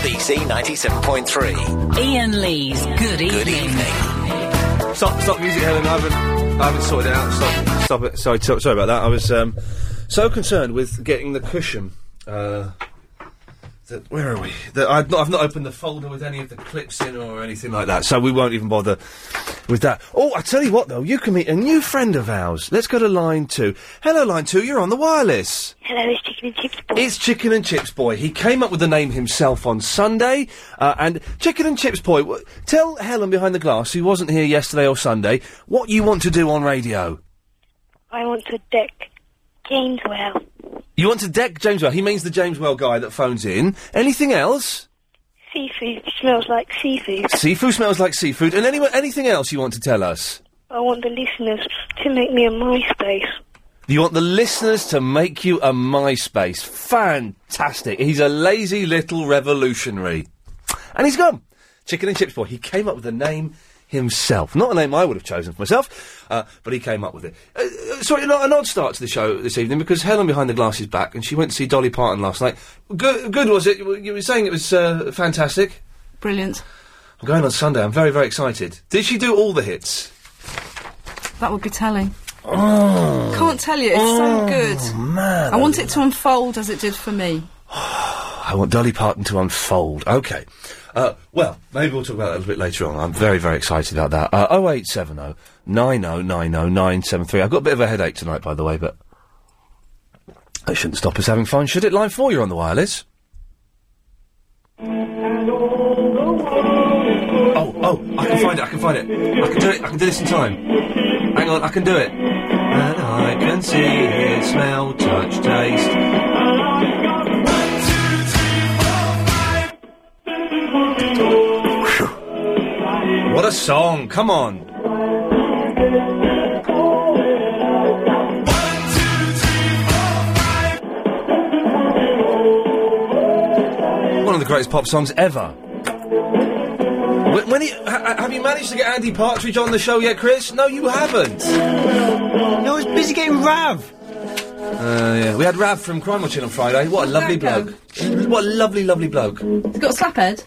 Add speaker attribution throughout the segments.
Speaker 1: BBC 97.3.
Speaker 2: Ian Lee's Good Evening.
Speaker 1: Good evening.
Speaker 3: Stop, stop music, Helen. I haven't, I haven't sorted it out. Stop, stop it. Sorry, so- sorry about that. I was um, so concerned with getting the cushion. Uh, that, where are we? That I've not, I've not opened the folder with any of the clips in or anything like that, so we won't even bother with that. Oh, I tell you what, though, you can meet a new friend of ours. Let's go to line two. Hello, line two. You're on the wireless.
Speaker 4: Hello, it's Chicken and Chips Boy.
Speaker 3: It's Chicken and Chips Boy. He came up with the name himself on Sunday. Uh, and Chicken and Chips Boy, w- tell Helen behind the glass, who wasn't here yesterday or Sunday, what you want to do on radio.
Speaker 4: I want to deck James well.
Speaker 3: You want to deck James Well. He means the James Well guy that phones in. Anything else?
Speaker 4: Seafood smells like seafood.
Speaker 3: Seafood smells like seafood. And anyone, anything else you want to tell us?
Speaker 4: I want the listeners to make me a MySpace.
Speaker 3: You want the listeners to make you a MySpace. Fantastic. He's a lazy little revolutionary. And he's gone. Chicken and Chips Boy. He came up with the name himself. Not a name I would have chosen for myself, uh, but he came up with it. Uh, uh, sorry, an, an odd start to the show this evening because Helen behind the glass is back and she went to see Dolly Parton last night. Good, good was it? You were- you were saying it was uh, fantastic.
Speaker 5: Brilliant.
Speaker 3: I'm going on Sunday. I'm very, very excited. Did she do all the hits?
Speaker 5: That would be telling.
Speaker 3: Oh.
Speaker 5: Can't tell you, it's
Speaker 6: Oh,
Speaker 5: so good.
Speaker 3: man.
Speaker 5: I want it to unfold as it did for me.
Speaker 3: I want Dolly Parton to unfold. Okay. Uh, well, maybe we'll talk about that a little bit later on. I'm very, very excited about that. Uh, 0870 9090973. I've got a bit of a headache tonight, by the way, but that shouldn't stop us having fun, should it? Line 4, you're on the wireless. Oh, oh, I can find it, I can find it. I can do it, I can do this in time. Hang on, I can do it. And I can see, hear, smell, touch, taste. What a song! Come on. One of the greatest pop songs ever. When, when he, ha, ha- have you managed to get Andy Partridge on the show yet, Chris? No, you haven't. No, I was busy getting Rav. Uh, yeah. We had Rav from Crime Watching on Friday. What a lovely
Speaker 5: that
Speaker 3: bloke. What a lovely, lovely bloke.
Speaker 5: It's got a slap head.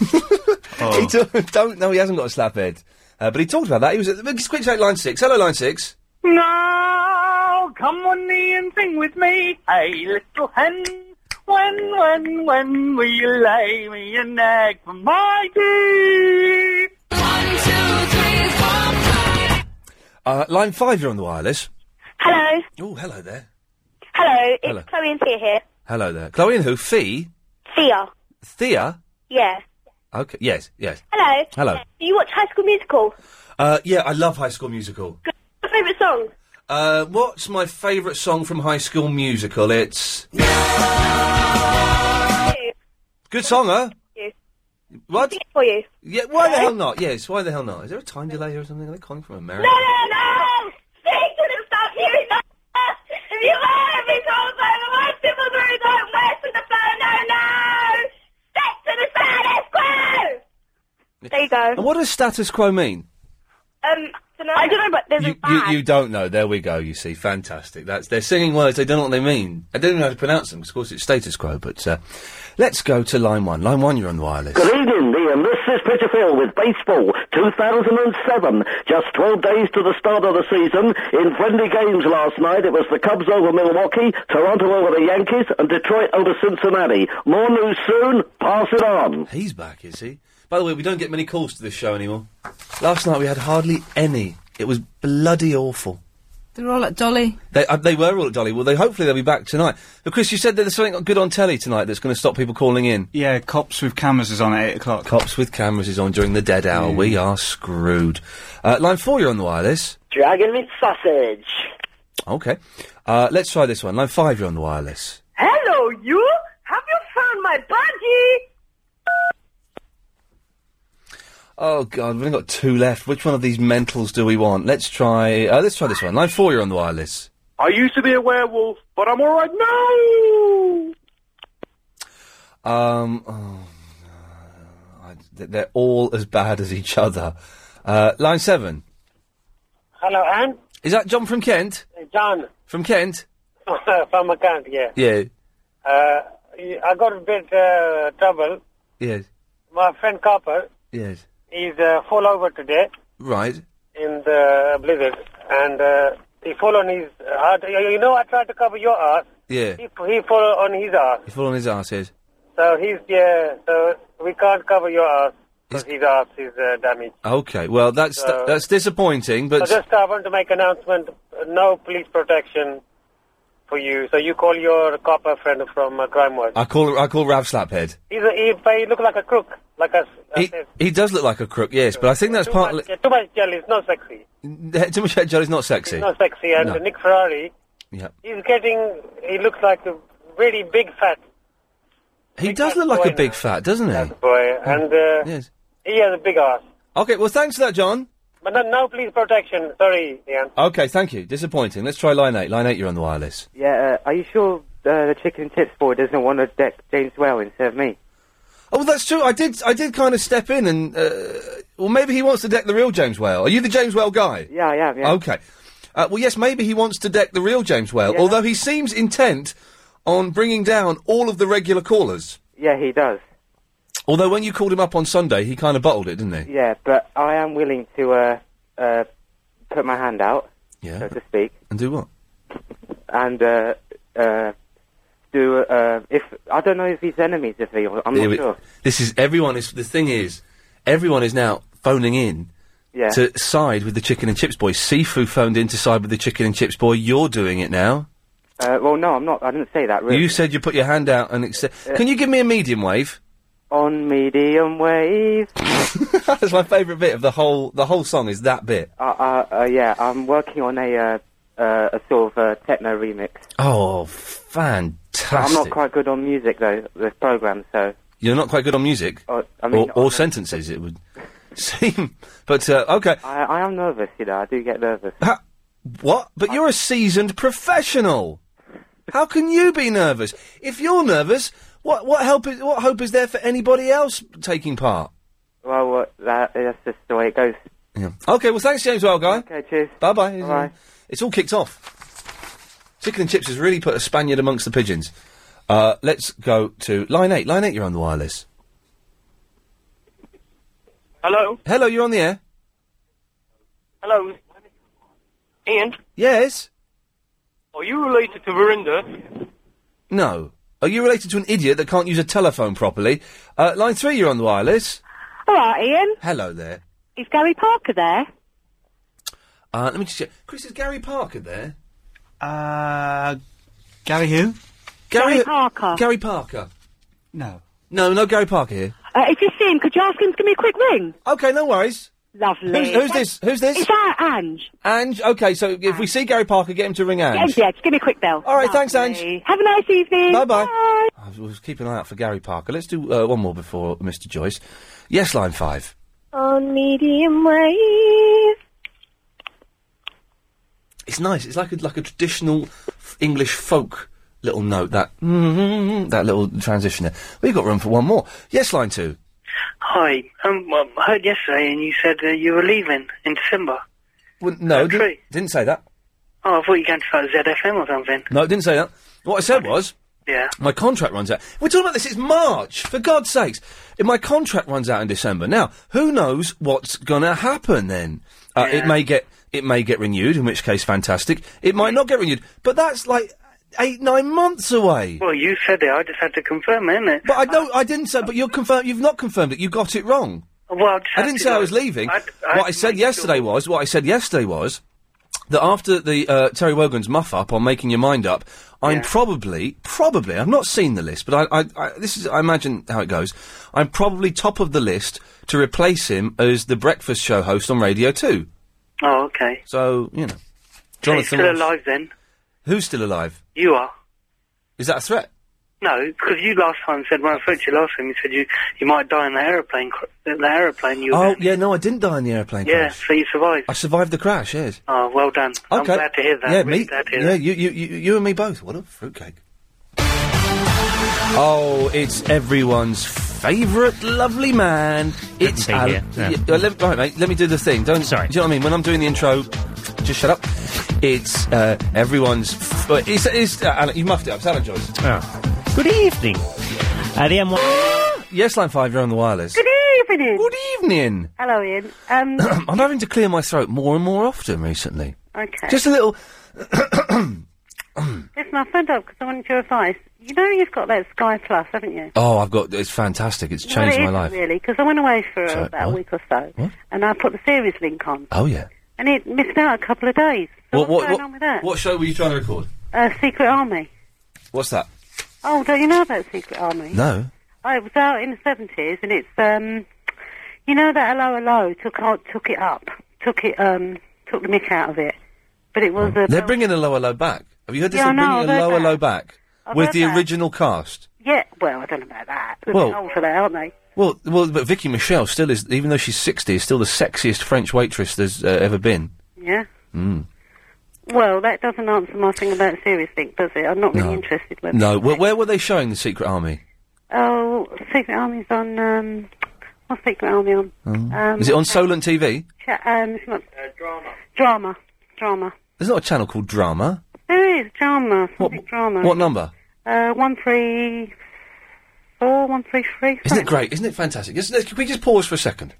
Speaker 3: He don't, don't no, he hasn't got a slap head. Uh, but he talked about that. He was at the quick take line six. Hello, line six.
Speaker 7: Now, come on me and sing with me, hey little hen. When, when, when will you lay me an egg for my tea?
Speaker 3: Uh, line five, you're on the wireless.
Speaker 8: Hello.
Speaker 3: Oh, hello there.
Speaker 8: Hello, it's
Speaker 3: Hello.
Speaker 8: Chloe and Thea here.
Speaker 3: Hello there. Chloe and who? Fee?
Speaker 8: Thea.
Speaker 3: Thea?
Speaker 8: Yeah.
Speaker 3: Okay, yes, yes.
Speaker 8: Hello.
Speaker 3: Hello.
Speaker 8: Do you watch High School Musical?
Speaker 3: Uh, yeah, I love High School Musical.
Speaker 8: Your favourite song?
Speaker 3: Uh, what's my favourite song from High School Musical? It's. Good song, huh?
Speaker 8: You.
Speaker 3: What?
Speaker 8: For you.
Speaker 3: Yeah, why the hell not? Yes, why the hell not? Is there a time delay or something? Are they calling from America?
Speaker 8: No, no, no! Please couldn't stop hearing that! If you heard me all over, my civil rules don't work with the phone, no, no! Stick to the status quo! There you go.
Speaker 3: And what does status quo mean?
Speaker 8: Um, I don't know, but there's
Speaker 3: You, you, you don't know. There we go. You see, fantastic. That's they're singing words. They don't know what they mean. I don't even know how to pronounce them. 'cause of course, it's status quo. But uh, let's go to line one. Line one, you're on the wireless.
Speaker 9: Good evening, Liam. This is Peter Phil with Baseball 2007. Just 12 days to the start of the season. In friendly games last night, it was the Cubs over Milwaukee, Toronto over the Yankees, and Detroit over Cincinnati. More news soon. Pass it on.
Speaker 3: He's back, is he? By the way, we don't get many calls to this show anymore. Last night we had hardly any. It was bloody awful.
Speaker 5: They're all at Dolly.
Speaker 3: They uh, they were all at Dolly. Well, they hopefully they'll be back tonight. But Chris, you said that there's something good on telly tonight that's going to stop people calling in.
Speaker 10: Yeah, Cops with Cameras is on at 8 o'clock.
Speaker 3: Cops with cameras is on during the dead hour. We are screwed. Uh, line four, you're on the wireless.
Speaker 11: Dragon meat sausage.
Speaker 3: Okay. Uh, let's try this one. Line five, you're on the wireless.
Speaker 11: Hello, you. Have you found my body?
Speaker 3: Oh God, we've only got two left. Which one of these mentals do we want? Let's try. Uh, let's try this one. Line four, you're on the wireless.
Speaker 7: I used to be a werewolf, but I'm alright now.
Speaker 3: Um, oh, no. I- th- they're all as bad as each other. Uh, line seven.
Speaker 12: Hello, Anne.
Speaker 3: Is that John from Kent?
Speaker 12: John.
Speaker 3: From Kent?
Speaker 12: From account, yeah.
Speaker 3: Yeah.
Speaker 12: Uh, I got a bit uh, trouble.
Speaker 3: Yes.
Speaker 12: My friend Carper
Speaker 3: Yes.
Speaker 12: is uh, fall over today
Speaker 3: Right.
Speaker 12: in the blizzard, and uh, he fall on his heart. You you know, I tried to cover your ass.
Speaker 3: Yeah.
Speaker 12: He, he fall on his ass.
Speaker 3: He's full on his arse, yes.
Speaker 12: So he's yeah. So we can't cover your ass because his ass is uh, damaged.
Speaker 3: Okay, well, that's
Speaker 12: So-
Speaker 3: that's disappointing, but
Speaker 12: so just I want to make announcement. uh, No police protection for you. So you call your copper friend from uh, Crime Watch.
Speaker 3: I call I call Rav Slaphead.
Speaker 12: He's a, he, he look like a crook, like a.
Speaker 3: He, he does look like a crook, yes, but I think that's
Speaker 12: too
Speaker 3: partly.
Speaker 12: much, too much jelly. It's not sexy.
Speaker 3: Too much head gel is not sexy.
Speaker 12: It's not sexy. And
Speaker 3: No.
Speaker 12: Nick Ferrari,
Speaker 3: Yeah.
Speaker 12: he's getting. He looks like a really big fat
Speaker 3: He does look like a big fat, doesn't he?
Speaker 12: boy, and uh,
Speaker 3: Yes.
Speaker 12: he has a big ass.
Speaker 3: Okay, well, thanks for that, John.
Speaker 12: But no, no police protection. Sorry, Ian.
Speaker 3: Okay, thank you. Disappointing. Let's try line eight. Line eight, you're on the wireless.
Speaker 13: Yeah, uh, are you sure uh, the chicken tips boy doesn't want to deck James Well instead of me?
Speaker 3: Oh, well, that's true. I did. I did kind of step in, and uh, well, maybe he wants to deck the real James Whale. Are you the James Whale guy?
Speaker 13: Yeah, I am. Yeah.
Speaker 3: Okay. Uh, well, yes, maybe he wants to deck the real James Whale. Although he seems intent on bringing down all of the regular callers.
Speaker 13: Yeah, he does.
Speaker 3: Although when you called him up on Sunday, he kind of bottled it, didn't he?
Speaker 13: Yeah, but I am willing to uh, uh, put my hand out,
Speaker 3: Yeah.
Speaker 13: so to speak,
Speaker 3: And do what?
Speaker 13: and uh, uh, do uh, if I don't know if he's enemies of me. I'm
Speaker 3: Yeah,
Speaker 13: not
Speaker 3: but
Speaker 13: sure.
Speaker 3: This is everyone is the thing is everyone is now phoning in
Speaker 13: Yeah.
Speaker 3: to side with the chicken and chips boy. Sifu phoned in to side with the chicken and chips boy. You're doing it now.
Speaker 13: Uh, well, no, I'm not. I didn't say that. Really.
Speaker 3: You said you put your hand out and accept. Can you give me a medium wave?
Speaker 13: On medium wave.
Speaker 3: That's my favourite bit of the whole. The whole song is that bit.
Speaker 13: Uh, uh, uh, yeah, I'm working on a uh, uh, a sort of uh, techno remix.
Speaker 3: Oh,
Speaker 13: I'm
Speaker 3: fantastic!
Speaker 13: not quite good on music though. This program, so
Speaker 3: You're not quite good on music
Speaker 13: Oh, I mean,
Speaker 3: or, or sentences. It would seem, but uh, okay.
Speaker 13: I, I am nervous. You know, I do get nervous.
Speaker 3: What? But you're a seasoned professional. How can you be nervous? If you're nervous, what what help is, what hope is there for anybody else taking part?
Speaker 13: Well, what, that, that's just the way it goes.
Speaker 3: Yeah. Okay, well, thanks, James Well, guy.
Speaker 13: Okay, cheers.
Speaker 3: Bye bye.
Speaker 13: Bye-bye.
Speaker 3: It's all kicked off. Chicken and chips has really put a Spaniard amongst the pigeons. Uh, let's go to line eight. Line eight, you're on the wireless.
Speaker 14: Hello?
Speaker 3: Hello, you're on the air.
Speaker 14: Hello? Ian?
Speaker 3: Yes.
Speaker 14: Are you related to Verinda?
Speaker 3: No. Are you related to an idiot that can't use a telephone properly? Uh, line three, you're on the wireless.
Speaker 2: All right, Ian.
Speaker 3: Hello there.
Speaker 2: Is Gary Parker there?
Speaker 3: Uh, let me just check. Chris, is Gary Parker there?
Speaker 15: Uh, Gary who?
Speaker 3: Gary,
Speaker 2: Parker.
Speaker 3: Gary Parker.
Speaker 15: No.
Speaker 3: No, no Gary Parker here.
Speaker 2: Uh, if you see him, could you ask him to give me a quick ring?
Speaker 3: Okay, no worries.
Speaker 2: Lovely.
Speaker 3: Who's, who's this? Who's this?
Speaker 2: Is that Ange?
Speaker 3: Ange. Okay, so if we see Gary Parker, get him to ring Ange.
Speaker 2: Yeah, yeah, just give me a quick bell.
Speaker 3: All right, thanks, Ange.
Speaker 2: Lovely. Have a nice evening.
Speaker 3: Bye-bye. I was- was keeping an eye out for Gary Parker. Let's do uh, one more before Mr. Joyce. Yes, line five.
Speaker 8: On medium wave.
Speaker 3: It's nice. It's like a, like a traditional f- English folk little note. That mm-hmm, that little transition there. We've got room for one more. Yes, line two.
Speaker 7: Hi. Um, well, I heard yesterday and you said uh, you were leaving in December.
Speaker 3: Well, no, didn't, didn't say that.
Speaker 7: Oh, I thought you were going to start ZFM or something.
Speaker 3: No, didn't say that. What I said was.
Speaker 7: Yeah.
Speaker 3: My contract runs out. We're talking about this. It's March, for God's sakes. If my contract runs out in December. Now, who knows what's going to happen then? Uh, It may get it may get renewed, in which case, fantastic. It might not get renewed, but that's like eight nine months away.
Speaker 7: Well, you said it. I just had to confirm it, innit?
Speaker 3: But I don't. I didn't say. But you're confirmed. You've not confirmed it. You got it wrong.
Speaker 7: Well, I, just
Speaker 3: I
Speaker 7: had
Speaker 3: didn't
Speaker 7: to
Speaker 3: say I
Speaker 7: go-
Speaker 3: was leaving.
Speaker 7: I- I-
Speaker 3: what I said yesterday was, what I said yesterday was, that after the uh, Terry Wogan's muff up on making your mind up, I'm probably, probably, I've not seen the list, but I, I, I, this is, I imagine how it goes. I'm probably top of the list to replace him as the breakfast show host on Radio Two.
Speaker 7: Oh, okay.
Speaker 3: So you know,
Speaker 7: So
Speaker 3: Jonathan,
Speaker 7: he's still
Speaker 3: Ross-
Speaker 7: alive then?
Speaker 3: who's still alive?
Speaker 7: You are.
Speaker 3: Is that a threat?
Speaker 7: No, because you last time said when I spoke to you last time, you said you you might die in the aeroplane. Cr- in the aeroplane you.
Speaker 3: Oh yeah, no, I didn't die in the airplane.
Speaker 7: yeah,
Speaker 3: crash.
Speaker 7: so you survived.
Speaker 3: I survived the crash. Yes.
Speaker 7: Oh, well done. I'm
Speaker 3: Okay.
Speaker 7: glad to hear that.
Speaker 3: Yeah,
Speaker 7: really
Speaker 3: me.
Speaker 7: Glad to hear
Speaker 3: yeah,
Speaker 7: that.
Speaker 3: you, you, you, you and me both. What a fruitcake. Oh, it's everyone's favourite lovely man. It's
Speaker 9: be
Speaker 3: Al-
Speaker 9: here. Yeah.
Speaker 3: Yeah, well, let- right, mate. Let me do the thing. Don't. Sorry. Do you know what I mean? When I'm doing the intro, just shut up. It's uh, everyone's. F- well, it's, it's uh, Alan, you muffed it up. It's Alan Joyce.
Speaker 9: Good evening. I am
Speaker 3: Yes, line five, you're on the wireless.
Speaker 16: Good evening.
Speaker 3: Good evening.
Speaker 16: Hello, Ian. Um,
Speaker 3: I'm having to clear my throat more and more often recently.
Speaker 16: okay.
Speaker 3: Just a little.
Speaker 16: Listen, I phoned up because I wanted your advice. You know you've got that Sky Plus, haven't you?
Speaker 3: Oh, I've got. It's fantastic. It's
Speaker 16: Well,
Speaker 3: changed
Speaker 16: it
Speaker 3: my
Speaker 16: is,
Speaker 3: life.
Speaker 16: Really, because I went away for
Speaker 3: Sorry,
Speaker 16: about
Speaker 3: what?
Speaker 16: a week or so,
Speaker 3: What?
Speaker 16: and I put the series link on,
Speaker 3: Oh yeah.
Speaker 16: and it missed out a couple of days. So
Speaker 3: what,
Speaker 16: what's
Speaker 3: what,
Speaker 16: going
Speaker 3: what,
Speaker 16: on with that?
Speaker 3: what show were you trying to record?
Speaker 16: Uh, Secret Army.
Speaker 3: What's that?
Speaker 16: Oh, don't you know about Secret Army?
Speaker 3: No.
Speaker 16: Oh, it was out in the seventies, and it's um, you know that Hello Hello took out, took it up, took it um, took the mick out of it, but it was a
Speaker 3: Oh. They're bringing a lower low back. Have you heard this?
Speaker 16: Yeah, I
Speaker 3: They're
Speaker 16: know,
Speaker 3: bringing a
Speaker 16: I've heard
Speaker 3: lower
Speaker 16: that.
Speaker 3: low back
Speaker 16: I've
Speaker 3: with
Speaker 16: heard
Speaker 3: the
Speaker 16: that.
Speaker 3: original cast.
Speaker 16: yeah. Well, I don't know about that. They're
Speaker 3: Well-
Speaker 16: a bit old for that, aren't they?
Speaker 3: Well, well, but Vicky Michelle still is, even though she's sixty, is still the sexiest French waitress there's uh, ever been.
Speaker 16: Yeah.
Speaker 3: Mm.
Speaker 16: Well, that doesn't answer my thing about series link, does it? I'm not really
Speaker 3: No.
Speaker 16: interested. With
Speaker 3: No, where, where were they showing the Secret Army?
Speaker 16: Oh, Secret Army's on. Um, what's Secret Army on? Um,
Speaker 3: is it on Solent TV?
Speaker 16: Cha- um, it's not drama. Drama. Drama.
Speaker 3: There's not a channel called Drama.
Speaker 16: There is drama. Something drama.
Speaker 3: What number?
Speaker 16: Uh, one three four, one three three.
Speaker 3: Isn't it great? Isn't it fantastic? Just, let's- can we just pause for a second?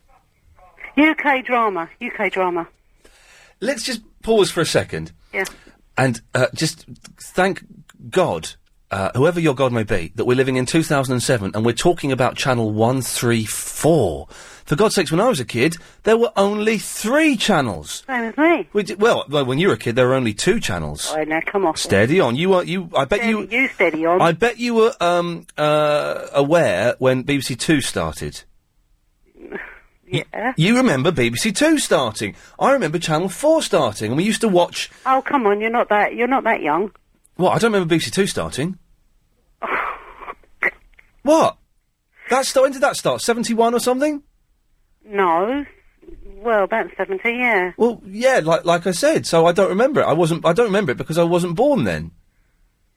Speaker 16: UK drama. UK drama.
Speaker 3: Let's just pause for a second
Speaker 16: Yeah.
Speaker 3: and uh, just thank God, uh, whoever your God may be, that we're living in 2007 and we're talking about channel 134. For God's sakes, when I was a kid, there were only three channels.
Speaker 16: Same as me.
Speaker 3: We d- well, well, when you were a kid, there were only two channels.
Speaker 16: Oh, now come on.
Speaker 3: Steady on. You are you. I bet you.
Speaker 16: You steady on.
Speaker 3: I bet you were um, uh, aware when BBC Two started.
Speaker 16: Yeah.
Speaker 3: You remember BBC Two starting. I remember Channel Four starting, and we used to watch.
Speaker 16: Oh, come on. You're not that. You're not that young.
Speaker 3: Well, I don't remember BBC Two starting. what? That st- when did that start? Seventy-one or something?
Speaker 16: No. Well, about seventy. Yeah.
Speaker 3: Well, yeah, like like I said. So I don't remember it. I wasn't. I don't remember it because I wasn't born then.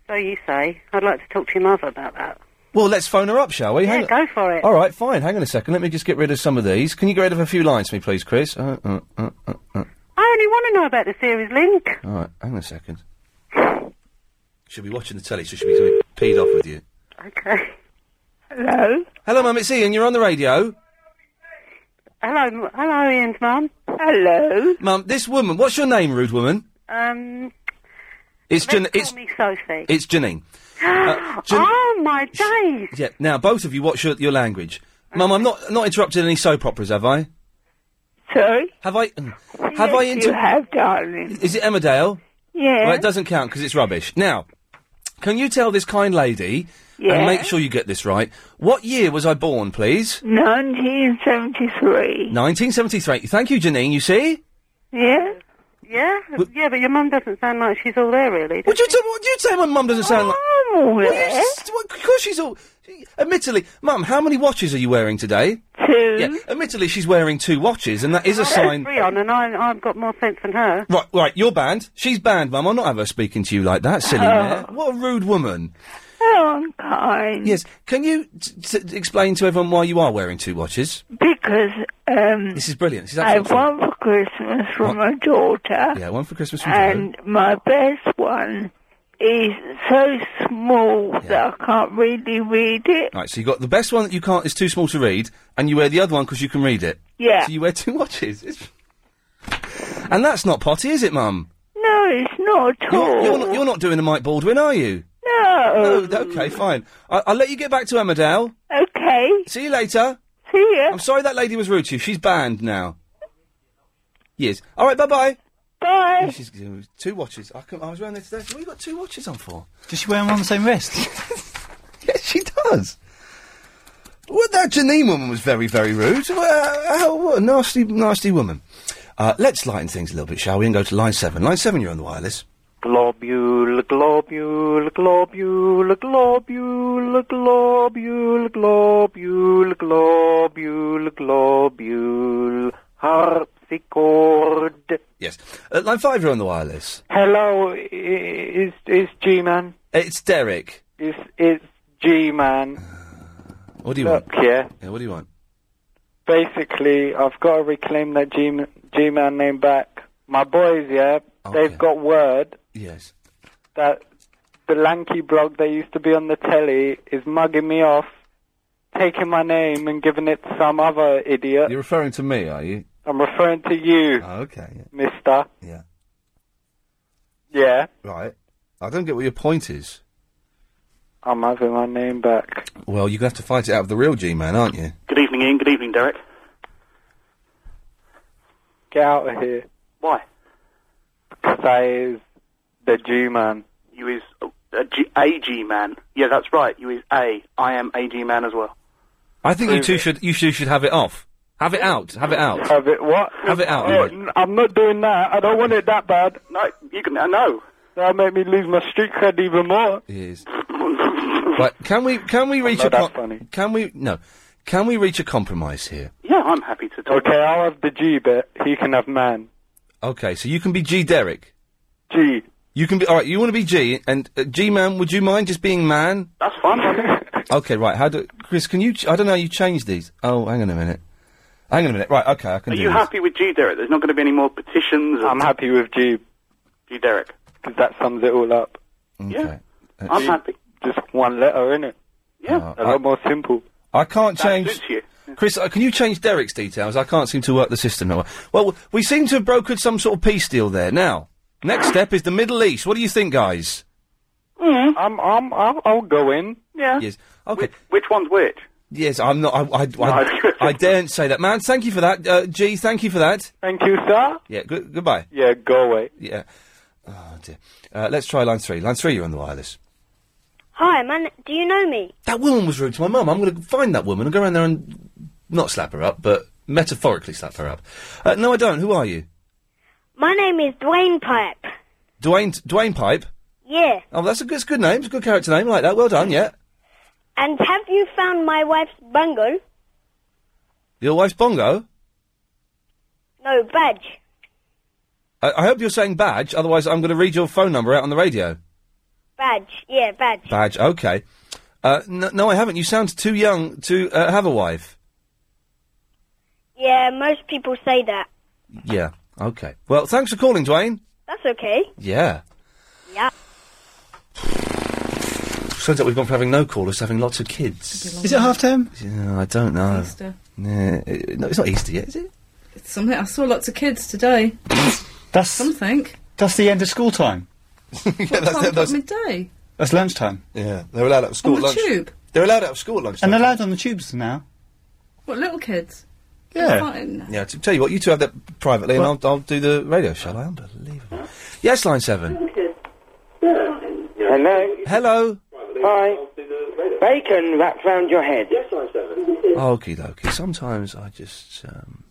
Speaker 16: So you say. I'd like to talk to your mother about that.
Speaker 3: Well, let's phone her up, shall we?
Speaker 16: yeah,
Speaker 3: Hang on. Oh.
Speaker 16: go for it.
Speaker 3: All right, fine. Hang on a second. Let me just get rid of some of these. Can you get rid of a few lines for me, please, Chris? Uh, uh, uh, uh, uh.
Speaker 16: I only want to know about the series link.
Speaker 3: All right, hang on a second. She'll be watching the telly, so she'll be gonna be peed off with you.
Speaker 16: Okay. Hello.
Speaker 3: Hello, Mum, it's Ian. You're on the radio.
Speaker 16: Hello. m- Hello, Ian's mum. Hello.
Speaker 3: Mum, this woman, what's your name, rude woman?
Speaker 16: Um. let's
Speaker 3: It's Jan-
Speaker 16: call
Speaker 3: it's,
Speaker 16: me Sophie.
Speaker 3: it's Janine. Uh, Jan-
Speaker 16: oh my days!
Speaker 3: Yeah, now, both of you, watch your, your language. Mum, I'm not, not interrupting any soap operas, have I?
Speaker 17: Sorry?
Speaker 3: Have I... mm, Have I
Speaker 17: Yes,
Speaker 3: inter-
Speaker 17: You have, darling.
Speaker 3: Is it Emmerdale?
Speaker 17: Yeah.
Speaker 3: Well, it doesn't count because it's rubbish. Now, can you tell this kind lady,
Speaker 17: Yeah.
Speaker 3: and make sure you get this right, what year was I born, please?
Speaker 17: 1973.
Speaker 3: 1973. Thank you, Janine, you see?
Speaker 16: Yeah. Yeah. yeah, but your mum doesn't sound like she's all there, really.
Speaker 3: Would you, t- would you say my mum doesn't sound like...
Speaker 17: all
Speaker 3: Well, you
Speaker 17: there.
Speaker 3: just- well, of course she's all... Admittedly, Mum, how many watches are you wearing today?
Speaker 17: Two.
Speaker 3: Yeah, admittedly, she's wearing two watches, and that is a sign...
Speaker 16: Three on, and I, I've got more sense than her.
Speaker 3: Right, right, you're banned. She's banned, Mum. I'll not have her speaking to you like that, silly
Speaker 17: Oh.
Speaker 3: mare. What a rude woman.
Speaker 17: Oh, I'm kind.
Speaker 3: Yes, can you t- t- explain to everyone why you are wearing two watches?
Speaker 17: Because um,
Speaker 3: This is brilliant. This is
Speaker 17: I have
Speaker 3: absolutely...
Speaker 17: one for Christmas from my daughter,
Speaker 3: Yeah, one for Christmas from Joe.
Speaker 17: and my best one is so small that I can't really read it.
Speaker 3: Right, so you got the best one that you can't is too small to read, and you wear the other one because you can read it.
Speaker 17: Yeah.
Speaker 3: So you wear two watches. It's- And that's not potty, is it, Mum?
Speaker 17: No, it's not at all.
Speaker 3: You're, you're not, you're not doing a Mike Baldwin, are you?
Speaker 17: No.
Speaker 3: No, okay, fine. I, I'll let you get back to Emmerdale.
Speaker 17: Okay.
Speaker 3: See you later.
Speaker 17: See ya.
Speaker 3: I'm sorry that lady was rude to you. She's banned now. Yes. All right, bye-bye.
Speaker 17: Bye.
Speaker 3: she's, two watches. I, can, I was around there today. I said, What have you got two watches on for?
Speaker 6: Does she wear them on the same wrist?
Speaker 3: yes, she does. Well, that Janine woman was very, very rude. Well, uh, how, what a nasty, nasty woman. Uh, let's lighten things a little bit, shall we, and go to line seven. Line seven, you're on the wireless.
Speaker 18: Globule, globule, globule, globule, globule, globule, globule, globule, harpsichord.
Speaker 3: Yes. Uh, line five, you're on the wireless.
Speaker 18: Hello, i- is is G-Man?
Speaker 3: It's Derek.
Speaker 18: It's it's G-Man.
Speaker 3: What do you
Speaker 18: Look,
Speaker 3: want?
Speaker 18: yeah.
Speaker 3: Yeah, what do you want?
Speaker 18: Basically, I've got to reclaim that G G-Man name back. My boys, yeah, they've got word
Speaker 3: Yes.
Speaker 18: that the lanky bloke that used to be on the telly is mugging me off
Speaker 14: taken my name and given it to some other idiot.
Speaker 3: You're referring to me, are you?
Speaker 14: I'm referring to you.
Speaker 3: Oh, okay.
Speaker 14: Mister.
Speaker 3: Yeah.
Speaker 14: Yeah.
Speaker 3: Right. I don't get what your point is.
Speaker 14: I'm having my name back.
Speaker 3: Well, you're going to have to fight it out of the real G-Man, aren't you?
Speaker 19: Good evening, Ian. Good evening, Derek.
Speaker 14: Get out of here.
Speaker 19: Why?
Speaker 14: Because I is the Jew man.
Speaker 19: You is a, a G, a G man. Yeah, that's right. You is a. I am a G man as well.
Speaker 3: I think you two should you two should have it off. Have it out. Have it out.
Speaker 14: Have it what?
Speaker 3: Have it out.
Speaker 14: Oh, n- I'm not doing that. I don't want it that bad.
Speaker 19: No, you can. No.
Speaker 14: That'll make me lose my street cred even more.
Speaker 3: Yes. right. Can we can we reach
Speaker 14: no,
Speaker 3: a
Speaker 14: that's
Speaker 3: com- can we no can we reach a compromise here?
Speaker 19: Yeah, I'm happy to talk.
Speaker 14: Okay, I'll have the G bit. He can have man.
Speaker 3: Okay, so you can be G Derek.
Speaker 14: G.
Speaker 3: You can be all right. You want to be G and uh, G man? Would you mind just being man?
Speaker 19: That's fine.
Speaker 3: okay, right. How do Chris? Can you? Ch- I don't know. You change these. Oh, hang on a minute. Hang on a minute. Right. Okay, I can
Speaker 19: Are
Speaker 3: do
Speaker 19: you
Speaker 3: this.
Speaker 19: happy with G Derek? There's not going to be any more petitions. Or
Speaker 14: I'm happy with G
Speaker 19: G Derek.
Speaker 14: because that sums it all up.
Speaker 19: Yeah.
Speaker 3: Uh,
Speaker 19: I'm
Speaker 14: G-
Speaker 19: happy.
Speaker 14: Just one letter in it.
Speaker 19: Yeah.
Speaker 14: A lot more simple.
Speaker 3: I can't
Speaker 14: That
Speaker 3: change.
Speaker 14: suits you.
Speaker 3: Chris, uh, can you change Derek's details? I can't seem to work the system. now. Well, w- we seem to have brokered some sort of peace deal there. Now, next step is the Middle East. What do you think, guys?
Speaker 14: I'm, I'm, I'll, I'll go in.
Speaker 19: Yeah.
Speaker 3: Yes. Okay.
Speaker 19: Which, which one's which?
Speaker 3: Yes, I'm not. I, I, I, I daren't say that, man. Thank you for that, uh, G. Thank you for that.
Speaker 14: Thank you, sir.
Speaker 3: Yeah. Good. Goodbye.
Speaker 14: Yeah. Go away.
Speaker 3: Yeah. Oh dear. Uh, let's try line three. Line three, you're on the wireless.
Speaker 4: Hi, man. Do you know me?
Speaker 3: That woman was rude to my mum. I'm going to find that woman and go around there and not slap her up, but metaphorically slap her up. Uh, no, I don't. Who are you?
Speaker 4: My name is Dwayne Pipe.
Speaker 3: Dwayne. Dwayne Pipe.
Speaker 4: Yeah.
Speaker 3: Oh, that's a good, it's a good name. It's a good character name. I like that. Well done. Yeah.
Speaker 4: And have you found my wife's bungle?
Speaker 3: Your wife's bongo.
Speaker 4: No, badge.
Speaker 3: I, I hope you're saying badge. Otherwise, I'm going to read your phone number out on the radio.
Speaker 4: Badge. Yeah, badge.
Speaker 3: Badge. Okay. Uh, no, no, I haven't. You sound too young to uh, have a wife.
Speaker 4: Yeah, most people say that.
Speaker 3: Yeah. Okay. Well, thanks for calling, Dwayne.
Speaker 4: That's okay.
Speaker 3: Yeah.
Speaker 4: Yeah.
Speaker 3: Turns out we've gone from having no callers to having lots of kids.
Speaker 6: Is it half term?
Speaker 3: Yeah, I don't know.
Speaker 5: Easter.
Speaker 3: Yeah, it- no, it's not Easter yet, is it?
Speaker 5: It's something. I saw lots of kids today.
Speaker 6: That's
Speaker 5: something.
Speaker 6: That's the end of school time.
Speaker 5: What
Speaker 6: that's-
Speaker 5: time got
Speaker 6: that's-
Speaker 5: midday?
Speaker 6: That's lunchtime.
Speaker 3: Yeah, they're allowed out of
Speaker 5: school On the lunch- tube?
Speaker 3: They're allowed out of school at lunchtime.
Speaker 6: And they're allowed on the tubes now.
Speaker 5: What little kids?
Speaker 6: Yeah.
Speaker 5: Fine.
Speaker 3: Yeah, to tell you what, you two have that privately, and I'll, I'll do the radio show. Unbelievable. Yes, line seven.
Speaker 7: Hello.
Speaker 3: Hello.
Speaker 7: Hi. Bacon wrapped round your head. Yes, I said.
Speaker 3: Okie dokie. Sometimes I just um,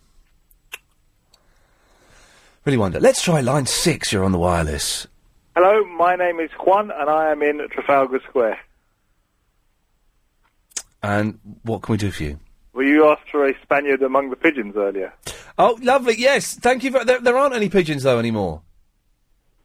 Speaker 3: really wonder. Let's try line six. You're on the wireless.
Speaker 17: Hello, my name is Juan, and I am in Trafalgar Square.
Speaker 3: And what can we do for you?
Speaker 17: Were you asked for a Spaniard among the pigeons earlier?
Speaker 3: Oh, lovely. Yes, thank you. For, there, there aren't any pigeons though anymore.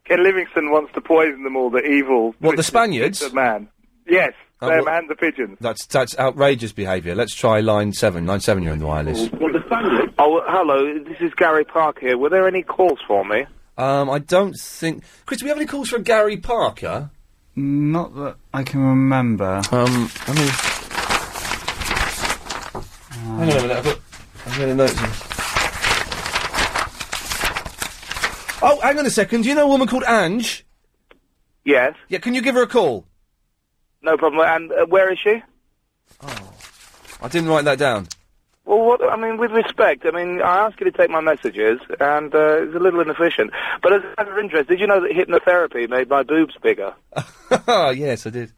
Speaker 17: Ken Livingstone wants to poison them all, the evil.
Speaker 3: What the Spaniards?
Speaker 17: The man. Yes,
Speaker 3: Oh,
Speaker 17: them
Speaker 3: what-
Speaker 17: and the pigeons.
Speaker 3: That's that's outrageous behaviour. Let's try line seven. Line seven. You're on the wireless.
Speaker 17: What, the Spaniards? Oh, hello, this is Gary Park here. Were there any calls for me?
Speaker 3: Um, I don't think. Chris, do we have any calls for Gary Parker?
Speaker 6: Not that I can remember.
Speaker 3: Um, I mean. Hang on a minute. I've got, I've got a note. here. Oh, hang on a second. Do you know a woman called Ange?
Speaker 17: Yes.
Speaker 3: Yeah, can you give her a call?
Speaker 17: No problem. And uh, where is she?
Speaker 3: I didn't write that down.
Speaker 17: Well, what, I mean, with respect, I mean, I ask you to take my messages, and uh, it's a little inefficient. But as a matter of interest, did you know that hypnotherapy made my boobs bigger?
Speaker 3: yes, I did.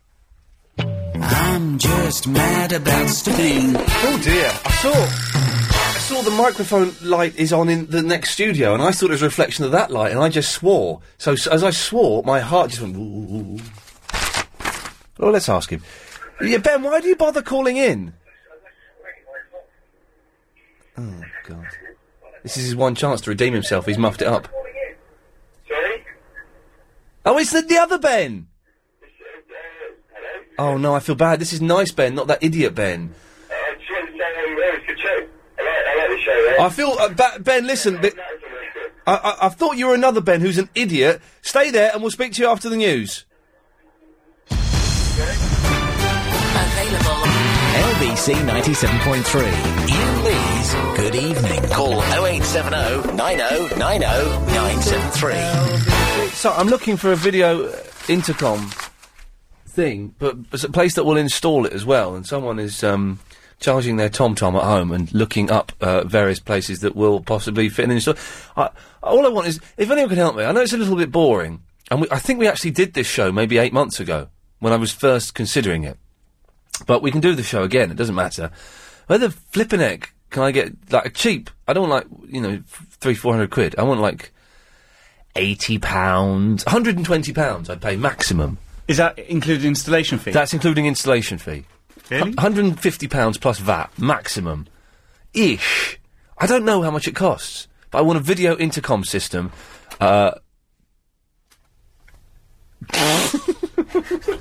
Speaker 9: I'm just mad about Sting.
Speaker 3: Oh dear! I saw, I saw the microphone light is on in the next studio, and I thought it was a reflection of that light, and I just swore. So s- as I swore, my heart just went. Ooh. Oh, let's ask him. Yeah, Ben, why do you bother calling in? Oh God! This is his one chance to redeem himself. He's muffed it up. Oh, it's the, the other Ben. Oh no, I feel bad. This is nice Ben, not that idiot Ben. I feel uh, ba- Ben. Listen, bi- I, I, I thought you were another Ben who's an idiot. Stay there, and we'll speak to you after the news.
Speaker 9: Available.
Speaker 1: BBC 97.3. Ian Lee's Good Evening. Call 0870 9090 oh, 973.
Speaker 3: So I'm looking for a video uh, intercom thing, but it's a place that will install it as well. And someone is um, charging their Tom Tom at home and looking up uh, various places that will possibly fit and install. I, all I want is if anyone can help me. I know it's a little bit boring, and we, I think we actually did this show maybe eight months ago when I was first considering it. But we can do the show again. It doesn't matter. Where the flipping egg can I get like a cheap? I don't want like you know f- three four hundred quid. I want like eighty pounds, hundred and twenty pounds. I'd pay maximum.
Speaker 6: Is that included installation fee?
Speaker 3: That's including installation fee. Really? Hundred and fifty pounds plus VAT maximum, ish. I don't know how much it costs, but I want a video intercom system. Uh,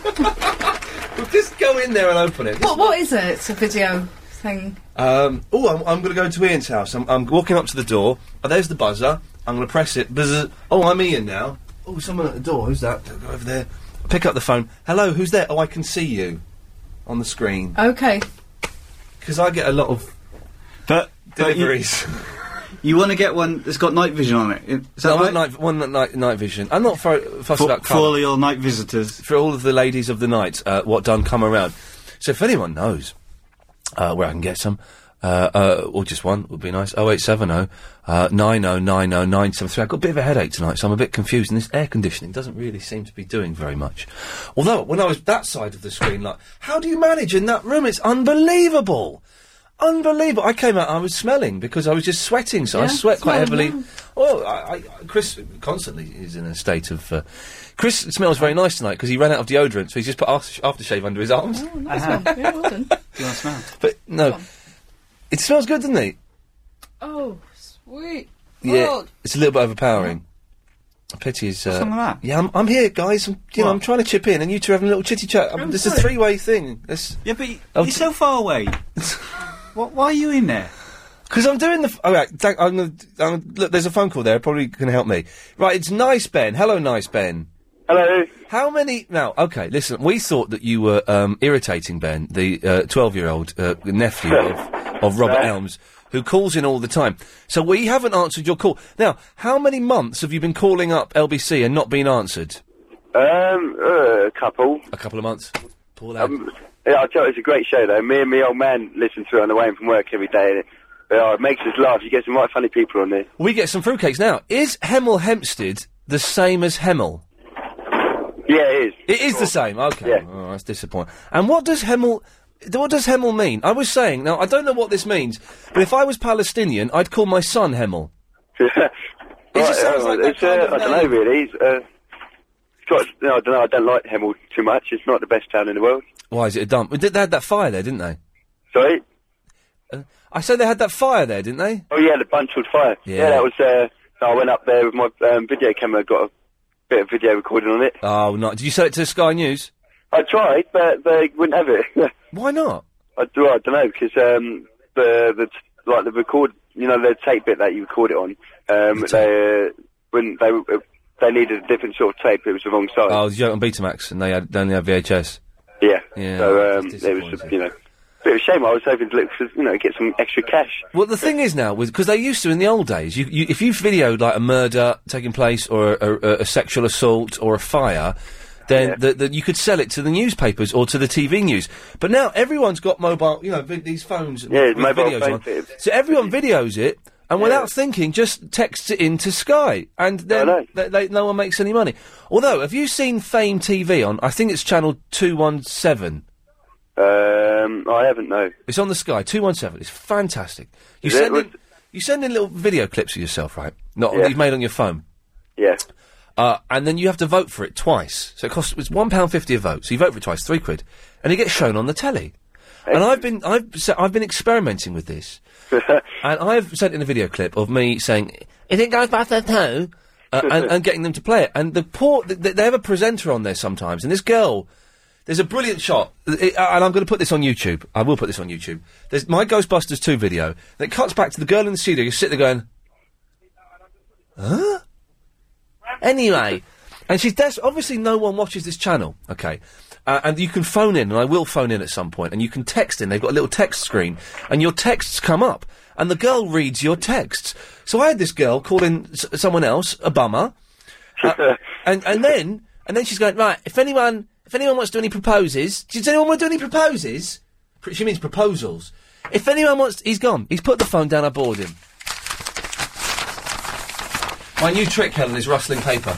Speaker 3: we'll just go in there and open it.
Speaker 5: What, what is it? It's a video thing.
Speaker 3: Um, oh, I'm, I'm going to go into Ian's house. I'm, I'm walking up to the door. Oh, there's the buzzer. I'm going to press it. Buzz. Oh, I'm Ian now. Oh, someone at the door. Who's that? Go over there. Pick up the phone. Hello, who's there? Oh, I can see you on the screen
Speaker 5: Okay.
Speaker 3: because I get a lot of
Speaker 6: but,
Speaker 3: deliveries.
Speaker 6: You want to get one that's got night vision on it. Is that
Speaker 3: No, I
Speaker 6: right?
Speaker 3: want night, one that night, night vision. I'm not fo- fussed
Speaker 6: For-
Speaker 3: about
Speaker 6: for
Speaker 3: colour.
Speaker 6: all your night visitors.
Speaker 3: For all of the ladies of the night, uh, what done come around. So if anyone knows uh, where I can get some, uh, uh, or just one would be nice. 0870 uh, 9090973. I've got a bit of a headache tonight, so I'm a bit confused. And this air conditioning doesn't really seem to be doing very much. Although, when I was that side of the screen, like, how do you manage in that room? It's unbelievable. Unbelievable. I came out, I was smelling because I was just sweating, so I
Speaker 20: Yeah,
Speaker 3: sweat quite
Speaker 20: smelling,
Speaker 3: heavily.
Speaker 20: yeah.
Speaker 3: Well, I, I, Chris constantly is in a state of. Uh, Chris smells very nice tonight because he ran out of deodorant, so he's just put aftersh- aftershave under his
Speaker 6: Oh,
Speaker 3: arms.
Speaker 5: Oh, Nice one. Yeah, well done.
Speaker 6: Do you want to smell?
Speaker 3: But no, it smells good, doesn't it?
Speaker 5: Oh, sweet.
Speaker 3: Yeah,
Speaker 5: Oh,
Speaker 3: it's a little bit overpowering. Pity is. Uh,
Speaker 6: What's wrong with that?
Speaker 3: Yeah, I'm, I'm here, guys. I'm, you know, I'm trying to chip in, and you two are having a little chitty chat. Um,
Speaker 6: I'm
Speaker 3: this is a
Speaker 6: sorry.
Speaker 3: three-way thing. This,
Speaker 6: Yeah, but y-
Speaker 3: I'll
Speaker 6: you're
Speaker 3: t-
Speaker 6: so far away. what, why are you in there?
Speaker 3: Because I'm doing the. F- all right, thank, I'm gonna, I'm gonna- look, there's a phone call there. Probably can help me. Right, it's nice Ben. Hello, nice Ben.
Speaker 9: Hello.
Speaker 3: How many? Now, okay, listen. We thought that you were um, irritating Ben, the twelve-year-old uh, nephew of, of Robert
Speaker 9: Right.
Speaker 3: Elms, who calls in all the time. So we haven't answered your call. Now, how many months have you been calling up LBC and not been answered?
Speaker 9: Um, uh, a couple.
Speaker 3: A couple of months. Poor
Speaker 9: lad. yeah, I'll tell you, it's a great show, though. Me and my old man listen to it on the way in from work every day, and it, oh, it makes us laugh. You get some right funny people on there.
Speaker 3: We get some fruitcakes now. Is Hemel Hempstead the same as Hemel?
Speaker 9: Yeah, it is.
Speaker 3: It is the same. Okay. Oh, that's disappointing. And what does Hemel? th- What does Hemel mean? I was saying now. I don't know what this means, but if I was Palestinian, I'd call my son Hemel.
Speaker 9: Right, uh, it's, uh, I don't know, really. It's, uh, it's got, no, I don't know. I don't like Hemel too much. It's not the best town in the world.
Speaker 3: Why is it a dump? They they had that fire there, didn't they?
Speaker 9: Sorry?
Speaker 3: I said they had that fire there, didn't they?
Speaker 9: Oh, yeah, the Bunchwood Fire.
Speaker 3: Yeah.
Speaker 9: that was, uh, I went up there with my um, video camera, got a bit of video recording on it.
Speaker 3: Oh, no. Did you sell it to Sky News?
Speaker 9: I tried, but they wouldn't have it.
Speaker 3: Why not?
Speaker 9: I, do, I don't know because um, the the t- like the record, you know, the tape bit that you record it on. Um, they uh, wouldn't they uh, they needed a different sort of tape. It was the wrong size.
Speaker 3: Oh, it was Joe on Betamax, and they had they only had VHS.
Speaker 9: yeah.
Speaker 3: Oh, Yeah,
Speaker 9: So um, it was you know. Bit of a shame. I was hoping to look for, you know get some extra cash.
Speaker 3: Well, the thing is now, because they used to in the old days, you, you, if you videoed like a murder taking place or a, a, a sexual assault or a fire, then the, the, you could sell it to the newspapers or to the TV news. But now everyone's got mobile, you know, vid- these phones
Speaker 9: Yeah,
Speaker 3: with
Speaker 9: mobile
Speaker 3: videos
Speaker 9: phone
Speaker 3: on.
Speaker 9: fib.
Speaker 3: So everyone videos it. And without thinking, just texts it into Sky, and then they, they, no one makes any money. Although, have you seen Fame TV on? I think it's channel two one seven.
Speaker 9: Um, I haven't no.
Speaker 3: It's on the Sky two one seven. It's fantastic. You
Speaker 9: Is it?
Speaker 3: send
Speaker 9: Was-
Speaker 3: in, you send in little video clips of yourself, right? Not
Speaker 9: Yeah.
Speaker 3: that you've made on your phone.
Speaker 9: Yeah.
Speaker 3: Uh, and then you have to vote for it twice. So it costs it's one pound fifty a vote. So you vote for it twice, three quid, and it gets shown on the telly. And I've been I've so I've been experimenting with this, and I've sent in a video clip of me saying, "Is it Ghostbusters too?" Uh, and, and getting them to play it. And the poor th- th- they have a presenter on there sometimes, and this girl. There's a brilliant shot, it- uh, and I'm going to put this on YouTube. I will put this on YouTube. There's my Ghostbusters 2 video that cuts back to the girl in the studio. You sit there going, "Huh?" Anyway, and she's des- obviously no one watches this channel. Okay, Uh, and you can phone in, and I will phone in at some point, and you can text in. They've got a little text screen, and your texts come up, and the girl reads your texts. So I had this girl call in s- someone else, a bummer, uh, and and then and then she's going right. If anyone if anyone wants to do any proposes, does anyone want to do any proposes? Pr- She means proposals. If anyone wants, he's gone. He's put the phone down. I bored him. My new trick, Helen, is rustling paper.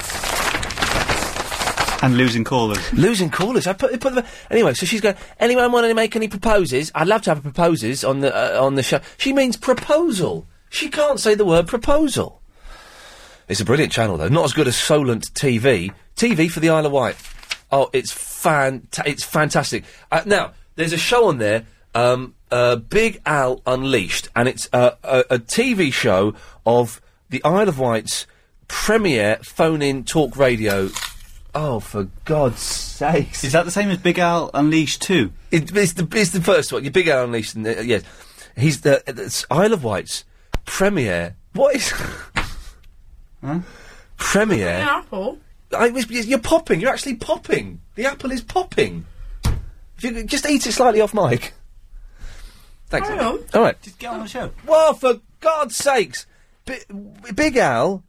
Speaker 6: And losing callers.
Speaker 3: Losing callers. I put, I put them, anyway. So she's going. Anyone want to make any proposes? I'd love to have proposes on the uh, on the show. She means proposal. She can't say the word proposal. It's a brilliant channel though. Not as good as Solent TV. TV for the Isle of Wight. Oh, it's fan. It's fantastic. Uh, now there's a show on there. Um, uh, Big Al Unleashed, and it's uh, a, a TV show of the Isle of Wight's premier phone-in talk radio Oh, for God's sakes.
Speaker 6: Is that the same as Big Al Unleashed 2?
Speaker 3: It, it's, the, it's the first one. Your Big Al Unleashed, and, uh, yes. He's the it's Isle of Wight's premier. What is. Premier.
Speaker 5: Apple.
Speaker 3: I was, you're popping. You're actually popping. The apple is popping. If you could just eat it slightly off mic. Thanks.
Speaker 6: Hang on.
Speaker 3: All right.
Speaker 6: Just get on the show.
Speaker 3: Well, for God's sakes, B- Big Al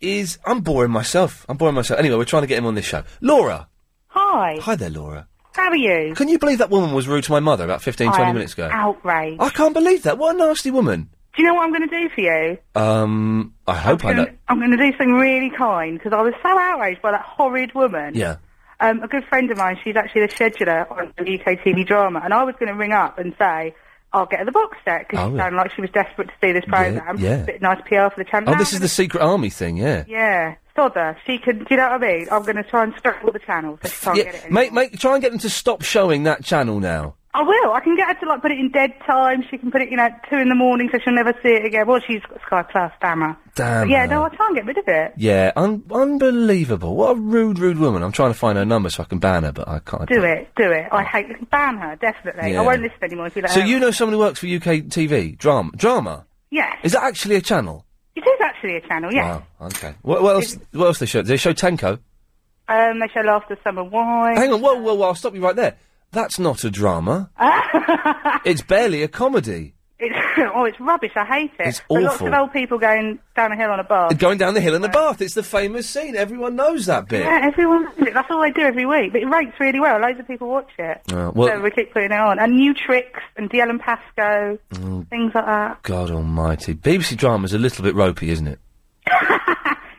Speaker 3: is. I'm boring myself. I'm boring myself. Anyway, we're trying to get him on this show. Laura.
Speaker 21: Hi.
Speaker 3: Hi there, Laura.
Speaker 21: How are you?
Speaker 3: Can you believe that woman was rude to my mother about 15, 20
Speaker 21: I am
Speaker 3: minutes ago?
Speaker 21: Outraged.
Speaker 3: I can't believe that. What a nasty woman.
Speaker 21: Do you know what I'm going to do for you?
Speaker 3: Um, I hope I know.
Speaker 21: I'm going to do something really kind because I was so outraged by that horrid woman.
Speaker 3: Yeah.
Speaker 21: Um, a good friend of mine, she's actually the scheduler on a UK TV drama, and I was going to ring up and say, I'll get her the box set because
Speaker 3: Oh,
Speaker 21: she
Speaker 3: yeah.
Speaker 21: sounded like she was desperate to see this programme.
Speaker 3: yeah.
Speaker 21: Bit of nice PR for the channel.
Speaker 3: Oh,
Speaker 21: Now
Speaker 3: this
Speaker 21: I'm
Speaker 3: is the Secret Army thing, yeah.
Speaker 21: gonna- Yeah. Sod her. She can, do you know what I mean? I'm going to try and strangle the channel so she can't
Speaker 3: yeah
Speaker 21: get it. Any-
Speaker 3: make, make, try and get them to stop showing that channel now.
Speaker 21: I will. I can get her to like put it in dead time. She can put it, you know, at two in the morning, so she'll never see it again. Well, she's got Sky Plus, damn her.
Speaker 3: Damn.
Speaker 21: yeah,
Speaker 3: her.
Speaker 21: no, I can't get rid of it.
Speaker 3: Yeah, un- unbelievable. What a rude, rude woman. I'm trying to find her number so I can ban her, but I can't.
Speaker 21: Do it, do it. I hate ban her definitely.
Speaker 3: Yeah.
Speaker 21: I won't listen anymore if you let
Speaker 3: So
Speaker 21: her.
Speaker 3: you know someone who works for UK TV drama? Drama
Speaker 21: Yeah,
Speaker 3: is that actually a channel?
Speaker 21: it is actually a channel. Yeah,
Speaker 3: Wow. Okay. What, what else? What else they show? They show Tenko.
Speaker 21: um, they show laughter, summer wine.
Speaker 3: Hang on. Whoa, whoa, whoa! I'll stop you right there. That's not a drama. it's barely a comedy.
Speaker 21: It's oh, it's rubbish. I hate it.
Speaker 3: It's
Speaker 21: But Lots
Speaker 3: awful.
Speaker 21: of old people going down a hill on a bar.
Speaker 3: Going down the hill in the bath. It's the famous scene. Everyone knows that bit.
Speaker 21: Yeah, everyone. loves it. That's all they do every week. But it rates really well. Loads of people watch it.
Speaker 3: Oh, well-
Speaker 21: so we keep putting it on. And new tricks and DL and Pasco,
Speaker 3: Oh,
Speaker 21: things like that.
Speaker 3: God Almighty! BBC drama's a little bit ropey, isn't it?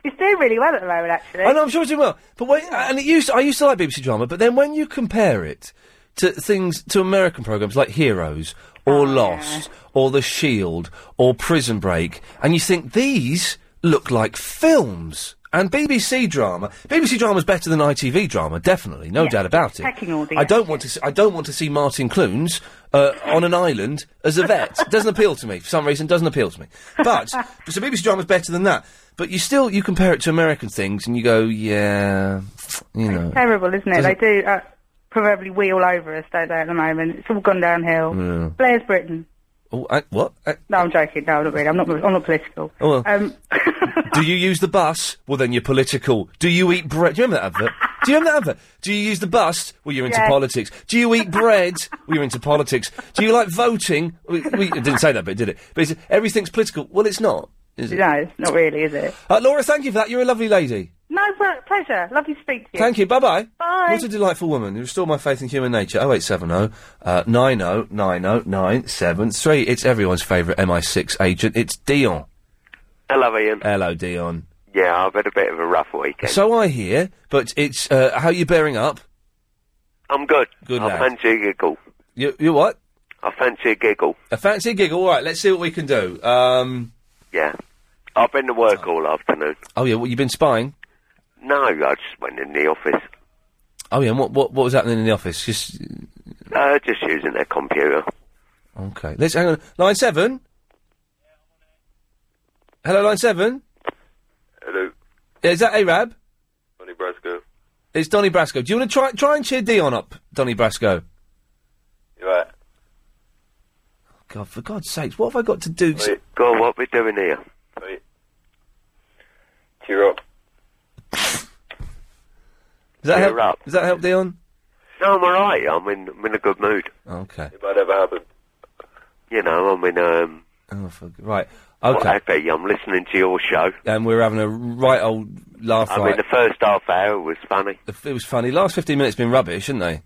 Speaker 21: It's doing really well at the moment, actually.
Speaker 3: I know, I'm sure it's doing well. But when, and it used, I used to like BBC drama, but then when you compare it to things, to American programs like Heroes or Lost or The Shield or Prison Break, and you think these look like films. And BBC drama, BBC drama's better than ITV drama, definitely, no
Speaker 21: Yeah,
Speaker 3: doubt about it.
Speaker 21: pecking order,
Speaker 3: I
Speaker 21: yeah.
Speaker 3: don't want to. See, I don't want to see Martin Clunes uh, on an island as a vet. doesn't appeal to me for some reason. Doesn't appeal to me. But so BBC drama's better than that. But you still you compare it to American things and you go, yeah, you know.
Speaker 21: Terrible, isn't it?
Speaker 3: Doesn't-
Speaker 21: They do uh, proverbially wheel over us, don't they, at the moment? It's all gone downhill.
Speaker 3: Yeah.
Speaker 21: Blair's Britain.
Speaker 3: Oh, I, what? I,
Speaker 21: No, I'm joking. No, not really. I'm not. I'm not political.
Speaker 3: oh, well.
Speaker 21: Um,
Speaker 3: Do you use the bus? Well, then you're political. Do you eat bread? Do you remember that advert? Do you remember that advert? Do you use the bus? Well, you're into
Speaker 21: Yes.
Speaker 3: politics. Do you eat bread? well, you're into politics. Do you like voting? We, we it didn't say that bit, did it? But it's, everything's political. Well, it's not, is it?
Speaker 21: no, not really, is it?
Speaker 3: Uh, Laura, thank you for that. You're a lovely lady.
Speaker 21: No, but pleasure. Lovely to speak to you.
Speaker 3: Thank you. Bye bye.
Speaker 21: Bye.
Speaker 3: What a delightful woman. You restore my faith in human nature. Oh, 0870 uh, oh, 9090973. It's everyone's favourite MI6 agent. It's Dion.
Speaker 20: Hello, Ian.
Speaker 3: Hello, Dion.
Speaker 20: Yeah, I've had a bit of a rough weekend.
Speaker 3: So I hear, but it's uh, how you bearing up?
Speaker 20: I'm good.
Speaker 3: Good
Speaker 20: I
Speaker 3: lad.
Speaker 20: fancy a giggle.
Speaker 3: You, you what?
Speaker 20: I fancy a giggle.
Speaker 3: A fancy giggle. All right, let's see what we can do. Um,
Speaker 20: Yeah. I've been to work all afternoon.
Speaker 3: oh yeah, well, you've been spying.
Speaker 20: No, I just went in the office.
Speaker 3: Oh yeah, and what what what was happening in the office? Just
Speaker 20: Uh, just using their computer.
Speaker 3: okay. Let's hang on. Line seven. Hello, line seven.
Speaker 22: Hello,
Speaker 3: Is that Arab?
Speaker 22: Tony Brasco.
Speaker 3: It's Donny Brasco. Do you want to try try and cheer Dion up, Donny Brasco?
Speaker 20: You right?
Speaker 3: God, for God's sakes, what have I got to do? to-
Speaker 20: God, Eh, what we doing here?
Speaker 22: Cheer up.
Speaker 3: Does that
Speaker 20: Cheer
Speaker 3: help? Does that help, Dion?
Speaker 20: No, I'm alright. I'm in, I'm in a good mood.
Speaker 3: Okay.
Speaker 20: It might never happen. You know, I'm in, um...
Speaker 3: Oh, for, right. Okay.
Speaker 20: Happy. I'm listening to your show.
Speaker 3: And we're having a right old laugh.
Speaker 20: I
Speaker 3: right.
Speaker 20: mean, the first half hour was funny.
Speaker 3: it was funny. Last fifteen minutes been rubbish, haven't they?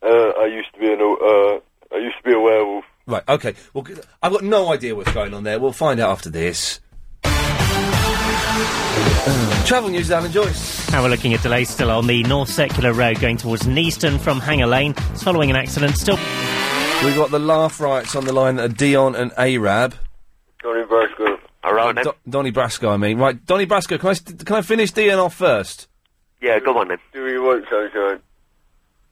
Speaker 22: Uh, I used to be an o- uh, I used to be a werewolf.
Speaker 3: Right. Okay. Well, g- I've got no idea what's going on there. We'll find out after this. Travel news, Alan Joyce.
Speaker 7: And Uh. we're looking at delays still on the North Circular Road going towards Neaston from Hanger Lane. It's following an accident still.
Speaker 3: We've got the laugh riots on the line that are Dion and Arab. Uh,
Speaker 20: Donny Brasco. All right, then.
Speaker 3: Do- Donny Brasco, I mean. Right, Donny Brasco, can I, st- can I finish Dion off first?
Speaker 20: yeah, go on then.
Speaker 22: Do what you uh, want, Sunshine?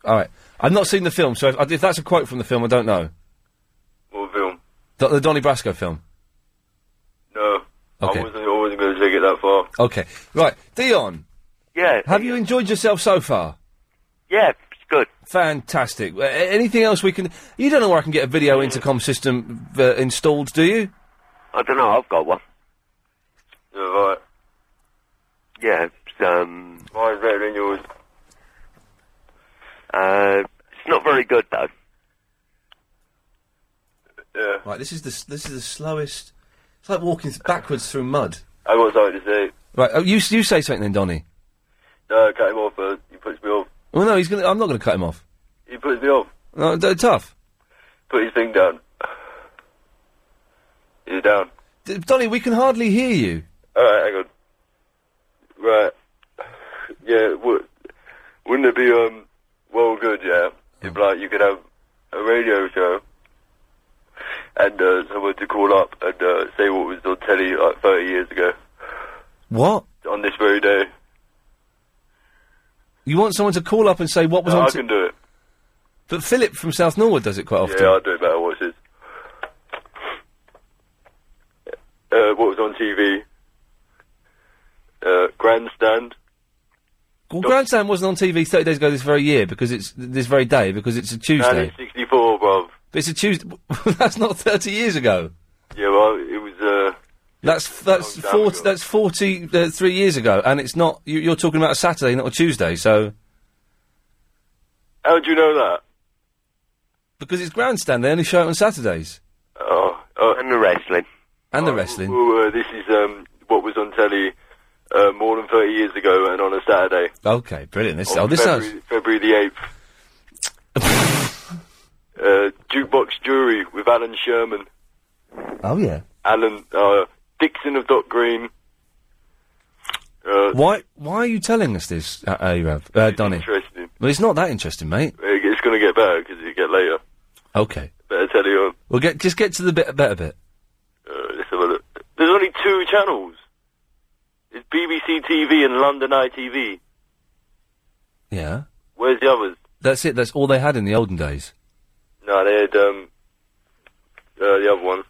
Speaker 3: All right. I've not seen the film, so if, if that's a quote from the film, I don't know.
Speaker 22: What film?
Speaker 3: Do- the Donny Brasco film.
Speaker 22: No.
Speaker 3: Okay.
Speaker 22: I wasn't, I wasn't going to take it that far.
Speaker 3: Okay. Right, Dion.
Speaker 20: Yeah.
Speaker 3: Have you enjoyed yourself so far?
Speaker 20: Yeah, it's good.
Speaker 3: Fantastic. Uh, a- anything else we can. You don't know where I can get a video intercom system uh, installed, do you?
Speaker 20: I don't know. I've got one.
Speaker 22: Right.
Speaker 20: Yeah, it's, um...
Speaker 22: Mine's better than yours.
Speaker 20: Uh, it's not very good, though.
Speaker 22: Yeah.
Speaker 3: Right, this is the s- this is the slowest. It's like walking th- backwards through mud.
Speaker 22: I got something to say.
Speaker 3: Right, oh, you s- you say something then, Donny.
Speaker 22: No, cut him off. Uh, he puts me off.
Speaker 3: Well, no, he's gonna. I'm not gonna cut him off.
Speaker 22: He puts me off.
Speaker 3: No, d- tough.
Speaker 22: Put his thing down. He's down.
Speaker 3: D- Donny, we can hardly hear you.
Speaker 22: All right, hang on. Right. Yeah, w- wouldn't it be um well good? Yeah, if like you could have a radio show and uh, someone to call up and uh, say what was on telly like 30 years ago
Speaker 3: What?
Speaker 22: on this very day.
Speaker 3: You want someone to call up and say what was
Speaker 22: No,
Speaker 3: on?
Speaker 22: I
Speaker 3: t-
Speaker 22: can do it.
Speaker 3: but Philip from South Norwood does it quite often.
Speaker 22: Yeah, I'll do it better. What's this? Uh, what was on TV? Uh, Grandstand.
Speaker 3: Well, Grandstand wasn't on TV 30 days ago this very year because it's this very day because it's a Tuesday.
Speaker 22: 1964, bruv.
Speaker 3: But it's a Tuesday. that's not 30 years ago.
Speaker 22: Yeah, well, it was, uh,
Speaker 3: That's that's
Speaker 22: damn
Speaker 3: forty. That's forty uh, three years ago, and it's not. You, you're talking about a Saturday, not a Tuesday. So
Speaker 22: how do you know that?
Speaker 3: because it's Grandstand, they only show it on Saturdays
Speaker 22: Oh, uh,
Speaker 20: and the wrestling.
Speaker 3: and the wrestling.
Speaker 22: Well, uh, this is um, what was on telly uh, more than 30 years ago and on a Saturday.
Speaker 3: Okay, brilliant. This
Speaker 22: on
Speaker 3: oh, this
Speaker 22: February,
Speaker 3: sounds
Speaker 22: February the 8th. uh, Jukebox Jury with Alan Sherman.
Speaker 3: oh yeah.
Speaker 22: Alan uh, Dixon of Dot Green. Uh,
Speaker 3: Why why are you telling us this, uh, Arab? Uh, Donny?
Speaker 22: Interesting.
Speaker 3: Well, it's not that interesting, mate.
Speaker 22: It- It's going to get better because you get later.
Speaker 3: Okay,
Speaker 22: Better tell you.
Speaker 3: we'll get just get to the bit, better bit.
Speaker 22: Uh, let's have a look. There's only two channels. It's BBC TV and London ITV.
Speaker 3: Yeah,
Speaker 22: Where's the others?
Speaker 3: that's it. That's all they had in the olden days.
Speaker 22: No, they had um, uh, the other one,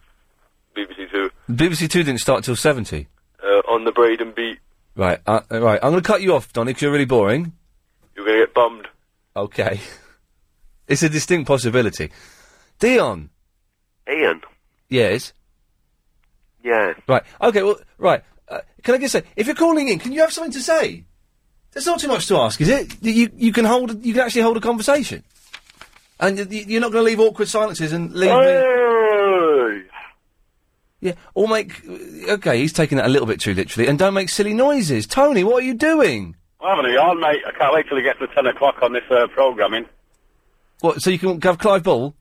Speaker 22: BBC Two,
Speaker 3: BBC Two didn't start till seventy.
Speaker 22: uh, on the Braden beat.
Speaker 3: Right, uh, uh, right. I'm going to cut you off, Donny, because you're really boring.
Speaker 22: You're gonna get bummed.
Speaker 3: Okay, it's a distinct possibility. Dion,
Speaker 20: Ian.
Speaker 3: yes,
Speaker 20: Yeah.
Speaker 3: right. Okay, well, right. Uh, can I just say, if you're calling in, can you have something to say? There's not too much to ask, is it? You- You you can hold a- you can actually hold a conversation, and y- y- you're not going to leave awkward silences and leave. me... Yeah, or make. Okay, he's taking that a little bit too literally, and don't make silly noises. Tony, what are you doing?
Speaker 8: I'm having a yarn, mate. I can't wait till it gets to 10 o'clock on this uh, programming
Speaker 3: What? So you can have Clive Ball?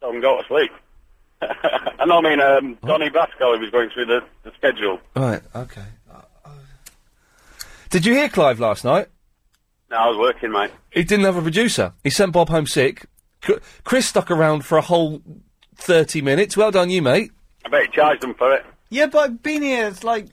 Speaker 8: so I can go to sleep. I know, I mean, um, Donny Brasco, he was going through the, the schedule.
Speaker 3: Right. Okay. Did you hear Clive last night?
Speaker 8: No, I was working, mate.
Speaker 3: He didn't have a producer. He sent Bob home sick. Cr- Chris stuck around for a whole thirty minutes. Well done, you mate.
Speaker 8: I bet he charged them for it.
Speaker 6: Yeah, but I've been here. It's like,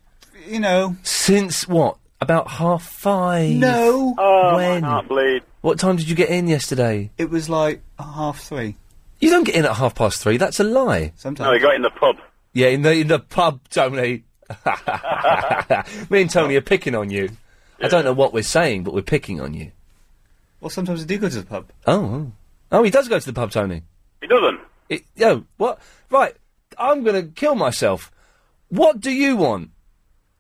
Speaker 6: you know.
Speaker 3: Since what? About half five.
Speaker 6: No.
Speaker 8: Oh,
Speaker 3: When? What time did you get in yesterday?
Speaker 6: It was like half three.
Speaker 3: You don't get in at half past three. That's a lie.
Speaker 6: Sometimes.
Speaker 8: No, he got in the pub.
Speaker 3: Yeah, in the in the pub, Tony. Me and Tony are picking on you. I don't know what we're saying, but we're picking on you.
Speaker 6: Well, sometimes I do go to the pub.
Speaker 3: Oh, oh, he does go to the pub, Tony.
Speaker 8: He doesn't.
Speaker 3: It, yo, what? Right, I'm gonna kill myself. What do you want?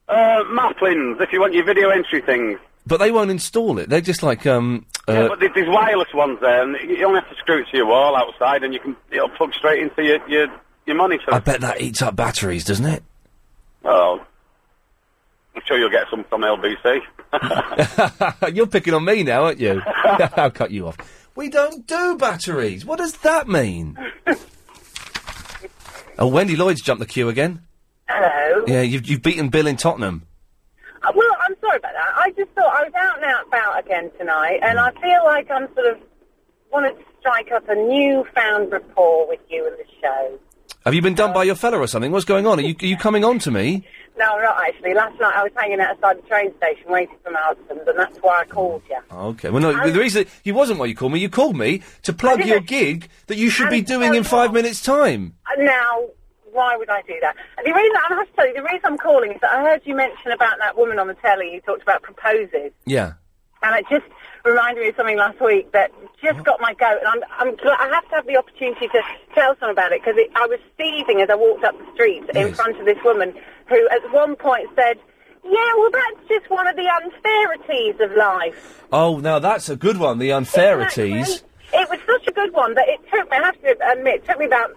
Speaker 8: Uh, Maplins, if you want your video entry things.
Speaker 3: But they won't install it. They're just like, um, uh,
Speaker 8: yeah, but there's these wireless ones there, and you only have to screw it to your wall outside, and you can it'll plug straight into your your, your monitor.
Speaker 3: I bet that eats up batteries, doesn't it?
Speaker 8: Oh, I'm sure you'll get some from LBC.
Speaker 3: You're picking on me now, aren't you? I'll cut you off. We don't do batteries. What does that mean? oh, Wendy Lloyd's jumped the queue again.
Speaker 2: Hello.
Speaker 3: Yeah, you've, you've beaten Bill in Tottenham.
Speaker 2: Uh, Well, I'm sorry about that. I just thought I was out and out about again tonight, and I feel like I'm sort of wanted to strike up a newfound rapport with you and the show.
Speaker 3: Have you been done by your fella or something? What's going on? Are you, are you coming on to me?
Speaker 2: No, I'm not actually. Last night I was hanging outside the train station waiting for my husband, and that's why I called you. Uh,
Speaker 3: Okay. Well, no, the reason you wasn't why you called me, you called me to plug your gig that you should be doing in five minutes' time.
Speaker 2: Uh, Now, why would I do that? And the reason I have to tell you, the reason I'm calling is that I heard you mention about that woman on the telly who talked about proposes.
Speaker 3: Yeah.
Speaker 2: And it just reminded me of something last week that just got my goat. And I'm, I'm glad I have to have the opportunity to tell someone about it because it, I was seething as I walked up the street in
Speaker 23: Yes.
Speaker 2: front of this woman who at one point said, yeah, well, that's just one of the unfairities of life.
Speaker 3: Oh, now that's a good one. The unfairities.
Speaker 2: It was such a good one that it took me, I have to admit, it took me about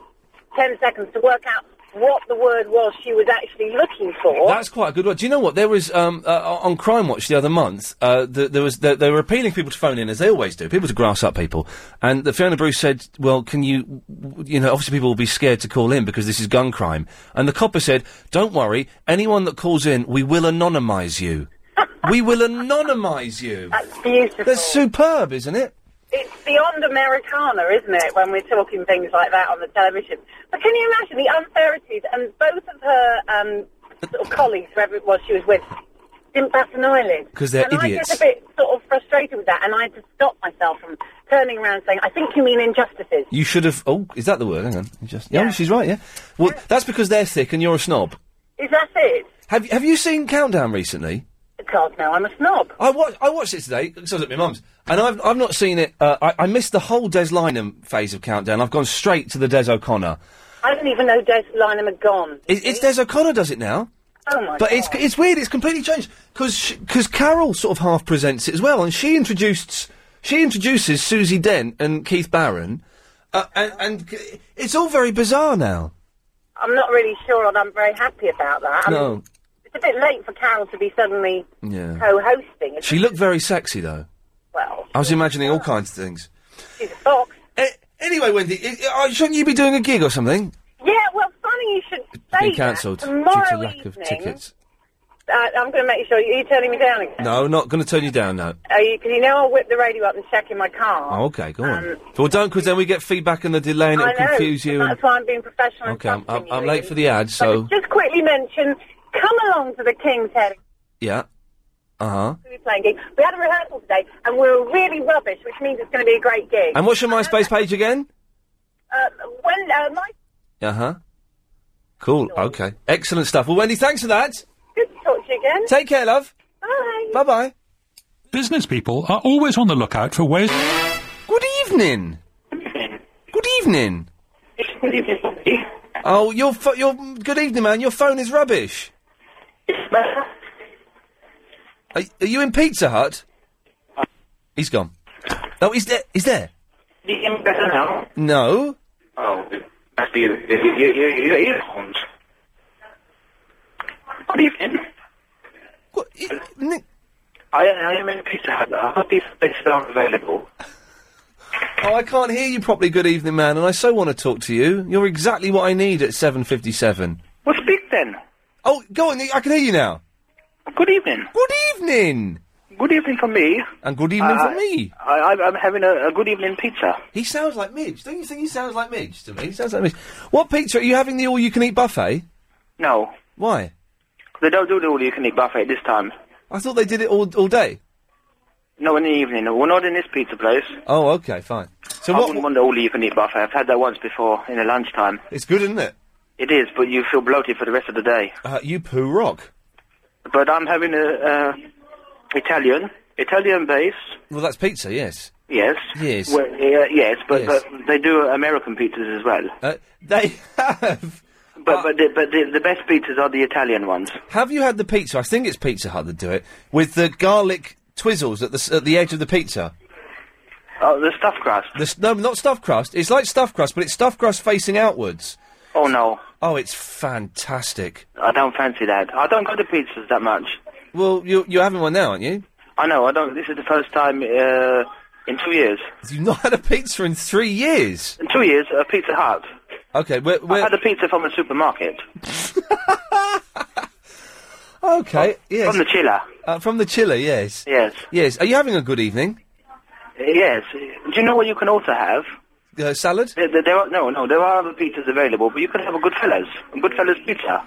Speaker 2: 10 seconds to work out what the word was she was actually looking for.
Speaker 3: That's quite a good one. Do you know what there was um, uh, on Crime Watch the other month? Uh, th- there was they, they were appealing people to phone in as they always do, people to grass up people. And the Fiona Bruce said, "Well, can you, you know, obviously people will be scared to call in because this is gun crime." And the copper said, "Don't worry, anyone that calls in, we will anonymise you. we will anonymise you.
Speaker 2: That's beautiful.
Speaker 3: That's superb, isn't it?"
Speaker 2: It's beyond Americana, isn't it, when we're talking things like that on the television? But can you imagine the unfairities? And both of her um, sort of colleagues, whoever it was she was with, didn't bat an eyelid.
Speaker 3: 'Cause they're
Speaker 2: and
Speaker 3: idiots.
Speaker 2: I was a bit sort of frustrated with that, and I had to stop myself from turning around saying, I think you mean injustices.
Speaker 3: You should have. Oh, is that the word? Hang on. You Just, yeah, she's right. Yeah. Well, that's because they're thick and you're a snob.
Speaker 2: Is that it?
Speaker 3: Have Have you seen Countdown recently?
Speaker 2: God, no, I'm a snob.
Speaker 3: I watched I watched it today. Because I was at my mum's, and I've I've not seen it. Uh, I, I missed the whole Des Lynam phase of Countdown. I've gone straight to the Des O'Connor.
Speaker 2: I don't even know Des Lynam had gone.
Speaker 3: It, it's Des O'Connor does it now.
Speaker 2: Oh, my
Speaker 3: But
Speaker 2: God.
Speaker 3: it's it's weird. It's completely changed because because Carol sort of half presents it as well, and she introduces she introduces Susie Dent and Keith Barron, uh, and and c- it's all very bizarre now.
Speaker 2: I'm not really sure, and I'm very happy about that. I mean,
Speaker 3: No,
Speaker 2: It's a bit late for Carol to be suddenly
Speaker 3: yeah.
Speaker 2: co-hosting. isn't
Speaker 3: She
Speaker 2: it?
Speaker 3: looked very sexy though.
Speaker 2: Well,
Speaker 3: I was imagining all kinds of things.
Speaker 2: she's a fox.
Speaker 3: Anyway, Wendy, i- i- shouldn't you be doing a gig or something?
Speaker 2: Yeah, well, funny you should say
Speaker 3: Been cancelled
Speaker 2: that.
Speaker 3: due
Speaker 2: Tomorrow
Speaker 3: to lack of
Speaker 2: evening,
Speaker 3: tickets.
Speaker 2: Uh, I'm going to make sure you're turning me down again.
Speaker 3: No, not going to turn you down now.
Speaker 2: Because you know I'll whip the radio up and check in my car.
Speaker 3: Oh, okay, go on.
Speaker 2: Um,
Speaker 3: well, don't, because then we get feedback and the delay and
Speaker 2: I
Speaker 3: it'll
Speaker 2: know,
Speaker 3: confuse you.
Speaker 2: but
Speaker 3: and-
Speaker 2: That's why I'm being professional. and
Speaker 3: okay, I'm, I'm,
Speaker 2: trusting
Speaker 3: I'm
Speaker 2: you,
Speaker 3: late
Speaker 2: Ian.
Speaker 3: for the ad, so.
Speaker 2: Just quickly mention, come along to the King's Head
Speaker 3: Yeah. Uh huh.
Speaker 2: we playing gig. We had a rehearsal today, and we were really rubbish, which means it's going to be a great gig.
Speaker 3: And what's your MySpace page again?
Speaker 2: Uh, when uh, my
Speaker 3: Uh huh. Cool, okay. Excellent stuff. Well, Wendy, thanks for that.
Speaker 2: good to talk to you again.
Speaker 3: Take care, love.
Speaker 2: Bye.
Speaker 3: Bye bye.
Speaker 14: Business people are always on the lookout for ways.
Speaker 3: Good evening. Good evening. Oh, your pho- your good evening, man. Your phone is rubbish. Are, are you in Pizza Hut? He's gone. Oh, he's there. He's there. No.
Speaker 24: Oh, that's the you you you you earphones. Good evening.
Speaker 3: What? I
Speaker 24: I am in Pizza Hut. I hope these places are available.
Speaker 3: Oh, I can't hear you properly. Good evening, man. And I so want to talk to you. You're exactly what I need at seven fifty-seven.
Speaker 24: Well, speak then.
Speaker 3: Oh, go on. I can hear you now.
Speaker 24: Good evening.
Speaker 3: Good evening.
Speaker 24: Good evening for me.
Speaker 3: And good evening
Speaker 24: I-
Speaker 3: for me.
Speaker 24: I, I, I'm having a, a good evening pizza.
Speaker 3: He sounds like Midge. Don't you think he sounds like Midge to me? He sounds like Midge. What pizza are you having? The all-you-can-eat buffet?
Speaker 24: No,
Speaker 3: Why?
Speaker 24: they don't do the all-you-can-eat buffet this time.
Speaker 3: I thought they did it all all day.
Speaker 24: No, in the evening. We're not in this pizza place.
Speaker 3: Oh, okay, fine. So
Speaker 24: I
Speaker 3: what?
Speaker 24: wouldn't want the all-you-can-eat buffet. I've had that once before in the lunchtime.
Speaker 3: It's good, isn't it?
Speaker 24: It is, but you feel bloated for the rest of the day.
Speaker 3: Uh, you poo rock.
Speaker 24: But I'm having a uh, Italian, Italian base.
Speaker 3: Well, that's pizza, yes.
Speaker 24: Yes.
Speaker 3: Yes.
Speaker 24: Well, yeah, yes, but,
Speaker 3: Yes.
Speaker 24: but they do American pizzas as well.
Speaker 3: Uh, they have.
Speaker 24: But but the, but the, the best pizzas are the Italian ones.
Speaker 3: Have you had the pizza? I think it's Pizza Hut that do it with the garlic Twizzles at the s- at the edge of the pizza?
Speaker 24: Oh, the stuffed crust.
Speaker 3: The, s- no, not stuffed crust. It's like stuffed crust, but it's stuffed crust facing outwards.
Speaker 24: Oh no!
Speaker 3: Oh, it's fantastic.
Speaker 24: I don't fancy that. I don't go to pizzas that much.
Speaker 3: Well, you you're having one now, aren't you?
Speaker 24: I know. I don't. This is the first time uh, in two years.
Speaker 3: You've not had a pizza in three years.
Speaker 24: In two years, a Pizza Hut.
Speaker 3: Okay, where, where...
Speaker 24: I had a pizza from a supermarket.
Speaker 3: Okay. yes.
Speaker 24: From the chiller.
Speaker 3: Uh, from the chiller, yes.
Speaker 24: Yes.
Speaker 3: Yes. Are you having a good evening?
Speaker 24: Yes. Do you know what you can also have?
Speaker 3: Uh, salad?
Speaker 24: There, there, there are, no, no, there are other pizzas available, but you can have a Goodfellas. A Goodfellas pizza.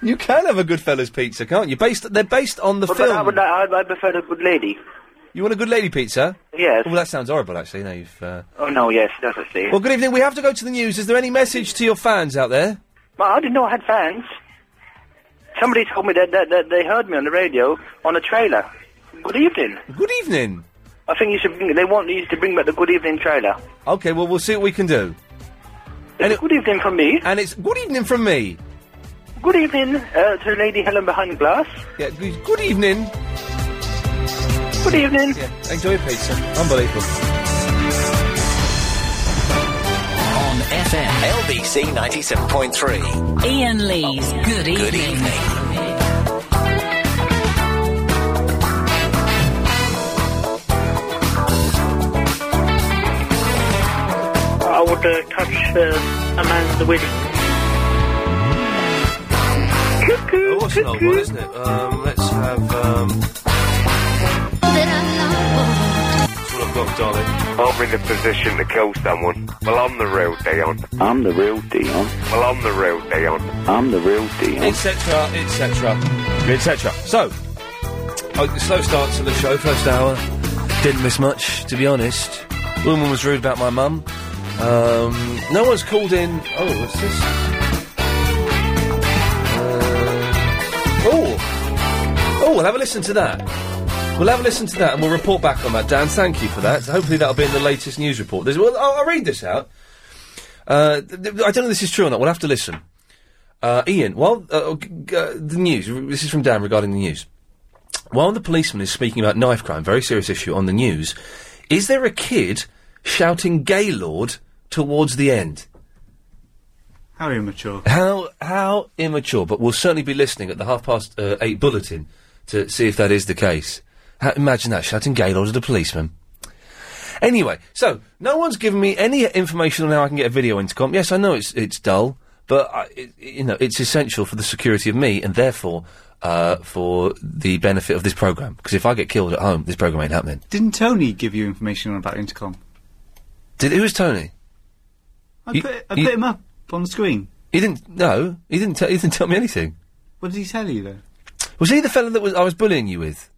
Speaker 3: You can have a Goodfellas pizza, can't you? Based, they're based on the
Speaker 24: But- but
Speaker 3: film.
Speaker 24: I would like- I, I prefer the good lady.
Speaker 3: You want a good lady pizza?
Speaker 24: Yes.
Speaker 3: Well, that sounds horrible, actually. Now you've. Uh...
Speaker 24: Oh, no, yes, definitely.
Speaker 3: Well, good evening. We have to go to the news. Is there any message to your fans out there?
Speaker 24: Well, I didn't know I had fans. Somebody told me that, that, that they heard me on the radio on a trailer. Good evening.
Speaker 3: Good evening.
Speaker 24: I think you should. Bring, they want you to bring back the good evening trailer.
Speaker 3: Okay. Well, we'll see what we can do. And
Speaker 24: good evening from me.
Speaker 3: And it's good evening from me.
Speaker 24: Good evening uh, to Lady Helen behind glass.
Speaker 3: Yeah. Good good evening.
Speaker 24: Good evening.
Speaker 3: Yeah. Enjoy your pizza. Unbelievable.
Speaker 1: On FM, LBC 97.3.
Speaker 23: Ian Lee's Good Evening.
Speaker 1: Good evening.
Speaker 16: I would uh, touch uh, a man's wedding.
Speaker 3: Oh, that's an old one, isn't it? Um, let's have. Um... That's what I've got, darling.
Speaker 20: I'm in a position to kill someone. Well, I'm the real Dion.
Speaker 25: I'm the real Dion.
Speaker 20: Well, I'm the real Dion.
Speaker 25: I'm the real Dion.
Speaker 3: etc., etc., etc. So, oh, the slow start to the show, first hour. Didn't miss much, to be honest. Woman was rude about my mum. Um, no one's called in. Oh, what's this? Uh, oh, oh, we'll have a listen to that. We'll have a listen to that, and we'll report back on that. Dan, thank you for that. Hopefully, that'll be in the latest news report. There's, well, I'll, I'll read this out. Uh, th- th- I don't know if this is true or not. We'll have to listen. Uh, Ian, while uh, g- g- uh, the news, this is from Dan regarding the news. While the policeman is speaking about knife crime, very serious issue on the news, is there a kid shouting "Gaylord" towards the end?
Speaker 6: How immature.
Speaker 3: How how immature! But we'll certainly be listening at the half past uh, eight bulletin to see if that is the case. Ha- imagine that shouting "Gaylord" at a policeman. Anyway, so no one's given me any information on how I can get a video intercom. Yes, I know it's it's dull, but I, it, it- you know it's essential for the security of me and therefore uh, for the benefit of this program. Because if I get killed at home, this program ain't happening.
Speaker 6: Didn't Tony give you information about Intercom?
Speaker 3: Did who was Tony?
Speaker 6: I,
Speaker 3: You-
Speaker 6: put, it- I
Speaker 3: you-
Speaker 6: put him up on the screen.
Speaker 3: He didn't. No, he didn't. Te- he didn't tell me anything.
Speaker 6: What did he tell you, though?
Speaker 3: Was he the fellow that was I was bullying you with?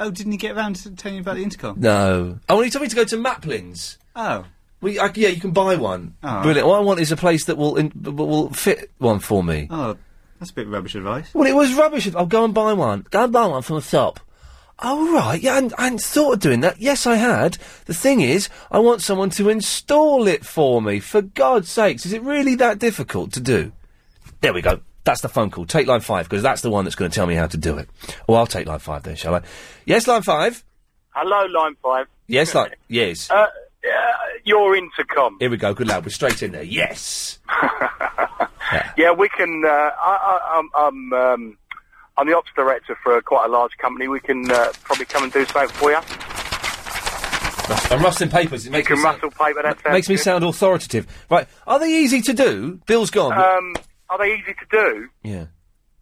Speaker 6: Oh, didn't he get around to telling you about the Intercom?
Speaker 3: No. Oh, well, he told me to go to Maplin's.
Speaker 6: Oh.
Speaker 3: We, I, yeah, you can buy one. Brilliant. What I want is a place that will in, that will fit one for me.
Speaker 6: Oh, that's a bit rubbish advice.
Speaker 3: Well, it was rubbish. I'll go and buy one. Go and buy one from the shop. Oh, right. Yeah, I hadn't, I hadn't thought of doing that. Yes, I had. The thing is, I want someone to install it for me. For God's sakes, is it really that difficult to do? There we go. That's the phone call. Take line five, because that's the one that's going to tell me how to do it. Oh, I'll take line five then, shall I? Yes, line five.
Speaker 17: Hello, Line 5.
Speaker 3: Yes, line. Yes.
Speaker 17: Uh, uh, your intercom.
Speaker 3: Here we go. Good lad. We're straight in there. Yes.
Speaker 17: Yeah, we can. Uh, I, I, I'm, I'm, um, I'm the ops director for quite a large company. We can uh, probably come and do something for you.
Speaker 3: I'm rustling papers. It
Speaker 17: You
Speaker 3: makes
Speaker 17: can
Speaker 3: me sound-
Speaker 17: rustle paper. That sounds
Speaker 3: makes me
Speaker 17: good.
Speaker 3: sound authoritative. Right, are they easy to do? Bill's gone. but-
Speaker 17: Um, are they easy to do?
Speaker 3: yeah.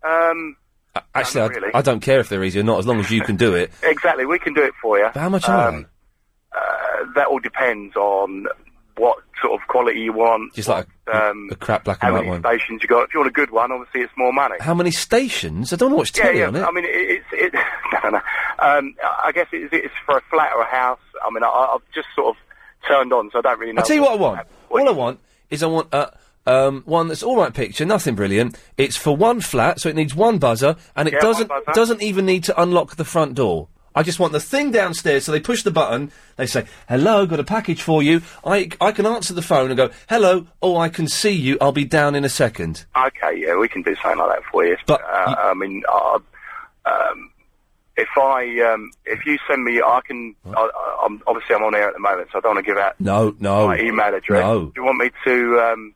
Speaker 17: Um,
Speaker 3: Uh, Actually,
Speaker 17: not
Speaker 3: I,
Speaker 17: really.
Speaker 3: I don't care if they're easy or not, as long as you can do it.
Speaker 17: exactly. We can do it for you.
Speaker 3: But how much are
Speaker 17: Um, uh, that all depends on what sort of quality you want.
Speaker 3: Just like
Speaker 17: um,
Speaker 3: they? A crap black
Speaker 17: how
Speaker 3: and white
Speaker 17: many
Speaker 3: one.
Speaker 17: stations you got. If you want a good one, obviously it's more money.
Speaker 3: How many stations? I don't know what's
Speaker 17: Yeah,
Speaker 3: telly
Speaker 17: yeah.
Speaker 3: on it.
Speaker 17: I mean, it, it's it. no, no. Um, I I guess it's, it's for a flat or a house. I mean, I, I've just sort of turned on, so I don't really know.
Speaker 3: I'll tell you what I want. All I want is I want a. Um, one that's all right picture, nothing brilliant. It's for one flat, so it needs one buzzer, and it
Speaker 17: Yeah, one
Speaker 3: doesn't
Speaker 17: buzzer.
Speaker 3: doesn't even need to unlock the front door. I just want the thing downstairs. So they push the button. They say, "Hello, got a package for you." I I can answer the phone and go, "Hello," or I can see you. I'll be down in a second.
Speaker 17: Okay, yeah, we can do something like that for you. But uh, I mean, uh, um, if I um, if you send me, I can. I, I- I'm obviously I'm on air at the moment, so I don't want to give out
Speaker 3: No, no.
Speaker 17: my email address.
Speaker 3: No.
Speaker 17: Do you want me to um,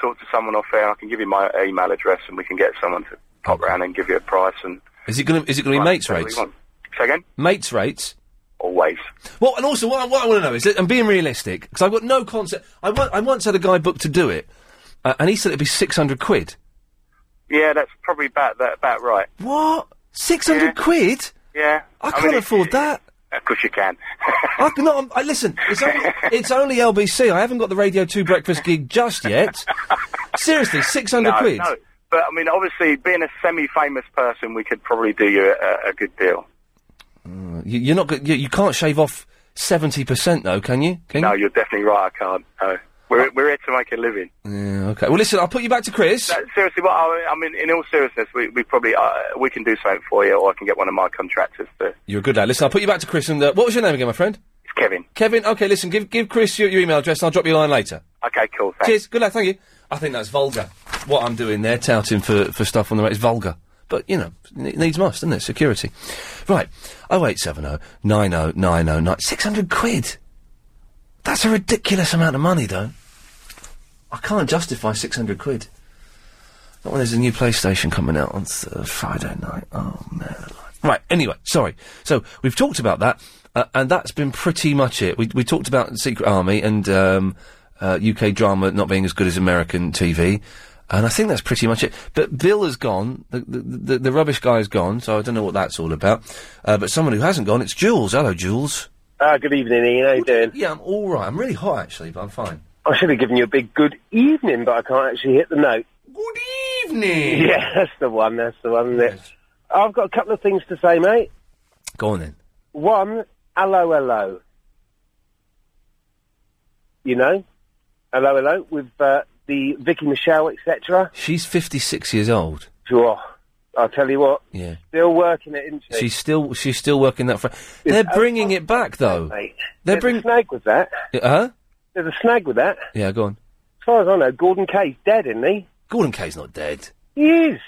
Speaker 17: talk to someone off air? I can give you my email address, and we can get someone to pop round and give you a price. And
Speaker 3: Is it going to is it going to be mates
Speaker 17: Whatever
Speaker 3: rates?
Speaker 17: you want. Say again.
Speaker 3: Mates rates.
Speaker 17: Always.
Speaker 3: Well, and also what, I- what I want to know is, and being realistic, because I've got no concept. I, on- I once had a guy booked to do it, uh, and he said it'd be six hundred quid.
Speaker 17: Yeah, that's probably about that about right.
Speaker 3: What? Six hundred quid?
Speaker 17: Yeah.
Speaker 3: I can't afford that.
Speaker 17: Of course you can.
Speaker 3: I, no, I'm, I listen. It's only, it's only LBC. I haven't got the Radio Two breakfast gig just yet. Seriously, six hundred
Speaker 17: no,
Speaker 3: quid.
Speaker 17: No, but I mean, obviously, being a semi-famous person, we could probably do you a, a good deal.
Speaker 3: Uh, You, you're not. go- You, you can't shave off seventy percent though, can you? Can
Speaker 17: No,
Speaker 3: you?
Speaker 17: you're definitely right. I can't. No. We're, we're here to make a living.
Speaker 3: Yeah. Okay. Well, listen. I'll put you back to Chris.
Speaker 17: No, seriously, well, I, I mean, in all seriousness, we, we probably uh, we can do something for you, or I can get one of my contractors to.
Speaker 3: You're a good lad. Listen, I'll put you back to Chris. And uh, what was your name again, my friend?
Speaker 17: It's Kevin.
Speaker 3: Kevin. Okay. Listen. Give give Chris your, your email address, and I'll drop you a line later.
Speaker 17: Okay, cool. Thanks.
Speaker 3: Cheers. Good luck. Thank you. I think that's vulgar. What I'm doing there, touting for, for stuff on the right, is vulgar. But, you know, it needs must, doesn't it? Security. Right. 0870 90 90 90 600 quid. That's a ridiculous amount of money, though. I can't justify 600 quid. Not when there's a new PlayStation coming out on th- Friday night. Oh, man. Right, anyway, sorry. So, we've talked about that, uh, and that's been pretty much it. We, we talked about Secret Army and um, uh, UK drama not being as good as American TV, and I think that's pretty much it. But Bill has gone, the, the, the, the rubbish guy has gone, so I don't know what that's all about. Uh, but someone who hasn't gone, it's Jules. Hello, Jules.
Speaker 18: Ah, good evening, Ian. How you doing?
Speaker 3: Yeah, I'm all right. I'm really hot, actually, but I'm fine.
Speaker 18: I should have given you a big good evening, but I can't actually hit the note.
Speaker 3: Good evening.
Speaker 18: Yeah, that's the one. That's the one. That I've got a couple of things to say, mate.
Speaker 3: Go on then.
Speaker 18: One, hello, hello. You know, hello, hello with uh, the Vicky Michelle, etc.
Speaker 3: She's 56 years old.
Speaker 18: Sure, I'll tell you what.
Speaker 3: Yeah.
Speaker 18: Still working it, isn't she?
Speaker 3: She's still she's still working that. Fr- They're bringing it back though.
Speaker 18: Mate,
Speaker 3: They're
Speaker 18: there's a
Speaker 3: bringing.
Speaker 18: snag with that.
Speaker 3: Huh?
Speaker 18: There's a snag with that.
Speaker 3: Yeah, go on.
Speaker 18: As far as I know, Gordon Kay's dead, isn't he?
Speaker 3: Gordon Kay's not dead.
Speaker 18: He is.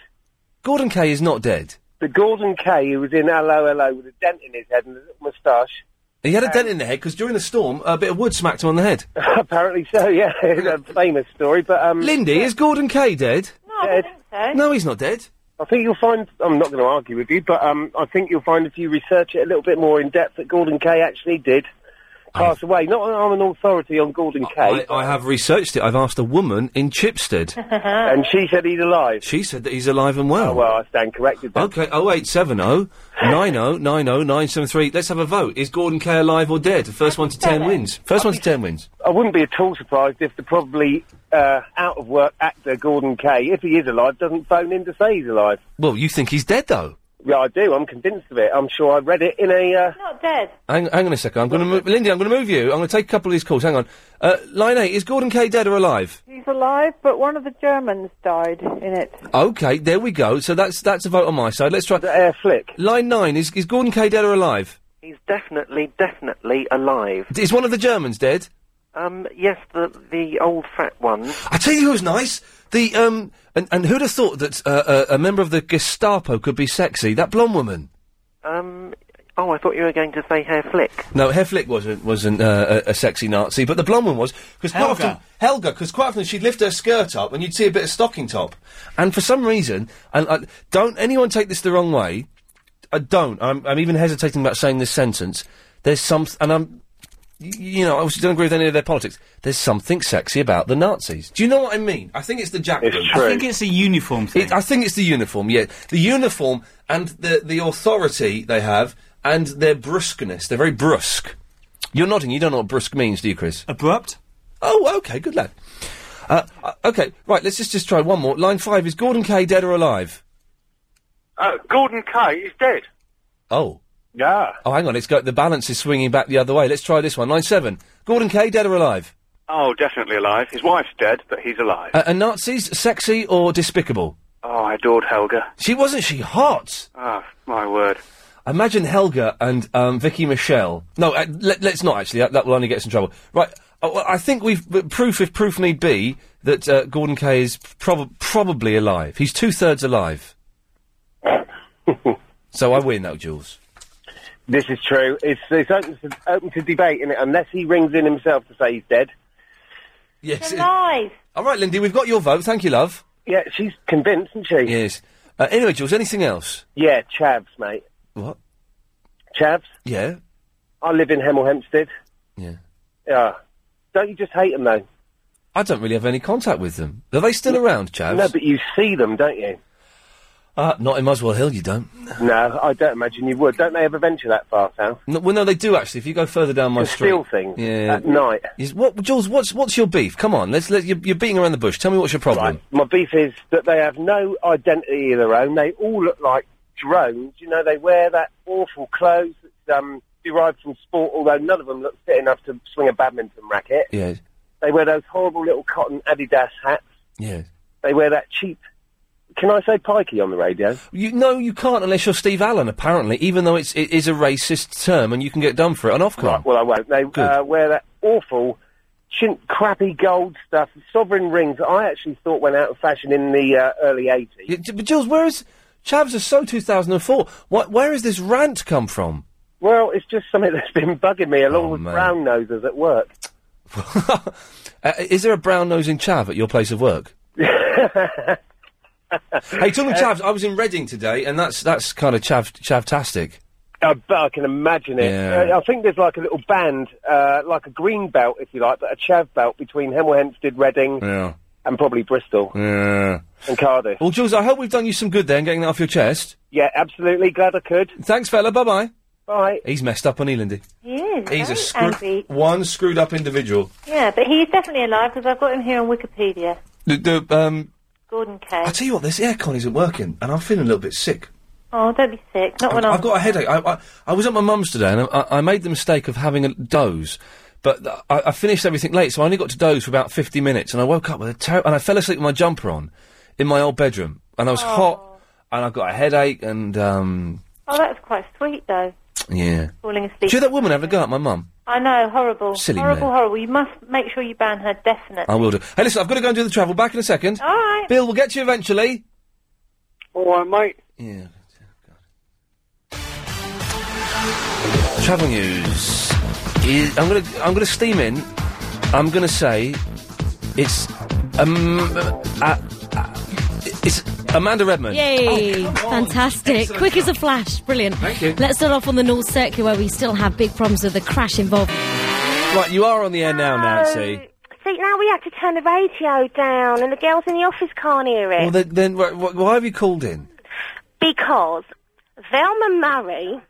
Speaker 3: Gordon Kay is not dead.
Speaker 18: The Gordon Kay who was in Hello Hello with a dent in his head and a little moustache.
Speaker 3: He had a
Speaker 18: Um,
Speaker 3: dent in the head because during the storm, a bit of wood smacked him on the head.
Speaker 18: Apparently so, yeah. it's a famous story, but um
Speaker 3: Lindy, is Gordon Kay dead?
Speaker 18: No, I think
Speaker 2: so.
Speaker 3: No, he's not dead.
Speaker 18: I think you'll find I'm not gonna argue with you, but um I think you'll find if you research it a little bit more in depth that Gordon Kay actually did pass away. Not that I'm an authority on Gordon Kay.
Speaker 3: I, I have researched it. I've asked a woman in Chipstead.
Speaker 18: and she said he's alive. Oh,
Speaker 3: She said that he's alive and well.
Speaker 18: well, I stand corrected. Then.
Speaker 3: Okay, oh, 0870 90 90 973. Let's have a vote. Is Gordon Kay alive or dead? The first one to 10 wins. First one to 10 wins.
Speaker 18: I wouldn't be at all surprised if the probably uh, out of work actor Gordon Kay, if he is alive, doesn't phone in to say he's alive.
Speaker 3: Well, you think he's dead, though.
Speaker 18: Yeah, I do. I'm convinced of it. I'm sure I read it in a. Uh...
Speaker 2: Not dead.
Speaker 3: Hang, hang on a second. I'm going to move. Lindy, I'm going to move you. I'm going to take a couple of these calls. Hang on. Uh, line 8, is Gordon Kay dead or alive?
Speaker 26: He's alive, but one of the Germans died in it.
Speaker 3: Okay, there we go. So that's that's a vote on my side. Let's try. The
Speaker 18: air flick.
Speaker 3: Line 9, is, is Gordon Kay dead or alive?
Speaker 27: He's definitely, definitely alive.
Speaker 3: D- Is one of the Germans dead?
Speaker 27: Um, yes, the the old fat one.
Speaker 3: I tell you who's nice. The, um, and, and who'd have thought that uh, uh, a member of the Gestapo could be sexy? That blonde woman.
Speaker 27: Um, oh, I thought you were going to say hair flick.
Speaker 3: No, Herr Flick wasn't wasn't uh, a, a sexy Nazi, but the blonde one was because quite
Speaker 27: Helga.
Speaker 3: often Helga, because quite often she'd lift her skirt up and you'd see a bit of stocking top, and for some reason, and I, don't anyone take this the wrong way, I don't. I'm, I'm even hesitating about saying this sentence. There's some, and I'm, y- you know, I obviously don't agree with any of their politics. There's something sexy about the Nazis. Do you know what I mean? I think it's the jacket.
Speaker 6: I think it's a uniform thing.
Speaker 3: It, I think it's the uniform, yeah. The uniform and the, the authority they have and their brusqueness. They're very brusque. You're nodding. You don't know what brusque means, do you, Chris? Abrupt. Oh, okay. Good lad. Uh, uh, okay, right. Let's just, just try one more. Line five is Gordon Kay dead or alive?
Speaker 20: Oh,
Speaker 17: Uh, Gordon Kay is dead.
Speaker 3: Oh.
Speaker 18: Yeah.
Speaker 3: Oh, hang on. It's go. The balance is swinging back the other way. Let's try this one. Line seven. Gordon Kay dead or alive?
Speaker 8: Oh, definitely alive. His wife's dead, but he's alive.
Speaker 3: Uh, are Nazis sexy or despicable?
Speaker 8: Oh, I adored Helga.
Speaker 3: She wasn't she hot?
Speaker 8: Ah, my word.
Speaker 3: Imagine Helga and um, Vicky Michelle. No, uh, let, let's not actually. That, that will only get us in trouble. Right. Uh, well, I think we've but proof, if proof need be, that uh, Gordon Kay is prob- probably alive. He's two thirds alive. So I win, though, Jules.
Speaker 18: This is true. It's, it's open, to, open to debate, is Unless he rings in himself to say he's dead.
Speaker 3: Yes. All right, Lindy, we've got your vote. Thank you, love.
Speaker 18: Yeah, she's convinced, isn't she?
Speaker 3: Yes. Uh, anyway, Jules, anything else?
Speaker 18: Yeah, Chavs, mate.
Speaker 3: What?
Speaker 18: Chavs?
Speaker 3: Yeah.
Speaker 18: I live in Hemel Hempstead.
Speaker 3: Yeah.
Speaker 18: Yeah. Don't you just hate them, though?
Speaker 3: I don't really have any contact with them. Are they still around, Chavs?
Speaker 18: No, but you see them, don't you?
Speaker 3: Uh, not in Muswell Hill, you don't.
Speaker 18: No, I don't imagine you would. Don't they ever venture that far, Sal?
Speaker 3: No, well, no, they do actually. If you go further down my
Speaker 18: To
Speaker 3: street,
Speaker 18: steal things
Speaker 3: yeah.
Speaker 18: at night.
Speaker 3: Is- what, Jules? What's what's your beef? Come on, let's let you're, you're beating around the bush. Tell me what's your problem.
Speaker 18: My beef is that they have no identity of their own. They all look like drones. You know, they wear that awful clothes that's um, derived from sport, although none of them look fit enough to swing a badminton racket.
Speaker 3: Yeah,
Speaker 18: They wear those horrible little cotton Adidas hats.
Speaker 3: yeah.
Speaker 18: They wear that cheap. Can I say pikey on the radio?
Speaker 3: You no, you can't unless you're Steve Allen. Apparently, even though it's it is a racist term, and you can get done for it on Ofcom.
Speaker 18: Well, I won't. They uh, wear that awful, chint, crappy gold stuff, sovereign rings that I actually thought went out of fashion in the uh, early 80s.
Speaker 3: Yeah, j- but Jules, where is Chavs are so 2004? What, where has this rant come from?
Speaker 18: Well, it's just something that's been bugging me
Speaker 3: Oh,
Speaker 18: along with brown nosers at work.
Speaker 3: Uh, is there a brown nosing Chav at your place of work? hey, talking of
Speaker 18: Uh,
Speaker 3: Chavs, I was in Reading today, and that's that's kind of Chav Chavtastic.
Speaker 18: I, bet I can imagine it.
Speaker 3: Yeah.
Speaker 18: Uh, I think there's like a little band, uh, like a green belt, if you like, but a chav belt between Hemel Hempstead, Reading,
Speaker 3: Yeah.
Speaker 18: and probably Bristol
Speaker 3: Yeah.
Speaker 18: and Cardiff.
Speaker 3: Well, Jules, I hope we've done you some good there and getting that off your chest.
Speaker 18: Yeah, absolutely. Glad I could.
Speaker 3: Thanks, fella. Bye bye.
Speaker 18: Bye.
Speaker 3: He's messed up on he, Lindy.
Speaker 4: He is.
Speaker 3: He's a
Speaker 4: very
Speaker 3: screw-
Speaker 4: angry.
Speaker 3: one screwed up individual.
Speaker 4: Yeah, but he's definitely alive because I've got him here on Wikipedia.
Speaker 3: The, the, um,
Speaker 4: Gordon Kay.
Speaker 3: I tell you what, this aircon isn't working, and I'm feeling a little bit sick.
Speaker 4: Oh, don't be sick. Not
Speaker 3: I've,
Speaker 4: when I'm.
Speaker 3: I've got a headache. I, I, I was at my mum's today, and I, I- I made the mistake of having a doze. But th- I, I finished everything late, so I only got to doze for about 50 minutes, and I woke up with a terrible... And I fell asleep with my jumper on in my old bedroom, and I was hot, and I've got a headache, and, um,
Speaker 4: Oh, that's quite sweet though.
Speaker 3: yeah.
Speaker 4: Falling
Speaker 3: Do
Speaker 4: asleep.
Speaker 3: you know that woman having a go at my mum?
Speaker 4: I know, horrible,
Speaker 3: Silly
Speaker 4: horrible,
Speaker 3: man.
Speaker 4: horrible. You must make sure you ban her definitely. Ah,
Speaker 3: I will do. Hey, listen, I've got to go and do the travel. Back in a second.
Speaker 4: All right.
Speaker 3: Bill, we'll get to you eventually.
Speaker 5: Oh,
Speaker 4: All right, mate.
Speaker 3: Yeah. Travel news. Is, I'm gonna I'm gonna steam in. I'm gonna say it's um uh, uh, it's Amanda Redmond.
Speaker 13: Yay! Fantastic. Quick as a flash. Brilliant.
Speaker 3: Thank you.
Speaker 13: Let's start off on the North Circular where we still have big problems with the crash involved.
Speaker 3: Right, you are on the air now, Nancy.
Speaker 28: See, now we had to turn the radio down, and the girls in the office can't hear it.
Speaker 3: Well, then, then wh- wh- why have you called in?
Speaker 28: because Velma Murray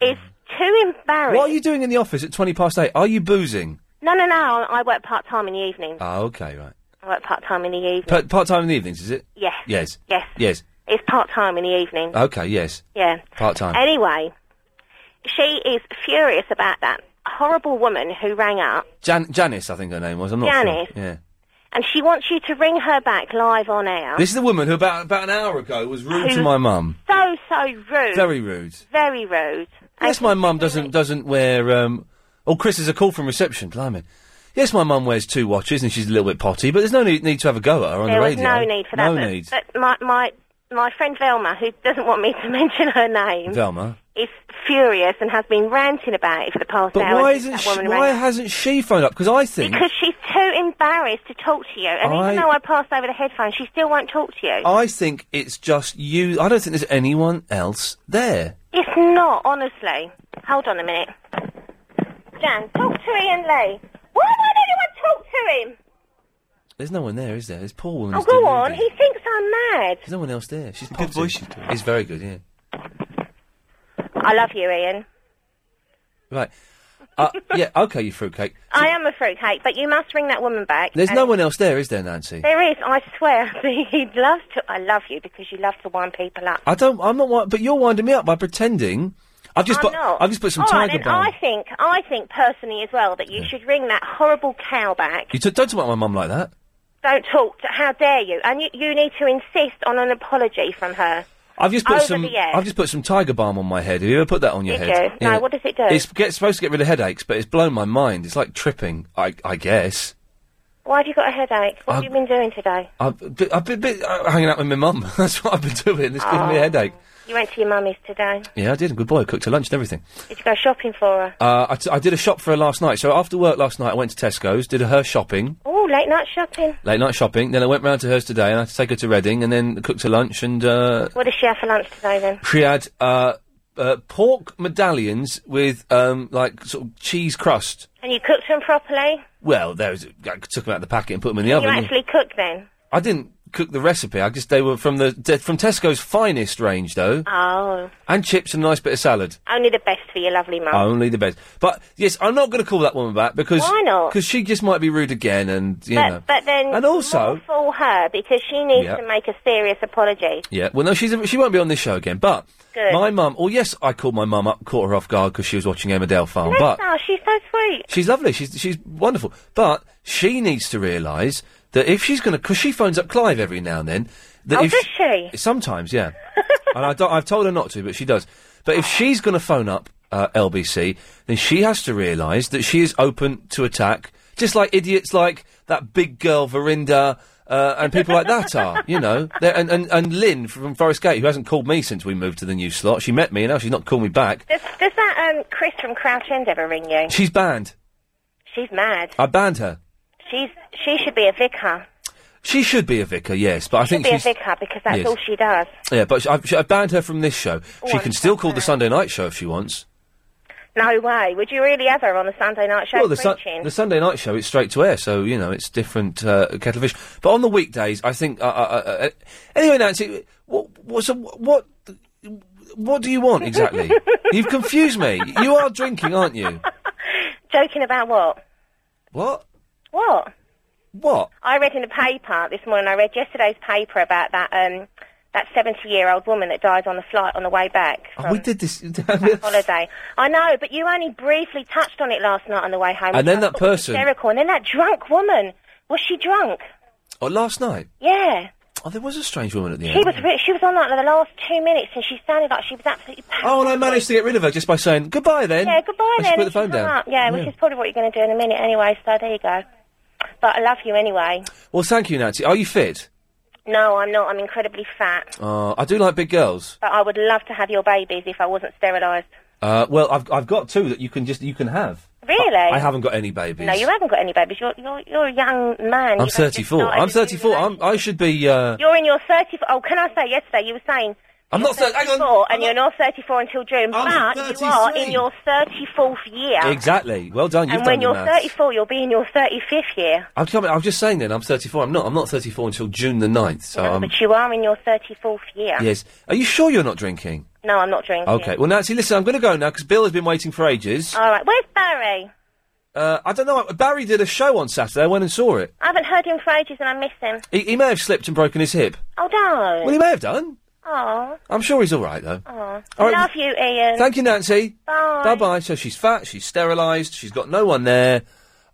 Speaker 28: is too embarrassed.
Speaker 3: What are you doing in the office at twenty past eight? Are you boozing?
Speaker 28: No, no, no. I I work part time in the evenings.
Speaker 3: Ah, okay, right.
Speaker 28: I work part time in the evening.
Speaker 3: Part time in the evenings, is it?
Speaker 28: Yes.
Speaker 3: Yes. Oh.
Speaker 28: Yes.
Speaker 3: Yes.
Speaker 28: It's part time in the evening.
Speaker 3: Okay. Yes.
Speaker 28: yeah.
Speaker 3: Part time.
Speaker 28: Anyway, she is furious about that horrible woman who rang up,
Speaker 3: Jan- Janice, I think her name was. I'm not
Speaker 28: Janice.
Speaker 3: sure. Yeah.
Speaker 28: and she wants you to ring her back live on air.
Speaker 3: This is the woman who about about an hour ago was rude to
Speaker 28: Who-
Speaker 3: my mum.
Speaker 28: so so rude.
Speaker 3: Very rude.
Speaker 28: Very rude.
Speaker 3: Yes, my mum doesn't doesn't wear. Um, oh, Chris is a call from reception. Blimey. Yes, my mum wears two watches and she's a little bit potty, but there's no need, need to have a go at her on
Speaker 28: there
Speaker 3: the
Speaker 28: was
Speaker 3: radio.
Speaker 28: no need for that.
Speaker 3: No
Speaker 28: but,
Speaker 3: need.
Speaker 28: but my my my friend Velma, who doesn't want me to mention her name,
Speaker 3: Velma.
Speaker 28: is furious and has been ranting about it for the past
Speaker 3: But
Speaker 28: hour.
Speaker 3: why
Speaker 28: since
Speaker 3: isn't
Speaker 28: that
Speaker 3: she,
Speaker 28: woman
Speaker 3: why
Speaker 28: rang up.
Speaker 3: hasn't she phoned up? Because I think
Speaker 28: Because she's too embarrassed to talk to you, and
Speaker 3: I-
Speaker 28: even though I passed over the headphones, she still won't talk to you.
Speaker 3: I think it's just you. I don't think there's anyone else there.
Speaker 28: It's not, honestly. Hold on a minute. Jan, talk to Ian Lee. Why won't anyone talk to him?
Speaker 3: There's no one there, is there? This poor woman.
Speaker 28: Oh,
Speaker 3: is
Speaker 28: go on.
Speaker 3: deluded.
Speaker 28: He thinks I'm mad.
Speaker 3: There's no one else there. She's good voice. She's very good. Yeah.
Speaker 28: I love you, Ian.
Speaker 3: Right. Uh, yeah. Okay, you fruitcake.
Speaker 28: I am a fruitcake, but you must ring that woman back.
Speaker 3: There's
Speaker 28: and-
Speaker 3: no one else there, is there, Nancy?
Speaker 28: There is, I swear. he loves to. I love you because you love to wind people up.
Speaker 3: I don't. I'm not. wi- But you're winding me up by pretending. I've just
Speaker 28: I'm
Speaker 3: put.
Speaker 28: not.
Speaker 3: I've just put some
Speaker 28: All right,
Speaker 3: tiger
Speaker 28: then
Speaker 3: balm.
Speaker 28: I think, I think personally as well that you should ring that horrible cow back.
Speaker 3: You t- don't talk about my mum like that.
Speaker 28: Don't talk. To, how dare you? And you, you need to insist on an apology from her.
Speaker 3: I've just put
Speaker 28: Over
Speaker 3: some.
Speaker 28: the air.
Speaker 3: I've just put some tiger balm on my head. Have you ever put that on your
Speaker 28: Did
Speaker 3: head?
Speaker 28: you? No, what does it do?
Speaker 3: It's get, supposed to get rid of headaches, but it's blown my mind. It's like tripping. I, I guess.
Speaker 28: Why have you got a headache? What have
Speaker 3: I-
Speaker 28: you been doing today?
Speaker 3: I've, been- I've been, been uh, hanging out with my mum. That's what I've been doing. It's giving me a
Speaker 28: Oh.
Speaker 3: headache.
Speaker 28: You went to your mummy's today.
Speaker 3: Yeah, I did. Good boy. I cooked her lunch and everything.
Speaker 28: Did you go shopping for her?
Speaker 3: Uh, I, t- I did a shop for her last night. So after work last night, I went to Tesco's, did her shopping,
Speaker 28: Oh, late night shopping.
Speaker 3: late night shopping. Then I went round to hers today, and I had to take her to Reading, and then cooked her lunch. And uh,
Speaker 28: What does she have for lunch today then?
Speaker 3: she had uh, uh, pork medallions with um, like sort of cheese crust.
Speaker 28: And you cooked them properly?
Speaker 3: Well, there was, I took them out of the packet and put them in the oven.
Speaker 28: you actually cooked then?
Speaker 3: I didn't cook the recipe. I just they were from the de- from Tesco's finest range though,
Speaker 28: Oh,
Speaker 3: and chips and a nice bit of salad.
Speaker 28: only the best for your lovely mum.
Speaker 3: Only the best. But yes, I'm not going to call that woman back because
Speaker 28: Why not?
Speaker 3: Because she just might be rude again, and you
Speaker 28: but,
Speaker 3: know.
Speaker 28: but then
Speaker 3: And also-
Speaker 28: more fool her because she needs
Speaker 3: Yeah.
Speaker 28: to make a serious apology.
Speaker 3: Yeah. Well, no, she's she won't be on this show again. But
Speaker 28: Good.
Speaker 3: my mum. Oh yes, I called my mum up, caught her off guard because she was watching Emmerdale Farm.
Speaker 28: Bless
Speaker 3: Oh, But
Speaker 28: her, she's so sweet.
Speaker 3: she's lovely. She's she's wonderful. But she needs to realise that if she's going to, because she phones up Clive every now and then. That
Speaker 28: Oh,
Speaker 3: if
Speaker 28: does she?
Speaker 3: Sometimes, yeah. and I don't, I've told her not to, but she does. But if she's going to phone up uh, LBC, then she has to realise that she is open to attack, just like idiots like that big girl Verinda uh, and people like that are. You know, They're, and, and and Lynn from Forest Gate, who hasn't called me since we moved to the new slot. She met me, and now she's not called me back.
Speaker 28: Does, does that um, Chris from Crouch End ever ring you?
Speaker 3: She's banned.
Speaker 28: She's mad.
Speaker 3: I banned her.
Speaker 28: She's she should be a vicar.
Speaker 3: She should be a vicar, yes, but I
Speaker 28: Should
Speaker 3: think
Speaker 28: be a
Speaker 3: she's
Speaker 28: vicar because that's
Speaker 3: Yes.
Speaker 28: all she does.
Speaker 3: yeah, but I've, I've banned her from this show. she
Speaker 28: I'm
Speaker 3: can still call the Sunday night show if she wants.
Speaker 28: No way. Would you really have her on a Sunday night show
Speaker 3: well, the, Sun-
Speaker 28: preaching?
Speaker 3: the Sunday night show it's straight to air, so you know it's different uh, kettle of fish. But on the weekdays, I think. Uh, uh, uh, uh, anyway, Nancy, what what, so what what do you want exactly? You've confused me. You are drinking, aren't you?
Speaker 28: Joking about what?
Speaker 3: What
Speaker 28: What?
Speaker 3: what?
Speaker 28: I read in the paper this morning. I read yesterday's paper about that um, that seventy-year-old woman that died on the flight on the way back
Speaker 3: Oh, we did this, and
Speaker 28: from holiday. I know, but you only briefly touched on it last night on the way home.
Speaker 3: then
Speaker 28: which I
Speaker 3: that
Speaker 28: thought was
Speaker 3: person.
Speaker 28: hysterical, and then that drunk woman. Was she drunk?
Speaker 3: Oh, last night.
Speaker 28: Yeah.
Speaker 3: Oh, there was a strange woman at the
Speaker 28: She
Speaker 3: end.
Speaker 28: was re- she was on like the last two minutes, and she sounded like she was absolutely.
Speaker 3: Oh, and I managed to get rid of her just by saying goodbye. Then
Speaker 28: yeah, goodbye
Speaker 3: I just
Speaker 28: then.
Speaker 3: put
Speaker 28: and
Speaker 3: the phone
Speaker 28: she hung
Speaker 3: down.
Speaker 28: up. Yeah, which is probably what you're going to do in a minute anyway. So there you go. But I love you anyway.
Speaker 3: Well, thank you, Nancy. Are you fit?
Speaker 28: No, I'm not. I'm incredibly fat.
Speaker 3: Uh, I do like big girls.
Speaker 28: But I would love to have your babies if I wasn't sterilised.
Speaker 3: Uh, well, I've I've got two that you can just you can have.
Speaker 28: Really?
Speaker 3: I haven't got any babies.
Speaker 28: No, you haven't got any babies. You're you're, you're a young man. You've
Speaker 3: I'm
Speaker 28: only just
Speaker 3: 34.
Speaker 28: started
Speaker 3: I'm
Speaker 28: to do
Speaker 3: 34. I'm, I should be. Uh,
Speaker 28: that. You're in your 30. Oh, can I say yesterday you were saying.
Speaker 3: I'm
Speaker 28: you're
Speaker 3: not thir- hang on,
Speaker 28: 34 and you're not 34 until June,
Speaker 3: I'm
Speaker 28: but you are
Speaker 3: 33.
Speaker 28: in your 34th year.
Speaker 3: exactly. Well done. You've
Speaker 28: And when
Speaker 3: done
Speaker 28: you're
Speaker 3: the maths.
Speaker 28: 34, you'll be in your 35th year.
Speaker 3: I'm, coming, I'm just saying. Then I'm 34. I'm not. I'm not 34 until June the 9th. So I'm.
Speaker 28: But you are in your 34th year.
Speaker 3: Um, Yes. Are you sure you're not drinking?
Speaker 28: No, I'm not drinking.
Speaker 3: Okay. Well, Nancy, listen. I'm going to go now because Bill has been waiting for ages.
Speaker 28: All right. Where's Barry?
Speaker 3: Uh, I don't know. Barry did a show on Saturday. I went and saw it.
Speaker 28: I haven't heard him for ages and I miss him.
Speaker 3: He, he may have slipped and broken his hip.
Speaker 28: Oh, darling.
Speaker 3: Well, he may have done.
Speaker 28: Oh.
Speaker 3: I'm sure he's all right though.
Speaker 28: Oh.
Speaker 3: All right,
Speaker 28: Love you, Ian.
Speaker 3: Thank you, Nancy.
Speaker 28: Bye.
Speaker 3: Bye bye. So she's fat, she's sterilised, she's got no one there,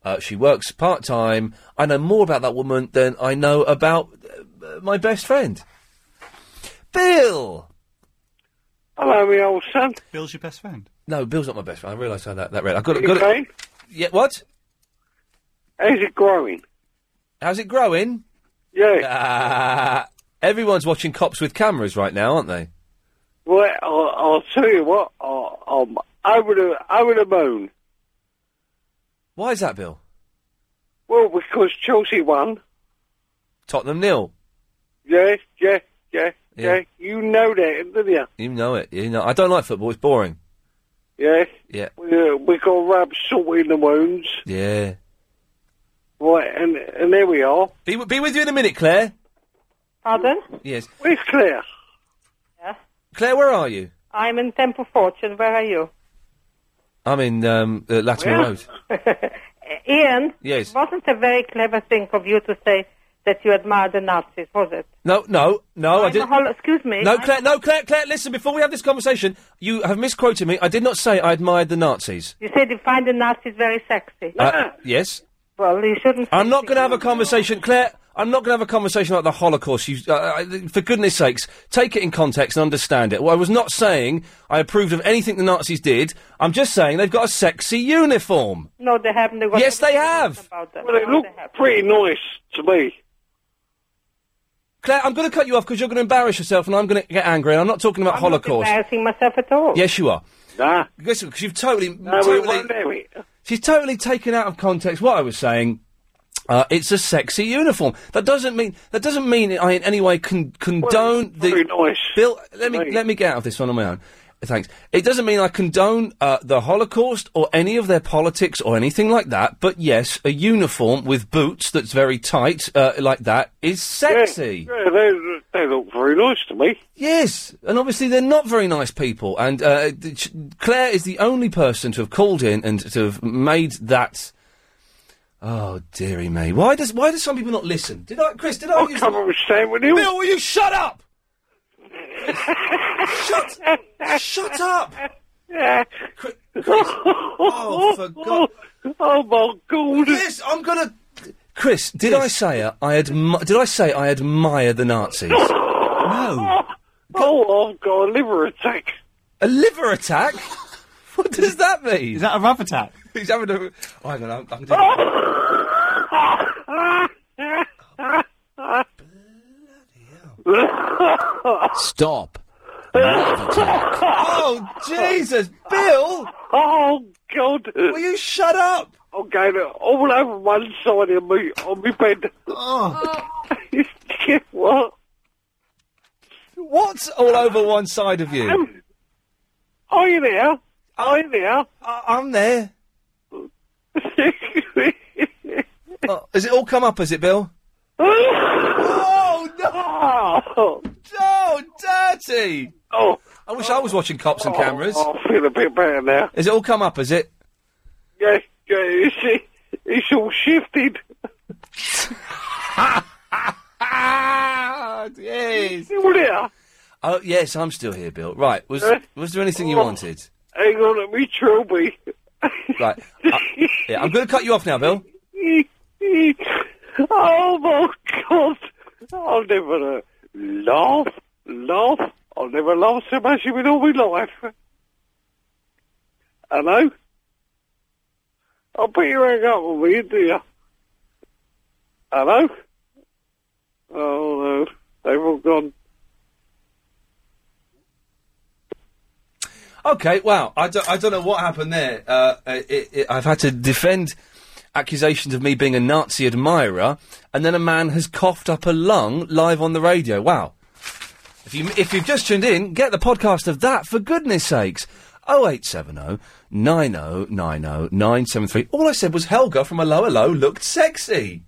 Speaker 3: uh, she works part time. I know more about that woman than I know about uh, my best friend. Bill!
Speaker 5: Hello, my old son.
Speaker 6: Bill's your best friend.
Speaker 3: No, Bill's not my best friend. I realised how that, that read. I've got it.
Speaker 5: You
Speaker 3: Got
Speaker 5: okay?
Speaker 3: it. Yeah, what?
Speaker 5: How's it growing?
Speaker 3: How's it growing? Yeah. everyone's watching cops with cameras right now, aren't they?
Speaker 5: Well, I'll, I'll tell you what. I'll, I'm over the over the moon.
Speaker 3: Why is that, Bill?
Speaker 5: Well, because Chelsea won.
Speaker 3: Tottenham nil.
Speaker 5: Yeah, yeah, yeah,
Speaker 3: Yeah.
Speaker 5: yeah. You know that, didn't you?
Speaker 3: You know it. You know. I don't like football. It's boring.
Speaker 5: Yeah.
Speaker 3: Yeah.
Speaker 5: We, uh, we got Rab salt in the wounds.
Speaker 3: Yeah.
Speaker 5: Right, and and there we are.
Speaker 3: Be, w- be with you in a minute, Claire.
Speaker 21: Pardon?
Speaker 3: Yes.
Speaker 5: Where's Claire?
Speaker 3: Claire, where are you?
Speaker 21: I'm in Temple Fortune. Where are you?
Speaker 3: I'm in um, uh, Latimer
Speaker 21: Where?
Speaker 3: Road.
Speaker 21: Ian?
Speaker 3: Yes.
Speaker 21: Wasn't a very clever thing of you to say that you admire the Nazis, was it?
Speaker 3: No, no, no, Oh, I
Speaker 21: I'm a
Speaker 3: didn't.
Speaker 21: hol- excuse me.
Speaker 3: No,
Speaker 21: I'm-
Speaker 3: Claire, no, Claire, Claire, listen, before we have this conversation, you have misquoted me. I did not say I admired the Nazis.
Speaker 21: You said you find the Nazis very sexy.
Speaker 3: Uh, yes?
Speaker 21: Well, you shouldn't.
Speaker 3: I'm not going to have a conversation, Claire. I'm not going to have a conversation about the Holocaust. You, uh, I- for goodness sakes, take it in context and understand it. Well, I was not saying I approved of anything the Nazis did. I'm just saying they've got a sexy uniform.
Speaker 21: No, they haven't. They've got
Speaker 3: Yes, they
Speaker 21: everything
Speaker 3: have.
Speaker 21: About them.
Speaker 5: Well, they look pretty nice to me.
Speaker 3: Claire, I'm going to cut you off because you're going to embarrass yourself and I'm going to get angry. And I'm not talking about
Speaker 16: I'm not
Speaker 3: Holocaust.
Speaker 16: embarrassing myself at all.
Speaker 3: yes, you are. Nah. Because you've totally,
Speaker 16: we
Speaker 3: totally
Speaker 16: won't, no, we-
Speaker 3: she's totally taken out of context what I was saying. Uh, it's a sexy uniform. That doesn't mean that doesn't mean I in any way con- condone the Bill. Let me let me get out of this one on my own. Thanks. It doesn't mean I condone uh, the Holocaust or any of their politics or anything like that. But yes, a uniform with boots that's very tight uh, like that is sexy.
Speaker 14: Yeah, yeah, they, they look very nice to me.
Speaker 3: Yes, and obviously they're not very nice people. And uh, th- sh- Claire is the only person to have called in and to have made that. Oh dearie me! Why does why do some people not listen? Did I, Chris? Did I? use come
Speaker 14: and stay with you,
Speaker 3: Bill. Will you shut up? shut! Shut up! Chris, oh, for God.
Speaker 14: Oh my God!
Speaker 3: Chris, I'm gonna. Chris, did I say uh, I admi- did I say I admire the Nazis? no.
Speaker 14: Oh, I've got a liver attack.
Speaker 3: A liver attack? what does that mean? Is that a rub attack? He's having a. Oh, hang on, I'm, I'm doing.
Speaker 1: Stop.
Speaker 3: oh Jesus, Bill!
Speaker 14: Oh God! Will
Speaker 3: you shut up?
Speaker 14: I'm going all over one side of me on my bed.
Speaker 3: Oh.
Speaker 14: what?
Speaker 3: What's all over one side of you?
Speaker 14: Are you there? Are you there?
Speaker 3: I- I'm there. oh, has it all come up? Has it, Bill? oh
Speaker 14: no!
Speaker 3: No, dirty! Oh, I wish I was watching cops and cameras.
Speaker 14: Oh, I feel a bit better now.
Speaker 3: Has it all come up? Has it?
Speaker 14: Yeah, yeah, it's, it's all shifted.
Speaker 3: Ah, yes.
Speaker 14: You there?
Speaker 3: Oh yes, I'm still here, Bill. Right, was
Speaker 14: Eh?
Speaker 3: was there anything you
Speaker 14: Oh.
Speaker 3: wanted?
Speaker 14: Hang on, let me try
Speaker 3: Right, I, yeah, I'm going to cut you off now, Bill.
Speaker 14: me. oh my god! I'll never uh, laugh, laugh. I'll never laugh so much in all my life. Hello? I'll put you hang up with me, do you? Hello? Oh no, they've all gone.
Speaker 3: Okay, wow. I don't, I don't know what happened there. Uh, it, it, I've had to defend accusations of me being a Nazi admirer, and then a man has coughed up a lung live on the radio. Wow. If, you, if you've just tuned in, get the podcast of that, for goodness sakes. 0870 9090 oh, 973. All I said was Helga from a lower low looked sexy.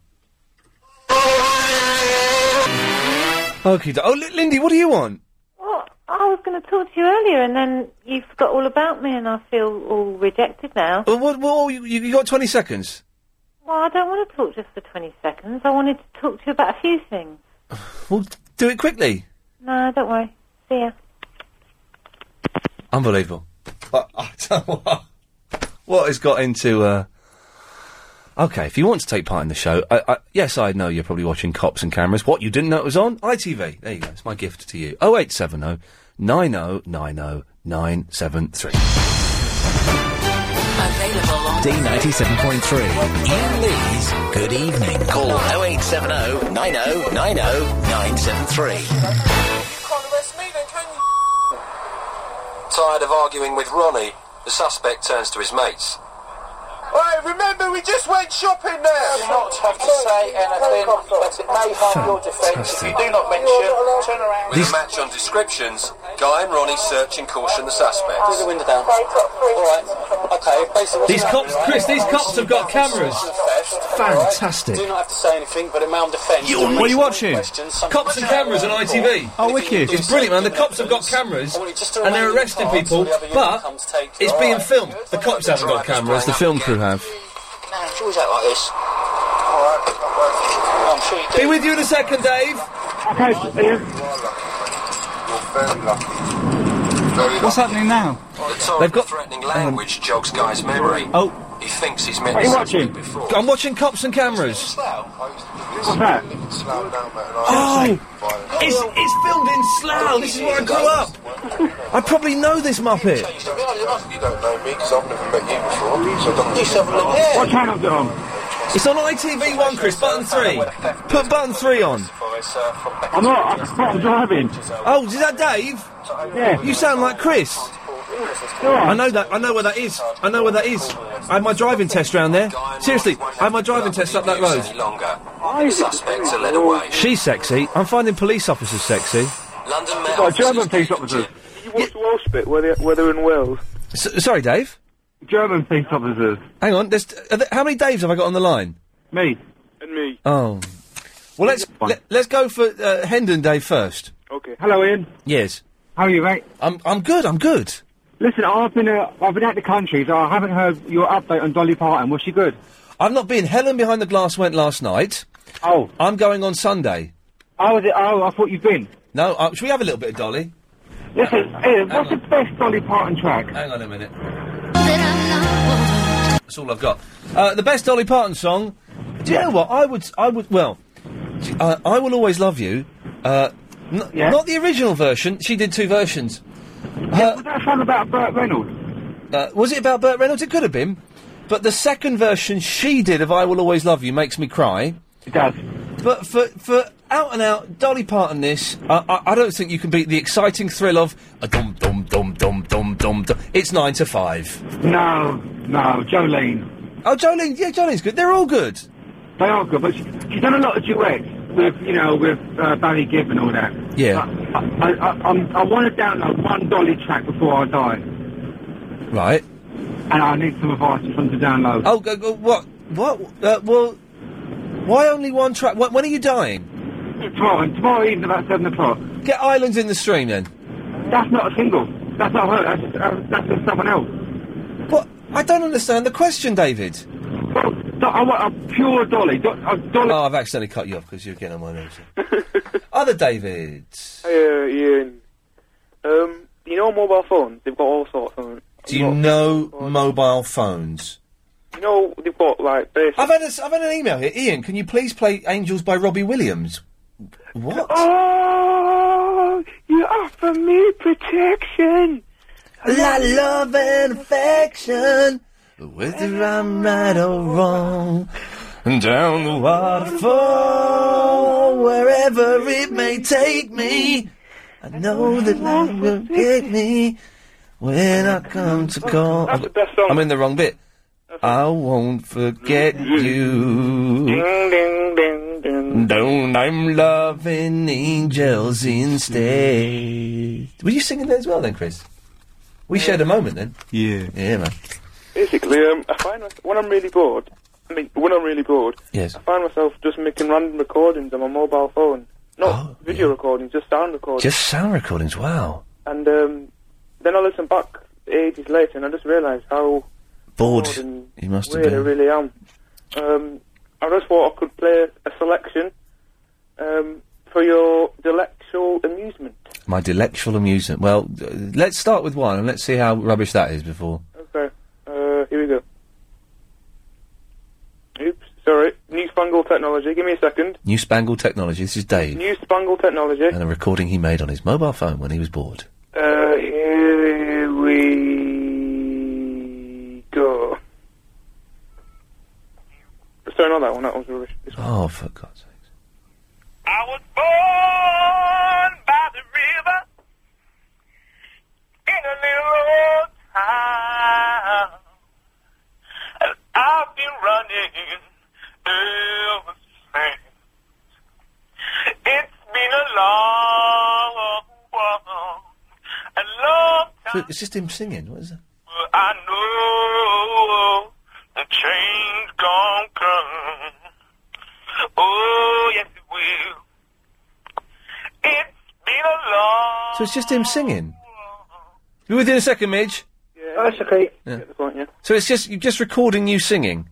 Speaker 3: Okay, oh, Li- Lindy, what do you want?
Speaker 2: Well, I was going to talk to you earlier, and then you forgot all about me, and I feel all rejected now.
Speaker 3: Well, what, what, you, you got 20 seconds.
Speaker 2: Well, I don't want to talk just for 20 seconds. I wanted to talk to you about a few things.
Speaker 3: Well, do it quickly.
Speaker 2: No, don't worry. See ya.
Speaker 3: Unbelievable. I, I don't know what, what has got into. Uh... Okay, if you want to take part in the show, I, I, yes, I know you're probably watching cops and cameras. What you didn't know it was on ITV. There you go. It's my gift to you. 0870 9090 973.
Speaker 1: Available on D97.3. Ian Lee's Good Evening. Call 0870 9090 oh, 973.
Speaker 5: Tired of arguing with Ronnie, the suspect turns to his mates.
Speaker 7: Hey, remember we just went shopping there! Do not have to say anything, but it may harm your defence if you do not mention, turn around.
Speaker 5: With a match on descriptions, Guy and Ronnie search and caution the suspects.
Speaker 7: Do the window down. Alright, okay, basically...
Speaker 5: These cops- Chris, these cops have got cameras.
Speaker 3: Fantastic.
Speaker 7: Do not have to say anything, but it may harm defence.
Speaker 3: You're- What are you watching? Cops and cameras on ITV.
Speaker 7: Oh,
Speaker 3: wicked. It's brilliant, man. The cops have got cameras and they're arresting people, but it's being filmed. The cops haven't got cameras. The film crew have.
Speaker 7: No, it's always out like this. Alright, I'm sure you do.
Speaker 3: Be with you in a second, Dave.
Speaker 6: What's happening now?
Speaker 5: The torrent
Speaker 6: They've got-
Speaker 5: of threatening language jogs Guy's memory.
Speaker 6: Oh.
Speaker 5: He thinks he's meant
Speaker 6: What are you
Speaker 5: something
Speaker 6: watching?
Speaker 5: before.
Speaker 3: I'm watching cops and cameras.
Speaker 5: What's
Speaker 3: that?
Speaker 5: Oh!
Speaker 3: It's, it's filmed in Slough. This is where I grew up. I probably know this Muppet.
Speaker 7: You don't know me because I've never met you before. So don't. What channel's it on?
Speaker 3: It's on ITV1, Chris. Button three. Put button three on.
Speaker 29: I'm not- I'm not driving.
Speaker 3: Oh, is that Dave?
Speaker 29: Yeah.
Speaker 3: You sound like Chris. I know that. I know where that is. I know where that is. I had my driving test round there. Seriously, I had my driving test up that road.
Speaker 30: Any longer. The suspects are led away.
Speaker 3: She's sexy. I'm finding police officers sexy.
Speaker 30: London
Speaker 3: got
Speaker 30: Met
Speaker 3: a German police
Speaker 30: officer.
Speaker 3: You watch Wellspit, where they where they're in Wales. S- sorry, Dave. German police officers. Hang on. There's, are there, how many Daves have I got on the line? Me.
Speaker 14: And me.
Speaker 3: Oh. Well, let's let, let's go for uh, Hendon Dave first.
Speaker 14: Okay.
Speaker 7: Hello, Ian.
Speaker 3: Yes.
Speaker 7: How are you, mate?
Speaker 3: I'm I'm good. I'm good.
Speaker 7: Listen, I've been uh, I've been out the country, so I haven't heard your update on Dolly Parton. Was she good?
Speaker 3: I've not been. Helen behind the glass went last night.
Speaker 7: Oh.
Speaker 3: I'm going on Sunday.
Speaker 7: Oh, was it? Oh, I thought you'd been.
Speaker 3: No. Uh, should we have a little bit of Dolly?
Speaker 7: Listen, Ian, what's the best Dolly Parton track?
Speaker 3: Hang on a minute. That's all I've got. Uh, the best Dolly Parton song. Do you know what? I would. I would. Well, d- uh, I will always love you. Uh, n-
Speaker 7: Yeah.
Speaker 3: Not the original version. She did two versions. Her-
Speaker 7: was that song about Burt Reynolds?
Speaker 3: Uh, was it about Burt Reynolds? It could have been. But the second version she did of "I Will Always Love You" makes me cry. It
Speaker 7: does.
Speaker 3: But for for out and out Dolly Parton, this I, I, I don't think you can beat the exciting thrill of a dum dum dum dum dum dum. dum. It's nine to five.
Speaker 7: No, no, Jolene.
Speaker 3: Oh, Jolene, yeah, Jolene's good. They're all good.
Speaker 7: They are good, but she, she's done a lot of duets with, you know, with uh, Barry Gibb and all that.
Speaker 3: Yeah.
Speaker 7: I, I, I'm, I want to download one Dolly track before I die,
Speaker 3: Right.
Speaker 7: and I need some advice from to download.
Speaker 3: Oh, go, go, what? What? Uh, well, why only one track? Wh- when are you dying?
Speaker 7: Tomorrow, tomorrow evening about seven o'clock.
Speaker 3: Get Islands in the Stream then.
Speaker 7: That's not a single. That's not her. That's, uh, that's just someone else.
Speaker 3: What? I don't understand the question, David.
Speaker 7: Do- I want a pure Dolly. Do- a Dolly.
Speaker 3: Oh, I've accidentally cut you off because you're getting on my nerves. Other David.
Speaker 31: Hey, uh, Ian. Um, you know mobile phones? They've got all sorts of them.
Speaker 3: Do you know mobile phones?
Speaker 31: You know, they've got, like, basic...
Speaker 3: I've had, a, I've had an email here. Ian, can you please play Angels by Robbie Williams? What?
Speaker 29: Oh, you offer me protection.
Speaker 3: La love and affection. Whether I'm right or wrong, down the waterfall, wherever it may take me, I know that life will take me when I come to call. That's the best song. I'm in the wrong bit. I won't forget you.
Speaker 31: Mm-hmm. Ding, ding, ding, ding.
Speaker 3: Don't I'm loving angels instead. Were you singing that as well then, Chris? We shared a moment then. Yeah. Yeah, man.
Speaker 31: Basically, um, I find myself, when I'm really bored, I mean, when I'm really bored,
Speaker 3: Yes.
Speaker 31: I find myself just making random recordings on my mobile phone. Not video recordings, just sound recordings.
Speaker 3: Oh, Just sound recordings, wow.
Speaker 31: And um, then I listen back ages later and I just realise how
Speaker 3: Bored.
Speaker 31: bored and
Speaker 3: You must have
Speaker 31: weird I
Speaker 3: been.
Speaker 31: really am. Um, I just thought I could play a selection um, for your delectual amusement.
Speaker 3: My delectual amusement. Well, uh, let's start with one and let's see how rubbish that is before.
Speaker 31: Okay, uh, here we go. Oops, sorry. Newfangled technology. Give me a second.
Speaker 3: New Spangled Technology. This is Dave.
Speaker 31: Newfangled technology.
Speaker 3: And a recording he made on his mobile phone when he was bored.
Speaker 31: Uh, here we go. Sorry, not that one. That was rubbish. This one.
Speaker 3: Oh, for God's sake.
Speaker 29: Born by the river in a little old town. And I've been running ever since. It's been a long, a long
Speaker 3: So it's just him singing. What is that?
Speaker 29: but I know the change gon' come. Oh, yes it will. It's been a long
Speaker 3: So it's just him singing. You with you in a second, Midge?
Speaker 31: Yeah. Oh, that's okay.
Speaker 3: Yeah.
Speaker 31: point, yeah.
Speaker 3: So it's just you're just recording you singing.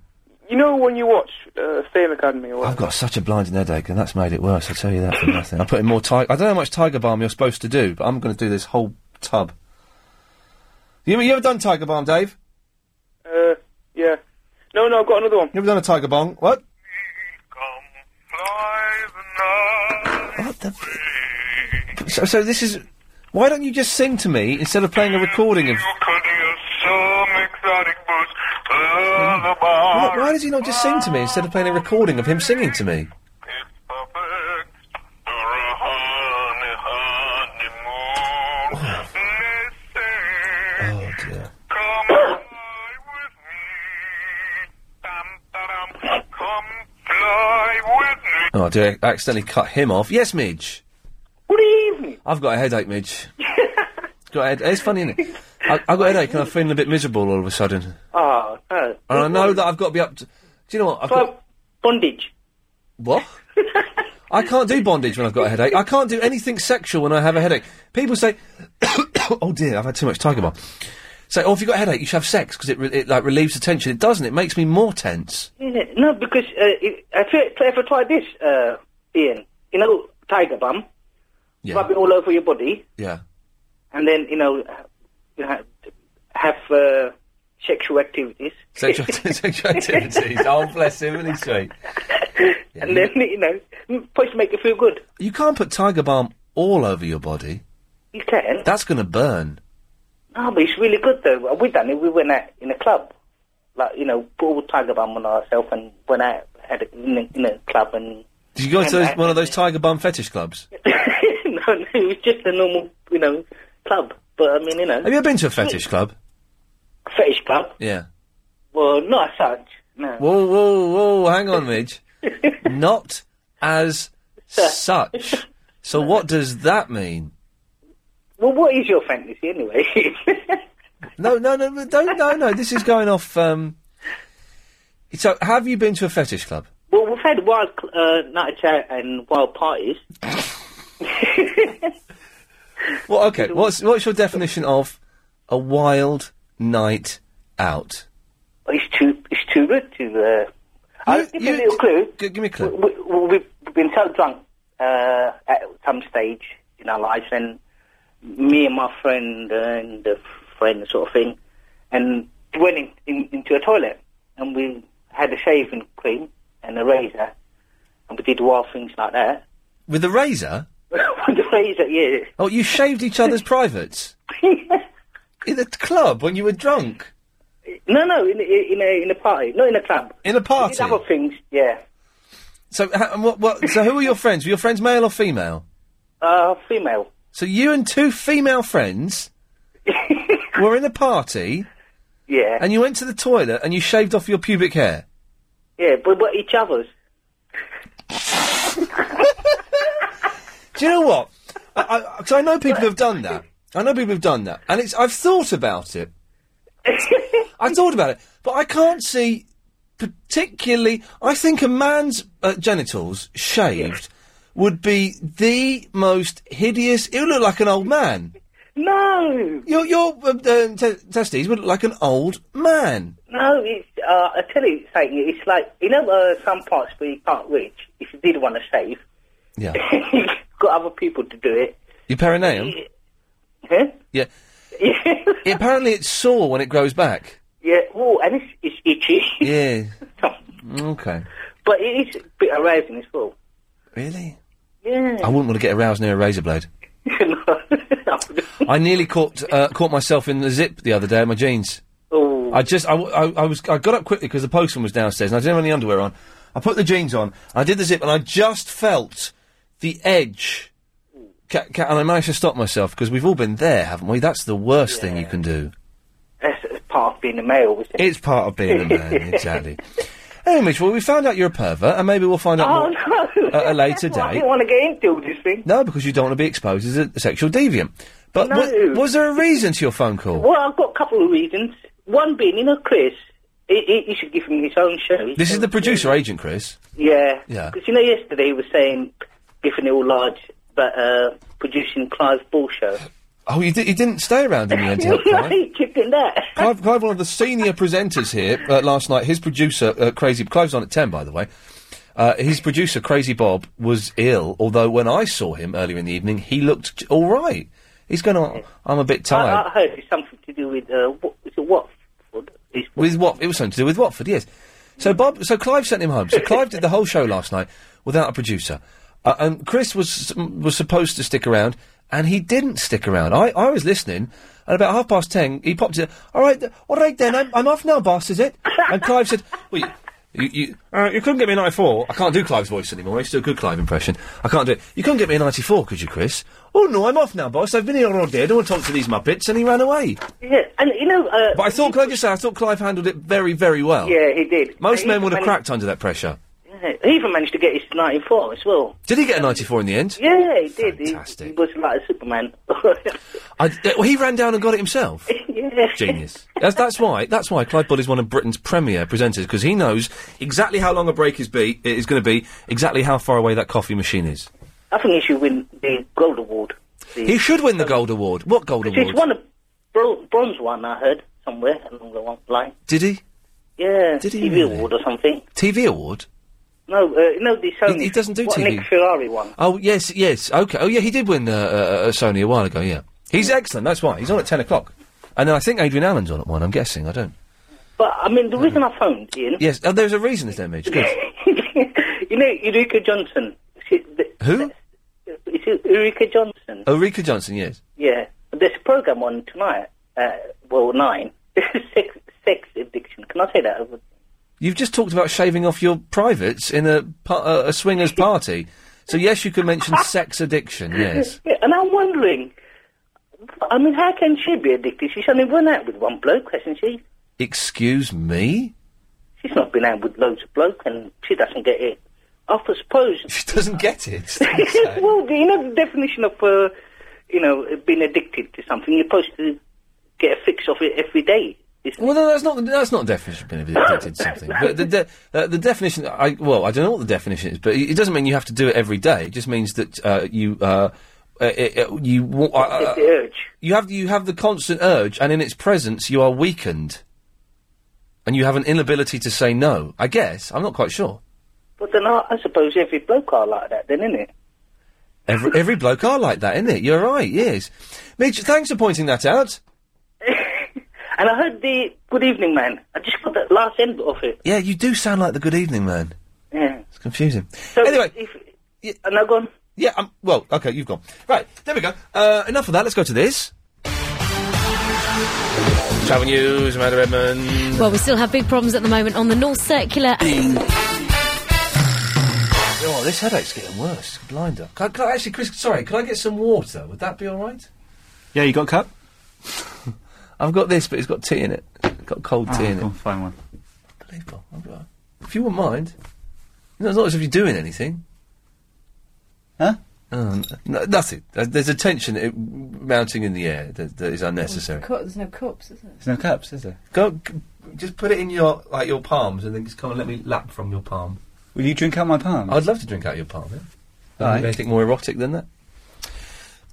Speaker 31: You know when you watch uh, Fame Academy or
Speaker 3: I've got such a blinding headache, and that's made it worse. I tell you that for nothing. I put in more tiger. I don't know how much tiger balm you're supposed to do, but I'm going to do this whole tub. You, you ever done tiger balm, Dave?
Speaker 31: Uh, yeah. No, no, I've got another one.
Speaker 3: You ever done a tiger balm? What? What the? So, so this is. Why don't you just sing to me instead of playing a recording of?
Speaker 29: exotic boots. Lullaby.
Speaker 3: Why does he not just sing to me instead of playing a recording of him singing to me? Oh dear, I accidentally cut him off. Yes, Midge.
Speaker 23: Good evening.
Speaker 3: I've got a headache, Midge. got a head- it's funny, isn't it? I, I've got a headache and I'm feeling a bit miserable all of a sudden.
Speaker 31: Ah,
Speaker 23: Oh,
Speaker 31: uh,
Speaker 23: no.
Speaker 3: And I know that I've got to be up to. Do you know what? I've got,
Speaker 23: Bondage.
Speaker 3: what? I can't do bondage when I've got a headache. I can't do anything sexual when I have a headache. People say, "Oh dear, I've had too much Tiger Bomb." Say, "Oh, if you've got a headache, you should have sex because it, re- it like relieves the tension." It doesn't. It makes me more tense.
Speaker 23: Yeah, no, because uh, it, I try, try, ever tried this, uh, Ian. You know, tiger balm.
Speaker 3: Yeah.
Speaker 23: Rub it all over your body,
Speaker 3: Yeah.
Speaker 23: and then you know, uh, you know, have uh, sexual activities,
Speaker 3: Sexual, sexual activities. Oh, bless him, isn't he sweet?
Speaker 23: and then you know, m- supposed to make you feel good.
Speaker 3: You can't put Tiger Balm all over your body.
Speaker 23: You can.
Speaker 3: That's going to burn.
Speaker 23: No, but it's really good though. We done it. We went out in a club, like you know, put all tiger balm on ourselves and went out had it in a, in a club and
Speaker 3: Did you go
Speaker 23: And
Speaker 3: to those,
Speaker 23: I-
Speaker 3: one of those Tiger Balm fetish clubs?
Speaker 23: no, no, it was just a normal you know club. But I mean, you know,
Speaker 3: Have you ever been to a fetish club?
Speaker 23: fetish club?
Speaker 3: Yeah.
Speaker 23: Well, not as such. No.
Speaker 3: Whoa, whoa, whoa! Hang on, Midge. Not as such. So what does that mean?
Speaker 23: Well, what is your fantasy anyway?
Speaker 3: No, no, no, no, don't, no, no. This is going off. Um... So, have you been to a fetish club?
Speaker 23: well, we've had wild cl- uh, nights out and wild parties.
Speaker 3: Well, okay. What's what's your definition of a wild night out?
Speaker 23: Oh, It's too it's too good to. Uh... I'll give you a little clue.
Speaker 3: give me a clue.
Speaker 23: We, we, we've been so drunk uh, at some stage in our lives, and me and my friend and the friend sort of thing, and went in, in, into a toilet, and we had a shaving cream and a razor, and we did wild things like that.
Speaker 3: With a razor?
Speaker 23: With the razor, yeah.
Speaker 3: Oh, you shaved each other's privates in the club when you were drunk.
Speaker 23: No, no, in, in a in a party, not in a club.
Speaker 3: In a party.
Speaker 23: We did other things, yeah.
Speaker 3: So, ha- and what, what, so who were your friends? Were your friends male or female?
Speaker 23: Uh, female.
Speaker 3: So you and two female friends were in a party.
Speaker 23: Yeah.
Speaker 3: And you went to the toilet and you shaved off your pubic hair.
Speaker 23: Yeah, but, but each other's.
Speaker 3: Do you know what? Because I, 'cause I know people have done that. I know people have done that, and it's. I've thought about it. I've thought about it, but I can't see particularly. I think a man's uh, genitals shaved would be the most hideous. It would look like an old man.
Speaker 23: No.
Speaker 3: Your your uh, uh, te- testes would look like an old man.
Speaker 23: No, it's, uh, I tell you something, it's like, you know, uh, some parts where you can't reach, if you did want to shave,
Speaker 3: Yeah.
Speaker 23: you've got other people to do it.
Speaker 3: Your perineum.
Speaker 23: Huh?
Speaker 3: Yeah. Apparently, it's sore when it grows back.
Speaker 23: Yeah, oh, and it's, it's itchy,
Speaker 3: Yeah. Okay.
Speaker 23: but it is a bit arousing as well.
Speaker 3: Really?
Speaker 23: Yeah.
Speaker 3: I wouldn't want to get aroused near a razor blade. I nearly caught uh, caught myself in the zip the other day in my jeans.
Speaker 23: Oh.
Speaker 3: I just I, w- I- I was I got up quickly because the postman was downstairs and I didn't have any underwear on. I put the jeans on. I did the zip and I just felt the edge. Ca- ca- and I managed to stop myself because we've all been there, haven't we? That's the worst thing you can do.
Speaker 23: That's, that's part of being a male, isn't it?
Speaker 3: It's part of being a man, exactly. Anyway, Mitch, well, we found out you're a pervert, and maybe we'll find out
Speaker 23: Oh,
Speaker 3: more at a later
Speaker 23: I
Speaker 3: date.
Speaker 23: didn't want to get into all this thing.
Speaker 3: No, because you don't want to be exposed as a sexual deviant. But wa-
Speaker 23: No.
Speaker 3: was there a reason to your phone call?
Speaker 23: Well, I've got a couple of reasons. One being, you know, Chris, he, he, he should give him his own show.
Speaker 3: This is the producer agent, Chris.
Speaker 23: Yeah.
Speaker 3: Yeah.
Speaker 23: Because you know, yesterday he was saying Giffen all large, but uh, producing Clive Ball show.
Speaker 3: Oh, you, di- you didn't stay around in the end, to help
Speaker 23: no,
Speaker 3: Clive.
Speaker 23: he chicken that.
Speaker 3: Clive, Clive, one of the senior presenters here uh, last night, his producer, uh, Crazy Clive's on at 10, by the way. Uh, his producer, Crazy Bob, was ill, although when I saw him earlier in the evening, he looked j- all right. He's going, oh, I'm a bit tired.
Speaker 23: I, I heard it's something to do with uh, what, is it what?
Speaker 3: With what? It was something to do with Watford, yes. So Bob, so Clive sent him home. So Clive did the whole show last night without a producer, uh, and Chris was was supposed to stick around, and he didn't stick around. I, I was listening, and about half past ten, he popped in. All right, th- all right then, I'm, I'm off now, boss. Is it? And Clive said, "Well, you, You, you, uh, you couldn't get me a 94. I can't do Clive's voice anymore. I used to do a good Clive impression. I can't do it. You couldn't get me a 94, could you, Chris? Oh, no, I'm off now, boss. I've been here all day. I don't want to talk to these Muppets. And he ran away.
Speaker 23: Yeah, and you know, uh,
Speaker 3: But I thought, can I just say, I thought Clive handled it very, very well.
Speaker 23: yeah, he did.
Speaker 3: Most
Speaker 23: He
Speaker 3: men would have
Speaker 23: managed-
Speaker 3: cracked under that pressure.
Speaker 23: yeah, he even managed to get his 94 as well.
Speaker 3: Did he get a 94 in the end?
Speaker 23: Yeah, he did. He, he was like a Superman.
Speaker 3: I, uh, well, he ran down and got it himself.
Speaker 23: yeah.
Speaker 3: Genius. That's, that's why. That's why Clive Bull is one of Britain's premier presenters because he knows exactly how long a break is be is going to be, exactly how far away that coffee machine is.
Speaker 23: I think he should win the Gold Award.
Speaker 3: He should win the gold award. What gold
Speaker 23: He's
Speaker 3: award?
Speaker 23: won a bro- bronze one, I heard, somewhere along the one line.
Speaker 3: Did he?
Speaker 23: Yeah,
Speaker 3: Did he
Speaker 23: TV
Speaker 3: really?
Speaker 23: award or something.
Speaker 3: TV award?
Speaker 23: No, uh, no, the Sony.
Speaker 3: He- he doesn't do
Speaker 23: what
Speaker 3: TV.
Speaker 23: Nick Ferrari one.
Speaker 3: Oh yes, yes. Okay. Oh yeah, he did win uh, uh, uh, Sony a while ago. Yeah, he's excellent. That's why he's on at ten o'clock, and then I think Adrian Allen's on at one. I'm guessing. I don't.
Speaker 23: But I mean, the reason I phoned Ian,
Speaker 3: Yes. Oh, there's a reason, is there, Midge? Good.
Speaker 23: you know, Eureka Johnson.
Speaker 3: Who?
Speaker 23: Is it Eureka Johnson?
Speaker 3: Ulrika Johnson. Yes.
Speaker 23: Yeah, there's a program on tonight. Uh, well, nine. sex, sex addiction. Can I say that? over-
Speaker 3: You've just talked about shaving off your privates in a pa- uh, a swingers party. So yes, you can mention sex addiction. Yes.
Speaker 23: Yeah, and I'm wondering. I mean, how can she be addicted? She's only been out with one bloke, hasn't she?
Speaker 3: Excuse me.
Speaker 23: She's not been out with loads of bloke, and she doesn't get it. I suppose
Speaker 3: she doesn't get it.
Speaker 23: well, you know the definition of uh, you know being addicted to something. You're supposed to get a fix of it every day.
Speaker 3: Well, no, that's not that's not a definition of being addicted to something. But the de- uh, the definition, I well, I don't know what the definition is, but it, it doesn't mean you have to do it every day. It just means that uh, you uh, uh, uh, you wa- uh,
Speaker 23: the urge.
Speaker 3: You have you have the constant urge, and in its presence, you are weakened, and you have an inability to say no. I guess I'm not quite sure.
Speaker 23: But then I, I suppose every bloke are like that, then, isn't it?
Speaker 3: Every every bloke are like that, isn't it? You're right. Yes, Mitch. Thanks for pointing that out.
Speaker 23: And I heard the good evening man. I just got that last end of it.
Speaker 3: Yeah, you do sound like the good evening man.
Speaker 23: Yeah.
Speaker 3: It's confusing.
Speaker 23: So anyway, if, Uh, and I gone.
Speaker 3: Yeah, um, well, okay, you've gone. Right, there we go. Uh, enough of that, let's go to this. Travel News, Amanda Redmond.
Speaker 13: Well, we still have big problems at the moment on the North Circular.
Speaker 3: Oh, this headache's getting worse. Blind up. Can, I- can I, actually, Chris, sorry, could I get some water? Would that be all right?
Speaker 6: Yeah, you got a cup?
Speaker 3: I've got this, but it's got tea in it. It's got cold tea in
Speaker 6: go
Speaker 3: it.
Speaker 6: and find one.
Speaker 3: Unbelievable. I've got- If you wouldn't mind. You know, it's not as if you're doing anything.
Speaker 6: Huh?
Speaker 3: Oh, n- no, nothing. There- There's a tension uh, mounting in the air that, that is unnecessary.
Speaker 16: there's no cups, is there?
Speaker 6: There's no cups, is there?
Speaker 3: Go, c- just put it in your like your palms, and then just come and let me lap from your palm.
Speaker 6: Will you drink out my palm?
Speaker 3: I'd love to drink out your palm. Yeah. Don't
Speaker 6: Aye.
Speaker 3: think Anything more erotic than that?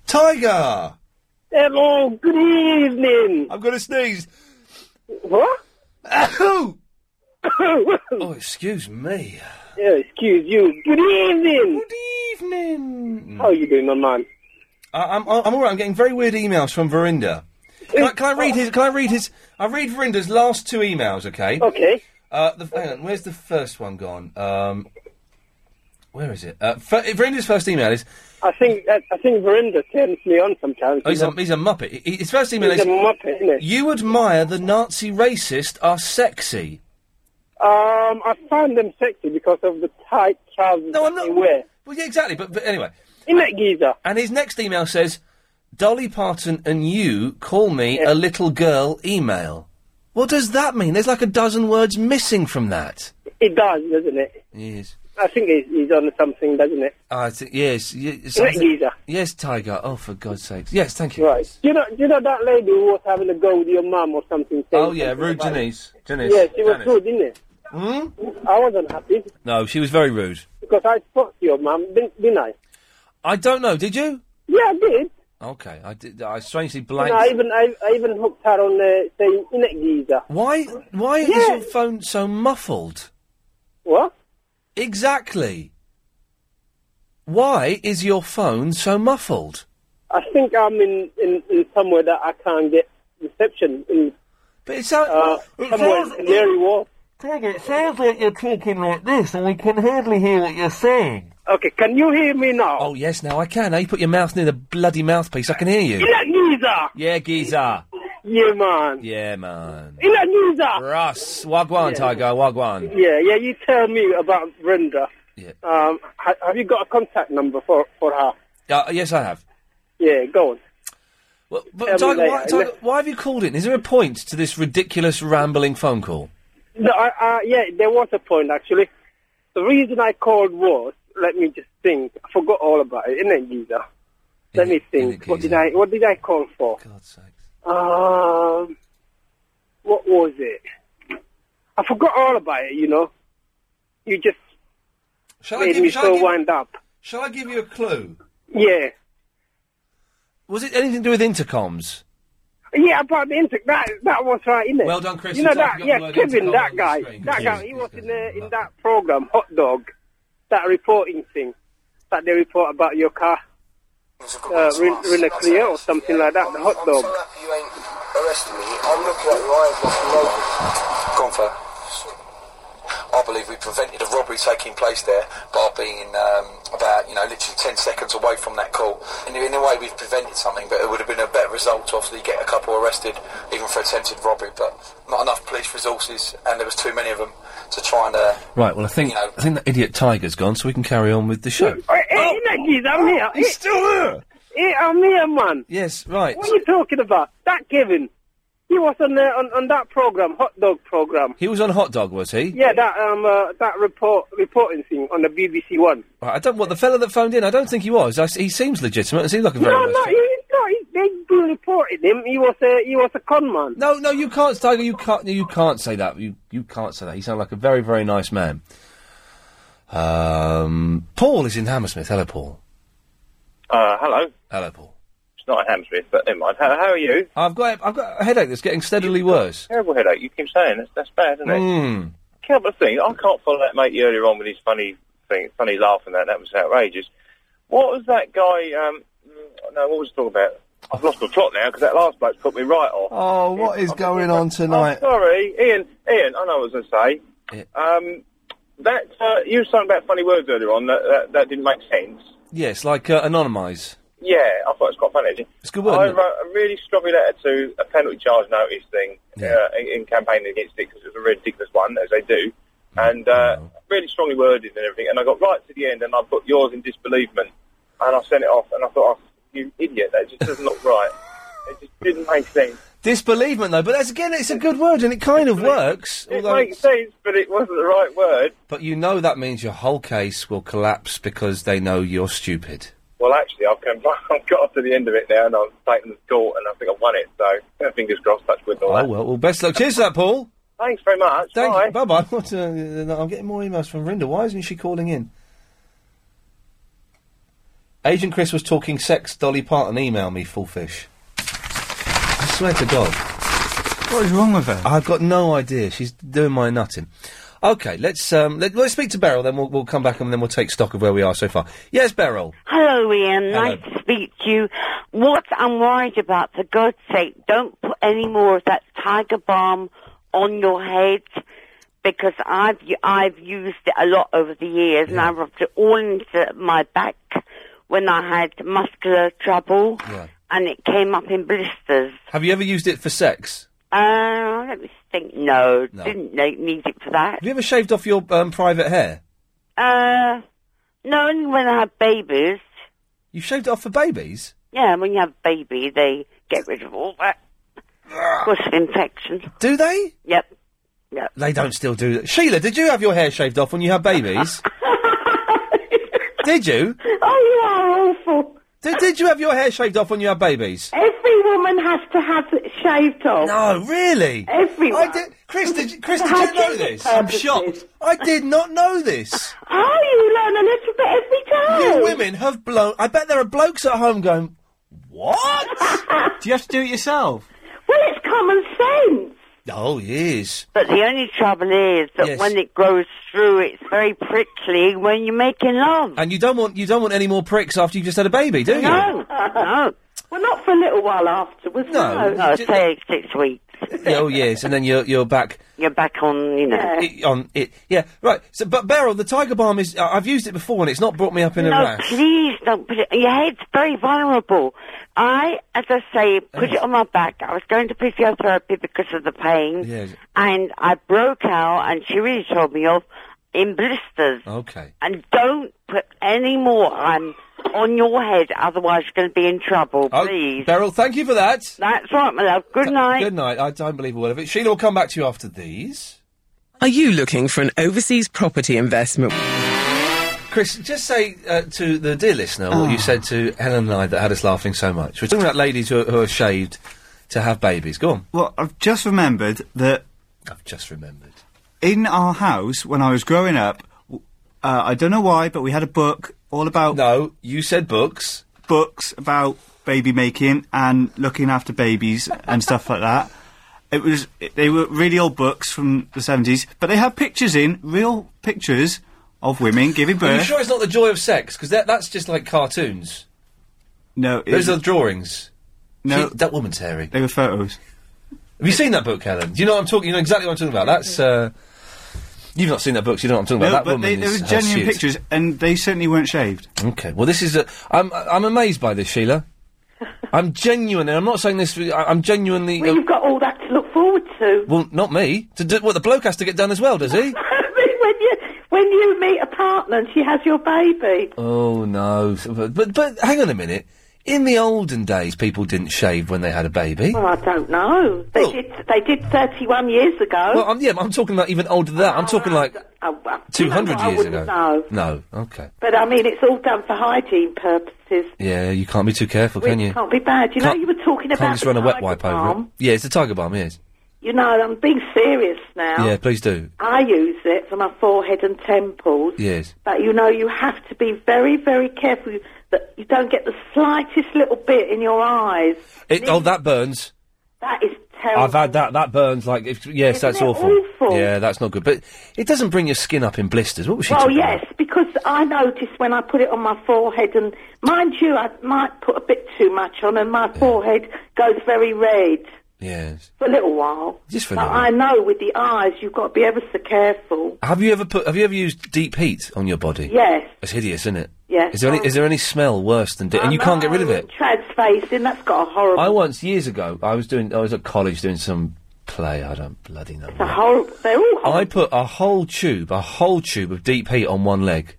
Speaker 3: Tiger.
Speaker 20: Hello, good evening.
Speaker 3: I've got a sneeze.
Speaker 20: What?
Speaker 3: oh,
Speaker 20: yeah,
Speaker 3: excuse me.
Speaker 20: excuse you. Good evening.
Speaker 3: Good evening.
Speaker 20: How you doing, my man?
Speaker 3: Mm. I, I'm I'm all right. I'm getting very weird emails from Verinda. Can I, can I read his? Can I read his? I read Verinda's last two emails. Okay.
Speaker 20: Okay.
Speaker 3: Uh, the, hang on. Where's the first one gone? Um, where is it? Uh, fir- Verinda's first email is.
Speaker 20: I think I, I think Verinda turns me on sometimes.
Speaker 3: Oh, he's, a, he's a muppet. He- he- His first email
Speaker 20: He's
Speaker 3: is
Speaker 20: a muppet, isn't he?
Speaker 3: You admire the Nazi racist are sexy.
Speaker 20: Um, I find them sexy because of the tight trousers no, I'm not, they wear.
Speaker 3: Well, yeah, exactly. But, but anyway,
Speaker 20: in that geezer.
Speaker 3: And his next email says, "Dolly Parton and you call me a little girl." Email. What does that mean? There's like a dozen words missing from that.
Speaker 20: It does, doesn't it?
Speaker 3: Yes.
Speaker 20: I think he's, he's on something, doesn't it?
Speaker 3: I think yes. Yes.
Speaker 20: Right, geezer.
Speaker 3: Yes, Tiger. Oh, for God's sake. Yes, thank you.
Speaker 20: Right. Do you know, do you know that lady who was having a go with your mum or something? saying
Speaker 3: Oh yeah,
Speaker 20: something
Speaker 3: rude
Speaker 20: about-
Speaker 3: Janice. Janice.
Speaker 20: Yeah, she was
Speaker 3: Janice.
Speaker 20: rude, didn't it? Hmm? I wasn't happy
Speaker 3: No, she was very rude.
Speaker 20: because I spoke to your mum, Um, didn't, didn't I?
Speaker 3: I don't know. Did you?
Speaker 20: Yeah, I did.
Speaker 3: Okay. I did. I strangely
Speaker 20: And
Speaker 3: blanked.
Speaker 20: I even I, I even hooked her on uh, saying in it geezer.
Speaker 3: Why why is your phone so muffled?
Speaker 20: What?
Speaker 3: Exactly. Why is your phone so muffled?
Speaker 20: I think I'm in, in, in somewhere that I can't get reception. In,
Speaker 3: but it's out
Speaker 20: uh, somewhere in Canary Wharf.
Speaker 22: It sounds like you're talking like this, and we can hardly hear what you're saying.
Speaker 20: Okay, can you hear me now?
Speaker 3: Oh yes, now I can. Now you put your mouth near the bloody mouthpiece. I can hear you.
Speaker 20: In it geezer.
Speaker 3: Yeah, geezer.
Speaker 7: Yeah, man.
Speaker 3: Yeah, man.
Speaker 7: In that news
Speaker 20: uh.
Speaker 7: up.
Speaker 3: Russ, Wagwan, Tiger, Wagwan.
Speaker 7: Yeah, yeah. You tell me about Brenda.
Speaker 3: Yeah.
Speaker 7: Um, ha- have you got a contact number for for her?
Speaker 3: Uh, yes, I have.
Speaker 7: Yeah, go on.
Speaker 3: Well,
Speaker 7: Tell
Speaker 3: But,
Speaker 7: me
Speaker 3: Tiger,
Speaker 7: later.
Speaker 3: why, Tiger, why have you called in? Is there a point to this ridiculous, rambling phone call?
Speaker 7: No, I, uh, yeah, there was a point actually. The reason I called was, let me just think. I forgot all about it, innit, Giza? Let me think. What did I What did I call for?
Speaker 3: God's sake.
Speaker 7: Um, what was it? I forgot all about it. You know, you just
Speaker 3: Shall I
Speaker 7: made
Speaker 3: give-
Speaker 7: me
Speaker 3: shall I
Speaker 7: so
Speaker 3: give-
Speaker 7: wound up.
Speaker 3: Shall I give you a clue?
Speaker 7: Yeah,
Speaker 3: Was it anything to do with intercoms?
Speaker 7: yeah. About the inter- that that was right, innit?
Speaker 3: Well done, Chris.
Speaker 7: You know
Speaker 3: You've
Speaker 7: that?
Speaker 3: got the
Speaker 7: Yeah,
Speaker 3: word
Speaker 7: Kevin,
Speaker 3: intercom
Speaker 7: that
Speaker 3: on the
Speaker 7: guy,
Speaker 3: screen.
Speaker 7: that
Speaker 3: Yeah.
Speaker 7: guy. He was in the, in that program, Hot Dog, that reporting thing that they report about your car, uh, Rin- Rina Cleo or something like that. The hot dog.
Speaker 32: You ain't arresting me. I'm looking at you. I ain't lost no. Confer. I believe we prevented a robbery taking place there by being um, about, you know, literally 10 seconds away from that call. In, in a way, we've prevented something, but it would have been a better result to obviously get a couple arrested, even for attempted robbery, but not enough police resources, and there was too many of them to try and... Uh,
Speaker 3: Right. Well, I think I think that idiot Tiger's gone, so we can carry on with the show.
Speaker 7: Hey, hey, innit, Giza, I'm here. He's
Speaker 3: Oh. still there.
Speaker 7: Hey, I'm here, man.
Speaker 3: Yes, right.
Speaker 7: What are you talking about? That Kevin, he was on the, on, on that program, Hot Dog program.
Speaker 3: He was on Hot Dog, was he?
Speaker 7: Yeah, that um uh, that report reporting thing on the BBC One.
Speaker 3: Right, I don't. What the fella that phoned in? I don't think he was. I s he seems legitimate. He seems like a very.
Speaker 7: No,
Speaker 3: nice
Speaker 7: no, he, no, he, they reported him. He was a he was a con man.
Speaker 3: No, no, you can't, Tiger. You can't. You can't say that. You you can't say that. He sounds like a very very nice man. Um, Paul is in Hammersmith. Hello, Paul.
Speaker 26: Uh, hello.
Speaker 3: Hello, Paul.
Speaker 26: It's not a Hammersmith, but never mind. How, how are you?
Speaker 3: I've got I've got a headache that's getting steadily worse.
Speaker 26: Terrible headache. You keep saying that's, that's bad, isn't it?
Speaker 3: Mm.
Speaker 26: Can't but think. I can't follow that mate earlier on with his funny thing, funny laugh and that. That was outrageous. What was that guy? Um, mm, no, what was I talking about? I've lost my plot now because that last bloke's put me right off.
Speaker 3: Oh, what is going on tonight?
Speaker 26: Sorry, Ian. Ian, I know what I was going to say. Um, that uh, you were saying about funny words earlier on that that, that didn't make sense.
Speaker 3: Yes, like uh, anonymise.
Speaker 26: Yeah, I thought it was quite funny. Actually. It's
Speaker 3: good word,
Speaker 26: I
Speaker 3: isn't it?
Speaker 26: wrote a really strawberry letter to a penalty charge notice thing uh, in, in campaigning against it because it was a ridiculous one, as they do,
Speaker 3: Mm-hmm.
Speaker 26: and uh, really strongly worded and everything. And I got right to the end, and I put yours in disbelievement, and I sent it off, and I thought, oh, you idiot, that just doesn't look right. It just didn't make sense.
Speaker 3: Disbelievement, though, but that's again, it's a good word and it kind of works.
Speaker 26: It
Speaker 3: Although,
Speaker 26: makes sense, but it wasn't the right word.
Speaker 3: but you know that means your whole case will collapse because they know you're stupid.
Speaker 26: Well, actually, I've, come, I've got to the end of it now, and I've taken the court, and I think I've won it. So fingers crossed, touch wood. and all
Speaker 3: Oh
Speaker 26: that.
Speaker 3: well, well, best luck. Cheers, for that Paul.
Speaker 26: Thanks very much.
Speaker 3: Thank you. Bye bye. What, uh, I'm getting more emails from Rinda. Why isn't she calling in? Agent Chris was talking sex. Dolly Parton email me full fish. I swear to God. What is wrong with her? I've got no idea. She's doing my nutting. Okay, let's um, let, let's speak to Beryl. Then we'll, we'll come back and then we'll take stock of where we are so far. Yes, Beryl.
Speaker 25: Hello, Ian.
Speaker 3: Hello.
Speaker 25: Nice to speak to you. What I'm worried about, for God's sake, don't put any more of that tiger balm on your head because I've u- I've used it a lot over the years, and I rubbed it all into my back when I had muscular trouble,
Speaker 3: Yeah.
Speaker 25: and it came up in blisters.
Speaker 3: Have you ever used it for sex?
Speaker 25: Uh, let me think. No,
Speaker 3: No.
Speaker 25: didn't ne- need it for that.
Speaker 3: Have you ever shaved off your um, private hair?
Speaker 25: Uh, no, only when I had babies.
Speaker 3: You shaved it off for babies?
Speaker 25: Yeah, when you have a baby, they get rid of all that. Course of infections.
Speaker 3: Do they?
Speaker 25: Yep. Yep.
Speaker 3: They don't still do that. Sheila, did you have your hair shaved off when you had babies? did you?
Speaker 24: Oh, you are awful.
Speaker 3: Did, did you have your hair shaved off when you had babies?
Speaker 24: Every woman has to have it shaved off.
Speaker 3: No, really?
Speaker 24: Everyone.
Speaker 3: I did, Chris, did you, Chris, did you know this? I'm shocked. I did not know this.
Speaker 24: Oh, you learn a little bit every time.
Speaker 3: You women have blown. I bet there are blokes at home going, What? do you have to do it yourself?
Speaker 25: Well, it's common sense.
Speaker 3: Oh, yes.
Speaker 25: But the only trouble is that
Speaker 3: Yes.
Speaker 25: when it grows through, it's very prickly when you're making love.
Speaker 3: And you don't want you don't want any more pricks after you've just had a baby, do you?
Speaker 25: No, no.
Speaker 24: Well, not for a little while afterwards.
Speaker 3: Oh. No.
Speaker 25: no, say six weeks.
Speaker 3: Yeah, oh yes, and then you're you're back
Speaker 25: You're back on, you know.
Speaker 3: i- on it. Yeah, right. So, but Beryl, the tiger balm is. I I've used it before, and it's not brought me up in a
Speaker 25: no,
Speaker 3: rash.
Speaker 25: please don't put it. Your head's very vulnerable. I, as I say, put it on my back. I was going to physiotherapy because of the pain,
Speaker 3: Yeah.
Speaker 25: and I broke out, and she really told me off in blisters.
Speaker 3: Okay.
Speaker 25: And don't put any more um, on your head, otherwise you're going to be in trouble. Please.
Speaker 3: Oh, Beryl, thank you for that.
Speaker 25: That's right, my love. Good night.
Speaker 3: Good night. I don't believe a word of it. Sheila will come back to you after these.
Speaker 18: Are you looking for an overseas property investment?
Speaker 3: Chris, just say uh, to the dear listener what you said to Helen and I that had us laughing so much. We're talking about ladies who are, who are shaved to have babies. Go on.
Speaker 6: Well, I've just remembered that.
Speaker 3: I've just remembered.
Speaker 6: In our house, when I was growing up, w- uh, I don't know why, but we had a book all about.
Speaker 3: No, you said books.
Speaker 6: Books about baby making and looking after babies and stuff like that. It was it, they were really old books from the seventies, but they had pictures in real pictures of women giving
Speaker 3: Are you
Speaker 6: birth.
Speaker 3: sure it's not the joy of sex? Because that, that's just like cartoons.
Speaker 6: No, it-
Speaker 3: Those are drawings.
Speaker 6: No.
Speaker 3: She- that woman's hairy.
Speaker 6: They were photos.
Speaker 3: Have you seen that book, Helen? Do you know what I'm talking? You know exactly what I'm talking about. That's. Uh, you've not seen that book, so you know what I'm talking
Speaker 6: No,
Speaker 3: about. That
Speaker 6: but
Speaker 3: woman
Speaker 6: they, they
Speaker 3: is
Speaker 6: were
Speaker 3: her
Speaker 6: genuine
Speaker 3: suit.
Speaker 6: pictures, and they certainly weren't shaved.
Speaker 3: Okay. Well, this is a. I'm I'm amazed by this, Sheila. I'm genuinely. I'm not saying this. I- I'm genuinely.
Speaker 24: Well, you've got all that to look forward to.
Speaker 3: Well, not me. To do, what the bloke has to get done as well, does he?
Speaker 24: when you when you meet a partner and she has your baby.
Speaker 3: oh no! So- But, but but hang on a minute. In the olden days, people didn't shave when they had a baby.
Speaker 24: Well, I don't know. They did. They did thirty-one years ago.
Speaker 3: Oh. Well, I'm, yeah, I'm talking about even older than that. I'm talking like
Speaker 24: Oh, well, you
Speaker 3: two
Speaker 24: know
Speaker 3: hundred
Speaker 24: what, I
Speaker 3: years
Speaker 24: wouldn't
Speaker 3: ago.
Speaker 24: know.
Speaker 3: No. Okay.
Speaker 24: But I mean, it's all done for hygiene purposes.
Speaker 3: Yeah, you can't be too careful,
Speaker 24: which
Speaker 3: can you?
Speaker 24: Can't be bad. You know,
Speaker 3: Can't-
Speaker 24: you were talking
Speaker 3: Can't
Speaker 24: about
Speaker 3: just
Speaker 24: the
Speaker 3: run a wet
Speaker 24: tiger
Speaker 3: wipe over it.
Speaker 24: balm.
Speaker 3: Yeah, it's the tiger balm. Yes.
Speaker 24: You know, I'm being serious now.
Speaker 3: Yeah, please do.
Speaker 24: I use it for my forehead and temples.
Speaker 3: Yes.
Speaker 24: But you know, you have to be very, very careful that you don't get the slightest little bit in your eyes.
Speaker 3: It, oh, that burns.
Speaker 24: That is terrible.
Speaker 3: I've had that. That burns like if, yes, that's
Speaker 24: it
Speaker 3: awful.
Speaker 24: awful?
Speaker 3: Yeah, that's not good. But it doesn't bring your skin up in blisters. What was she?
Speaker 24: well,
Speaker 3: talking
Speaker 24: yes, because I noticed when I put it on my forehead, and mind you, I might put a bit too much on, and my forehead goes very red
Speaker 3: Yes.
Speaker 24: for a little while.
Speaker 3: Just for a
Speaker 24: but
Speaker 3: little
Speaker 24: I know with the eyes, you've got to be ever so careful.
Speaker 3: Have you ever put? Have you ever used deep heat on your body?
Speaker 24: Yes.
Speaker 3: It's hideous, isn't it?
Speaker 24: Yes.
Speaker 3: Is there any? Is there any smell worse than? Di- and you can't get rid of it.
Speaker 24: Trad's facing, that's got a horrible.
Speaker 3: I once years ago. I was doing. I was at college doing some play. I don't bloody know.
Speaker 24: It's a horrible. They're all.
Speaker 3: I put a whole tube, a whole tube of deep heat on one leg.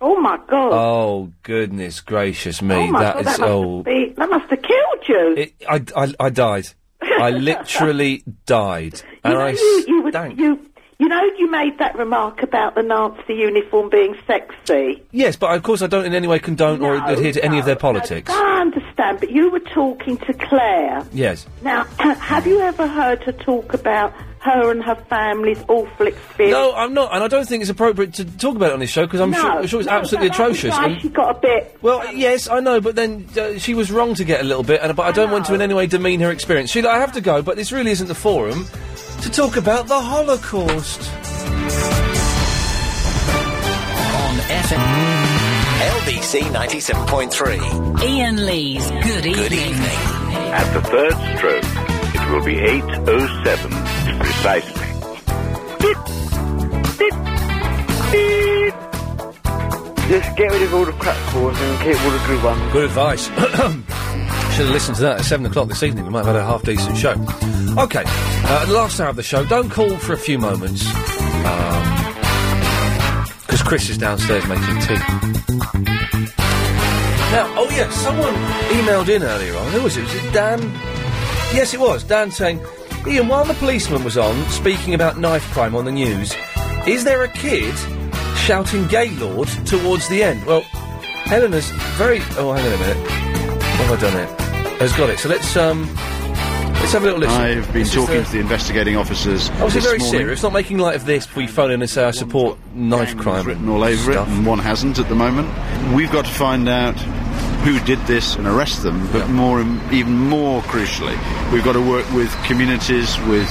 Speaker 24: Oh my god.
Speaker 3: Oh goodness gracious me!
Speaker 24: oh my
Speaker 3: that
Speaker 24: god,
Speaker 3: is
Speaker 24: that must
Speaker 3: oh.
Speaker 24: be, that must have killed you.
Speaker 3: It, I, I, I died. I literally died, and I
Speaker 24: you, you, would-
Speaker 3: stank.
Speaker 24: you, you know, you made that remark about the Nazi uniform being sexy.
Speaker 3: Yes, but of course I don't in any way condone or adhere to any of their politics.
Speaker 24: I understand, but you were talking to Claire.
Speaker 3: Yes.
Speaker 24: Now, have you ever heard her talk about her and her family's awful experience?
Speaker 3: No, I'm not, and I don't think it's appropriate to talk about it on this show because I'm,
Speaker 24: No,
Speaker 3: sure, I'm sure it's
Speaker 24: no,
Speaker 3: absolutely
Speaker 24: but that was
Speaker 3: atrocious.
Speaker 24: why
Speaker 3: and-
Speaker 24: she got a bit.
Speaker 3: Well, yes, I know, but then uh, she was wrong to get a little bit, and but I don't want to in any way demean her experience. Sheila, I have to go, but this really isn't the forum to talk about the Holocaust.
Speaker 1: On FM. LBC 97.3.
Speaker 17: Ian Lee's Good Evening.
Speaker 1: Good evening.
Speaker 17: At the third stroke, it will be 8.07 precisely.
Speaker 26: Just get rid of all the crap calls and keep all the good ones.
Speaker 3: Good advice. Should have listened to that at seven o'clock this evening. We might have had a half decent show. Okay, uh, the last hour of the show. Don't call for a few moments because Chris is downstairs making tea. Now, oh yeah, someone emailed in earlier on. Who was it? Was it Dan? Yes, it was Dan saying, Ian, while the policeman was on speaking about knife crime on the news, is there a kid shouting Gaylord towards the end? Well, Helena's very. Oh, hang on a minute. Have I done it? Has got it. So let's um, let's have a little listen.
Speaker 27: I've been
Speaker 3: This is
Speaker 27: talking
Speaker 3: the-
Speaker 27: to the investigating officers.
Speaker 3: I was
Speaker 27: this
Speaker 3: very
Speaker 27: morning.
Speaker 3: serious. Not making light of this. We phone in and say I support knife crime.
Speaker 27: Written all over it, and one hasn't at the moment. We've got to find out who did this and arrest them. But more, im- even more crucially, we've got to work with communities, with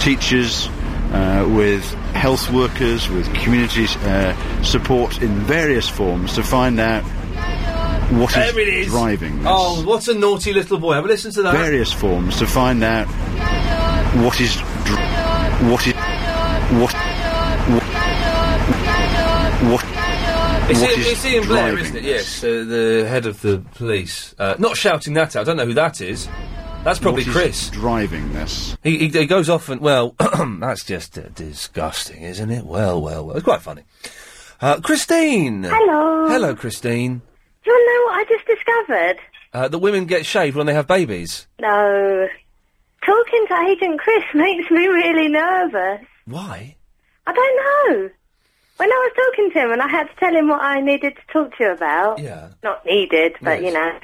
Speaker 27: teachers. Uh, with health workers, with community uh, support in various forms to find out what is,
Speaker 3: There it is.
Speaker 27: driving this.
Speaker 3: Oh, what a naughty little boy! Have a listen to that.
Speaker 27: various forms to find out what is dr- what is what what what
Speaker 3: It's,
Speaker 27: what
Speaker 3: Ian,
Speaker 27: is
Speaker 3: it's Ian Blair,
Speaker 27: driving
Speaker 3: isn't it? Yes, uh, the head of the police. Uh, not shouting that out. I don't know who that is. That's probably
Speaker 27: What is
Speaker 3: Chris.
Speaker 27: driving this.
Speaker 3: He, he, he goes off and, well, that's just uh, disgusting, isn't it? Well, well, well. It's quite funny. Uh, Christine!
Speaker 4: Hello.
Speaker 3: Hello, Christine.
Speaker 4: Do you know what I just discovered?
Speaker 3: Uh, that women get shaved when they have babies.
Speaker 4: No. Talking to Agent Chris makes me really nervous.
Speaker 3: Why?
Speaker 4: I don't know. When I was talking to him and I had to tell him what I needed to talk to you about.
Speaker 3: Yeah.
Speaker 4: Not needed, but you know.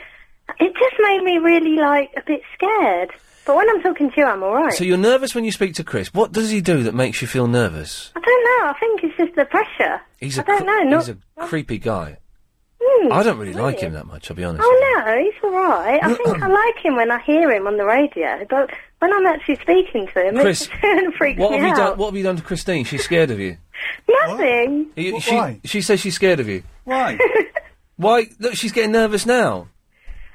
Speaker 4: It just made me really like a bit scared. But when I'm talking to you I'm alright.
Speaker 3: So you're nervous when you speak to Chris. What does he do that makes you feel nervous?
Speaker 4: I don't know, I think it's just the pressure.
Speaker 3: He's
Speaker 4: I
Speaker 3: a
Speaker 4: don't
Speaker 3: cre-
Speaker 4: know, not
Speaker 3: he's a creepy guy.
Speaker 4: Hmm,
Speaker 3: I don't really um, like
Speaker 4: weird.
Speaker 3: him that much, I'll be honest.
Speaker 4: Oh no, he's all right. I think I like him when I hear him on the radio, but when I'm actually speaking to him,
Speaker 3: Chris,
Speaker 4: it just freaks
Speaker 3: What
Speaker 4: me
Speaker 3: have you
Speaker 4: out.
Speaker 3: done? What have you done to Christine? She's scared of you.
Speaker 4: Nothing.
Speaker 3: He- she, she says she's scared of you.
Speaker 6: Why?
Speaker 3: Why? Look, she's getting nervous now.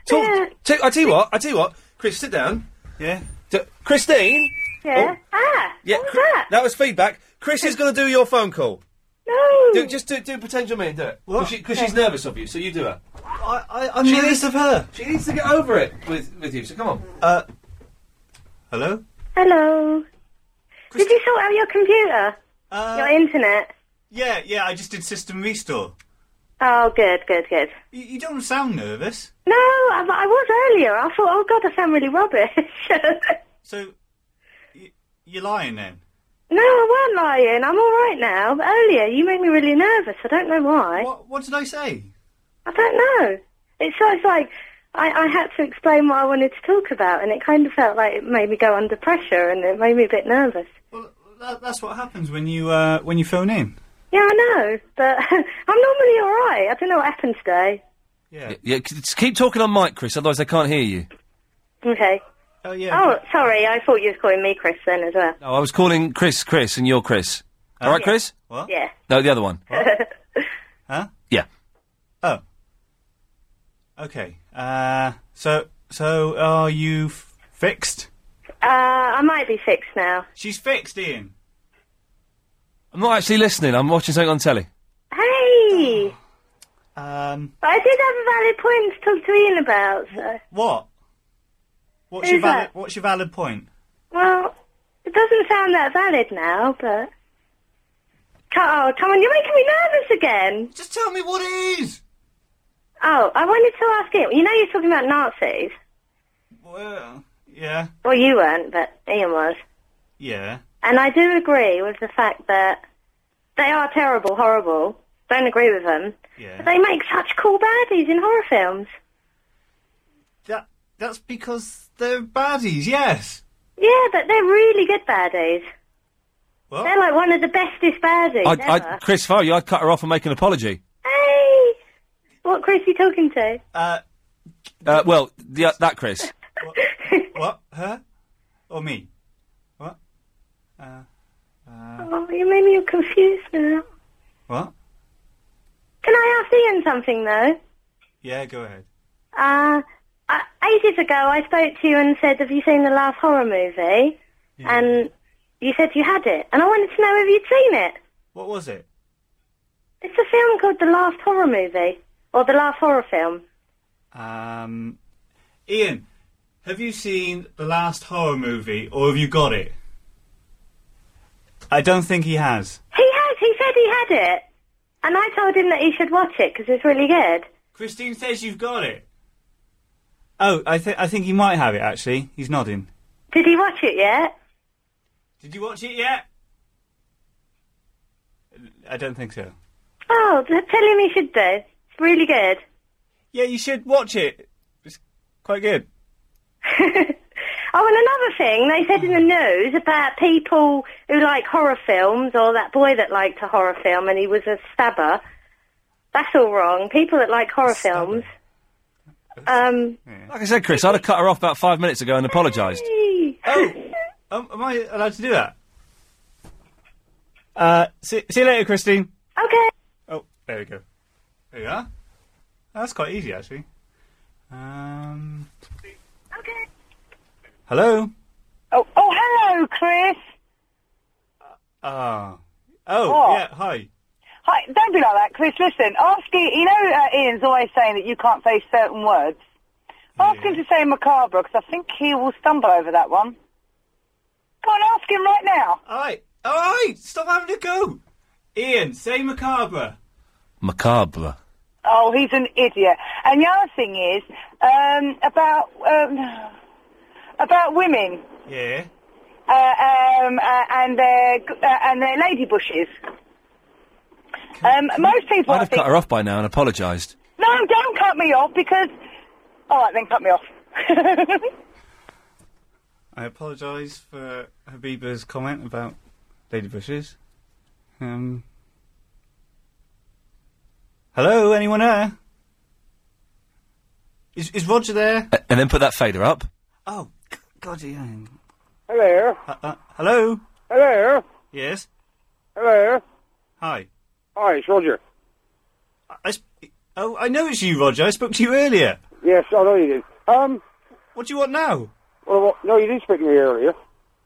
Speaker 3: Talk. t- I tell you what. I tell you what. Chris, sit down.
Speaker 6: Yeah.
Speaker 3: D- Christine.
Speaker 4: Yeah. Ah.
Speaker 3: Oh. Yeah. Chri- that? was feedback. Chris is going to do your phone call.
Speaker 4: No.
Speaker 3: Do, just do, do pretend you're me and do it. Because she's nervous of you, so you do her.
Speaker 6: I, I, I'm
Speaker 3: She
Speaker 6: nervous
Speaker 3: needs-
Speaker 6: of her.
Speaker 3: She needs to get over it with with you. So come on.
Speaker 6: Uh, hello.
Speaker 4: Hello. Did you sort out your computer?
Speaker 3: Uh,
Speaker 4: your internet?
Speaker 6: Yeah, yeah. I just did system restore.
Speaker 4: Oh, good, good, good.
Speaker 6: You, you don't sound nervous.
Speaker 4: No, I, I was earlier. I thought, oh god, I sound really rubbish.
Speaker 6: So, y- you're lying then.
Speaker 4: no, I weren't lying. I'm all right now. But earlier, you made me really nervous. I don't know why.
Speaker 6: What, what did I say?
Speaker 4: I don't know. It's sort of like I, I had to explain what I wanted to talk about, and it kind of felt like it made me go under pressure, and it made me a bit nervous.
Speaker 6: That, that's what happens when you uh, when you phone in.
Speaker 4: Yeah, I know, but I'm normally all right. I don't know what happened today.
Speaker 3: Yeah. Yeah. c- just keep talking on mic, Chris. Otherwise, they can't hear you.
Speaker 4: Okay.
Speaker 6: Oh
Speaker 4: yeah. Oh, sorry. I thought you were calling me Chris then as well.
Speaker 3: No, I was calling Chris, Chris, and you're Chris.
Speaker 6: Oh,
Speaker 3: All right, Chris.
Speaker 6: What?
Speaker 4: Yeah.
Speaker 3: No, the other one. Yeah.
Speaker 6: Oh. Okay. Uh, so so are you f- fixed?
Speaker 4: uh, I might be fixed now.
Speaker 6: She's fixed, Ian.
Speaker 3: I'm not actually listening. I'm watching something on telly.
Speaker 4: Hey.
Speaker 6: Oh. Um.
Speaker 4: But I did have a valid point to talk to Ian about. So.
Speaker 6: What? What's
Speaker 4: Who's
Speaker 6: your valid
Speaker 4: that?
Speaker 6: What's your valid point?
Speaker 4: Well, it doesn't sound that valid now, but. Oh, come on, you're making me nervous again.
Speaker 6: Just tell me what it is.
Speaker 4: Oh, I wanted to ask Ian. You know you're talking about Nazis.
Speaker 6: Well, yeah,
Speaker 4: Well, you weren't, but Ian was.
Speaker 6: yeah.
Speaker 4: And I do agree with the fact that they are terrible, horrible. Don't agree with them. But they make such cool baddies in horror films.
Speaker 6: That that's because they're baddies. Yes.
Speaker 4: Yeah, but they're really good baddies.
Speaker 6: Well-
Speaker 4: they're like one of the bestest baddies
Speaker 3: I'd,
Speaker 4: ever.
Speaker 3: I'd, Chris, if I were you, I'd cut her off and make an apology.
Speaker 4: Hey! What Chris are you talking to?
Speaker 6: Uh,
Speaker 3: Uh, well, the, uh, that Chris.
Speaker 6: What? Her? Or me? What? Uh,
Speaker 4: Oh, you made me all confused now.
Speaker 6: what?
Speaker 4: Can I ask Ian something, though?
Speaker 6: Yeah. Go ahead.
Speaker 4: Uh, I, ages ago, I spoke to you and said, have you seen the last horror movie? And you said you had it. And I wanted to know if you'd seen it.
Speaker 6: What was it?
Speaker 4: It's a film called The Last Horror Movie. Or The Last Horror Film.
Speaker 6: Um, Ian, have you seen the last horror movie, or have you got it? I don't think he has.
Speaker 4: He has. He said he had it. And I told him that he should watch it because it's really good.
Speaker 6: Christine says you've got it. Oh, I think I think he might have it. Actually, he's nodding.
Speaker 4: Did he watch it yet?
Speaker 6: Did you watch it yet? I don't think so.
Speaker 4: Oh, t- tell him he should do. It's really good.
Speaker 6: Yeah, you should watch it. It's quite good.
Speaker 4: Oh, and another thing, they said in the news about people who like horror films, or that boy that liked a horror film and he was a stabber. That's all wrong. People that like horror films. Um,
Speaker 3: Like I said, Chris, I'd have cut her off about five minutes ago and apologised.
Speaker 6: Oh, um, am I allowed to do that? Uh, see, see you later, Christine.
Speaker 4: Okay.
Speaker 6: Oh, there we go. There we are. That's quite easy, actually. Um. Okay. Hello.
Speaker 5: Oh, oh, hello, Hello, Chris.
Speaker 6: Ah. Oh,
Speaker 5: What?
Speaker 6: yeah, hi.
Speaker 5: Hi, don't be like that, Chris. Listen, ask Ian. You know, uh, Ian's always saying that you can't say certain words. Ask him to say macabre, because I think he will stumble over that one. Go on, ask him right now.
Speaker 6: All right. All right, stop having a go. Ian, say macabre.
Speaker 3: Macabre.
Speaker 5: Oh, he's an idiot. And the other thing is um, about um, about women
Speaker 6: Yeah.
Speaker 5: uh, um, uh, and their g- uh, and their lady bushes. Um, most people,
Speaker 3: I'd
Speaker 5: I
Speaker 3: have
Speaker 5: think,
Speaker 3: cut her off by now and apologised.
Speaker 5: no, don't cut me off because. All right, then cut me off.
Speaker 6: I apologise for Habiba's comment about Lady Bushes. Um. Hello, anyone there? Is is Roger there?
Speaker 3: A- and then put that fader up.
Speaker 6: Oh, g- God, Ian.
Speaker 20: Hello.
Speaker 6: Uh, uh, hello.
Speaker 20: Hello.
Speaker 6: Yes.
Speaker 20: Hello.
Speaker 6: Hi.
Speaker 20: Hi, it's Roger.
Speaker 6: I sp- oh, I know it's you, Roger. I spoke to you earlier.
Speaker 20: Yes, I know you did. Um.
Speaker 6: What do you want now?
Speaker 20: Well, what- no, you did speak to me earlier.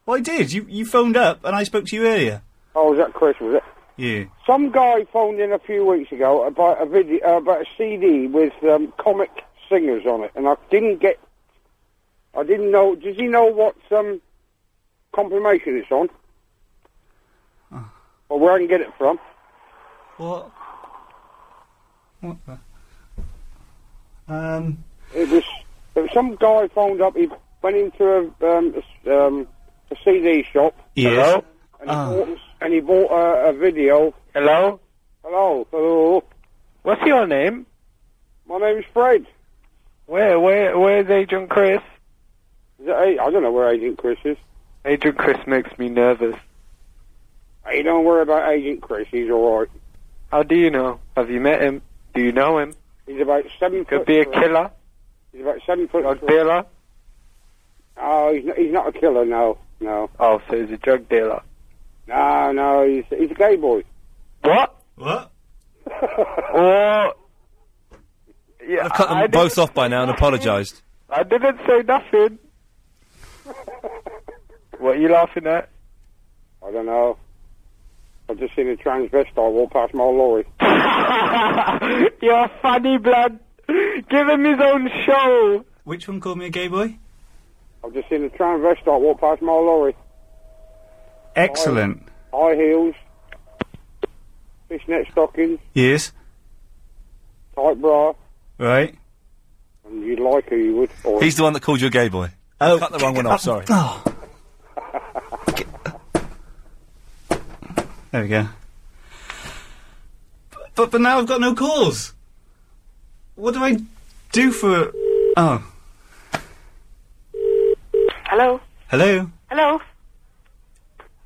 Speaker 6: Well, I did. You you phoned up and I spoke to you earlier.
Speaker 20: Oh, was that Chris? Was it?
Speaker 6: Yeah.
Speaker 20: Some guy phoned in a few weeks ago about a video, uh, about a CD with um, comic singers on it, and I didn't get. I didn't know. Does he know what um, confirmation it's on? Or where I can get it from?
Speaker 6: What? What the? Um.
Speaker 20: It was, it was some guy phoned up. He went into a, um, a s- um, a CD shop.
Speaker 6: Yes.
Speaker 20: And he bought, and he bought a, a video. Hello. Hello. Hello. What's your name? My name's Fred. Where? Where? Where's Agent Chris? Is that, A- I don't know where Agent Chris is.
Speaker 21: Agent Chris makes me nervous.
Speaker 20: Hey, don't worry about Agent Chris. He's all right.
Speaker 21: How do you know? Have you met him? Do you know him?
Speaker 20: He's about seven.
Speaker 21: Could
Speaker 20: foot
Speaker 21: be a
Speaker 20: three.
Speaker 21: killer.
Speaker 20: He's about seven foot.
Speaker 21: Drug
Speaker 20: three.
Speaker 21: dealer.
Speaker 20: Oh, he's not, he's not a killer. No, no.
Speaker 21: Oh, so he's a drug dealer.
Speaker 20: No, no, he's, he's a gay boy.
Speaker 21: What?
Speaker 6: What?
Speaker 21: Or yeah,
Speaker 3: I've cut them
Speaker 21: I, I
Speaker 3: both off by now and apologised.
Speaker 21: didn't- I didn't say nothing. what are you laughing at?
Speaker 20: I don't know. I've just seen a transvestite walk past my lorry.
Speaker 21: You're funny, blood. Give him his own show.
Speaker 6: Which one called me a gay boy?
Speaker 20: I've just seen a transvestite walk past my lorry.
Speaker 6: Excellent.
Speaker 20: High heels, fishnet stockings,
Speaker 6: Yes.
Speaker 20: tight bra,
Speaker 6: Right.
Speaker 20: and you'd like her, you would. Or
Speaker 3: He's the one that called you a gay boy.
Speaker 6: Oh,
Speaker 3: cut the wrong one off. Sorry.
Speaker 6: There we go. But but now I've got no calls. What do I do for? Oh,
Speaker 8: Hello.
Speaker 6: hello,
Speaker 8: Hello.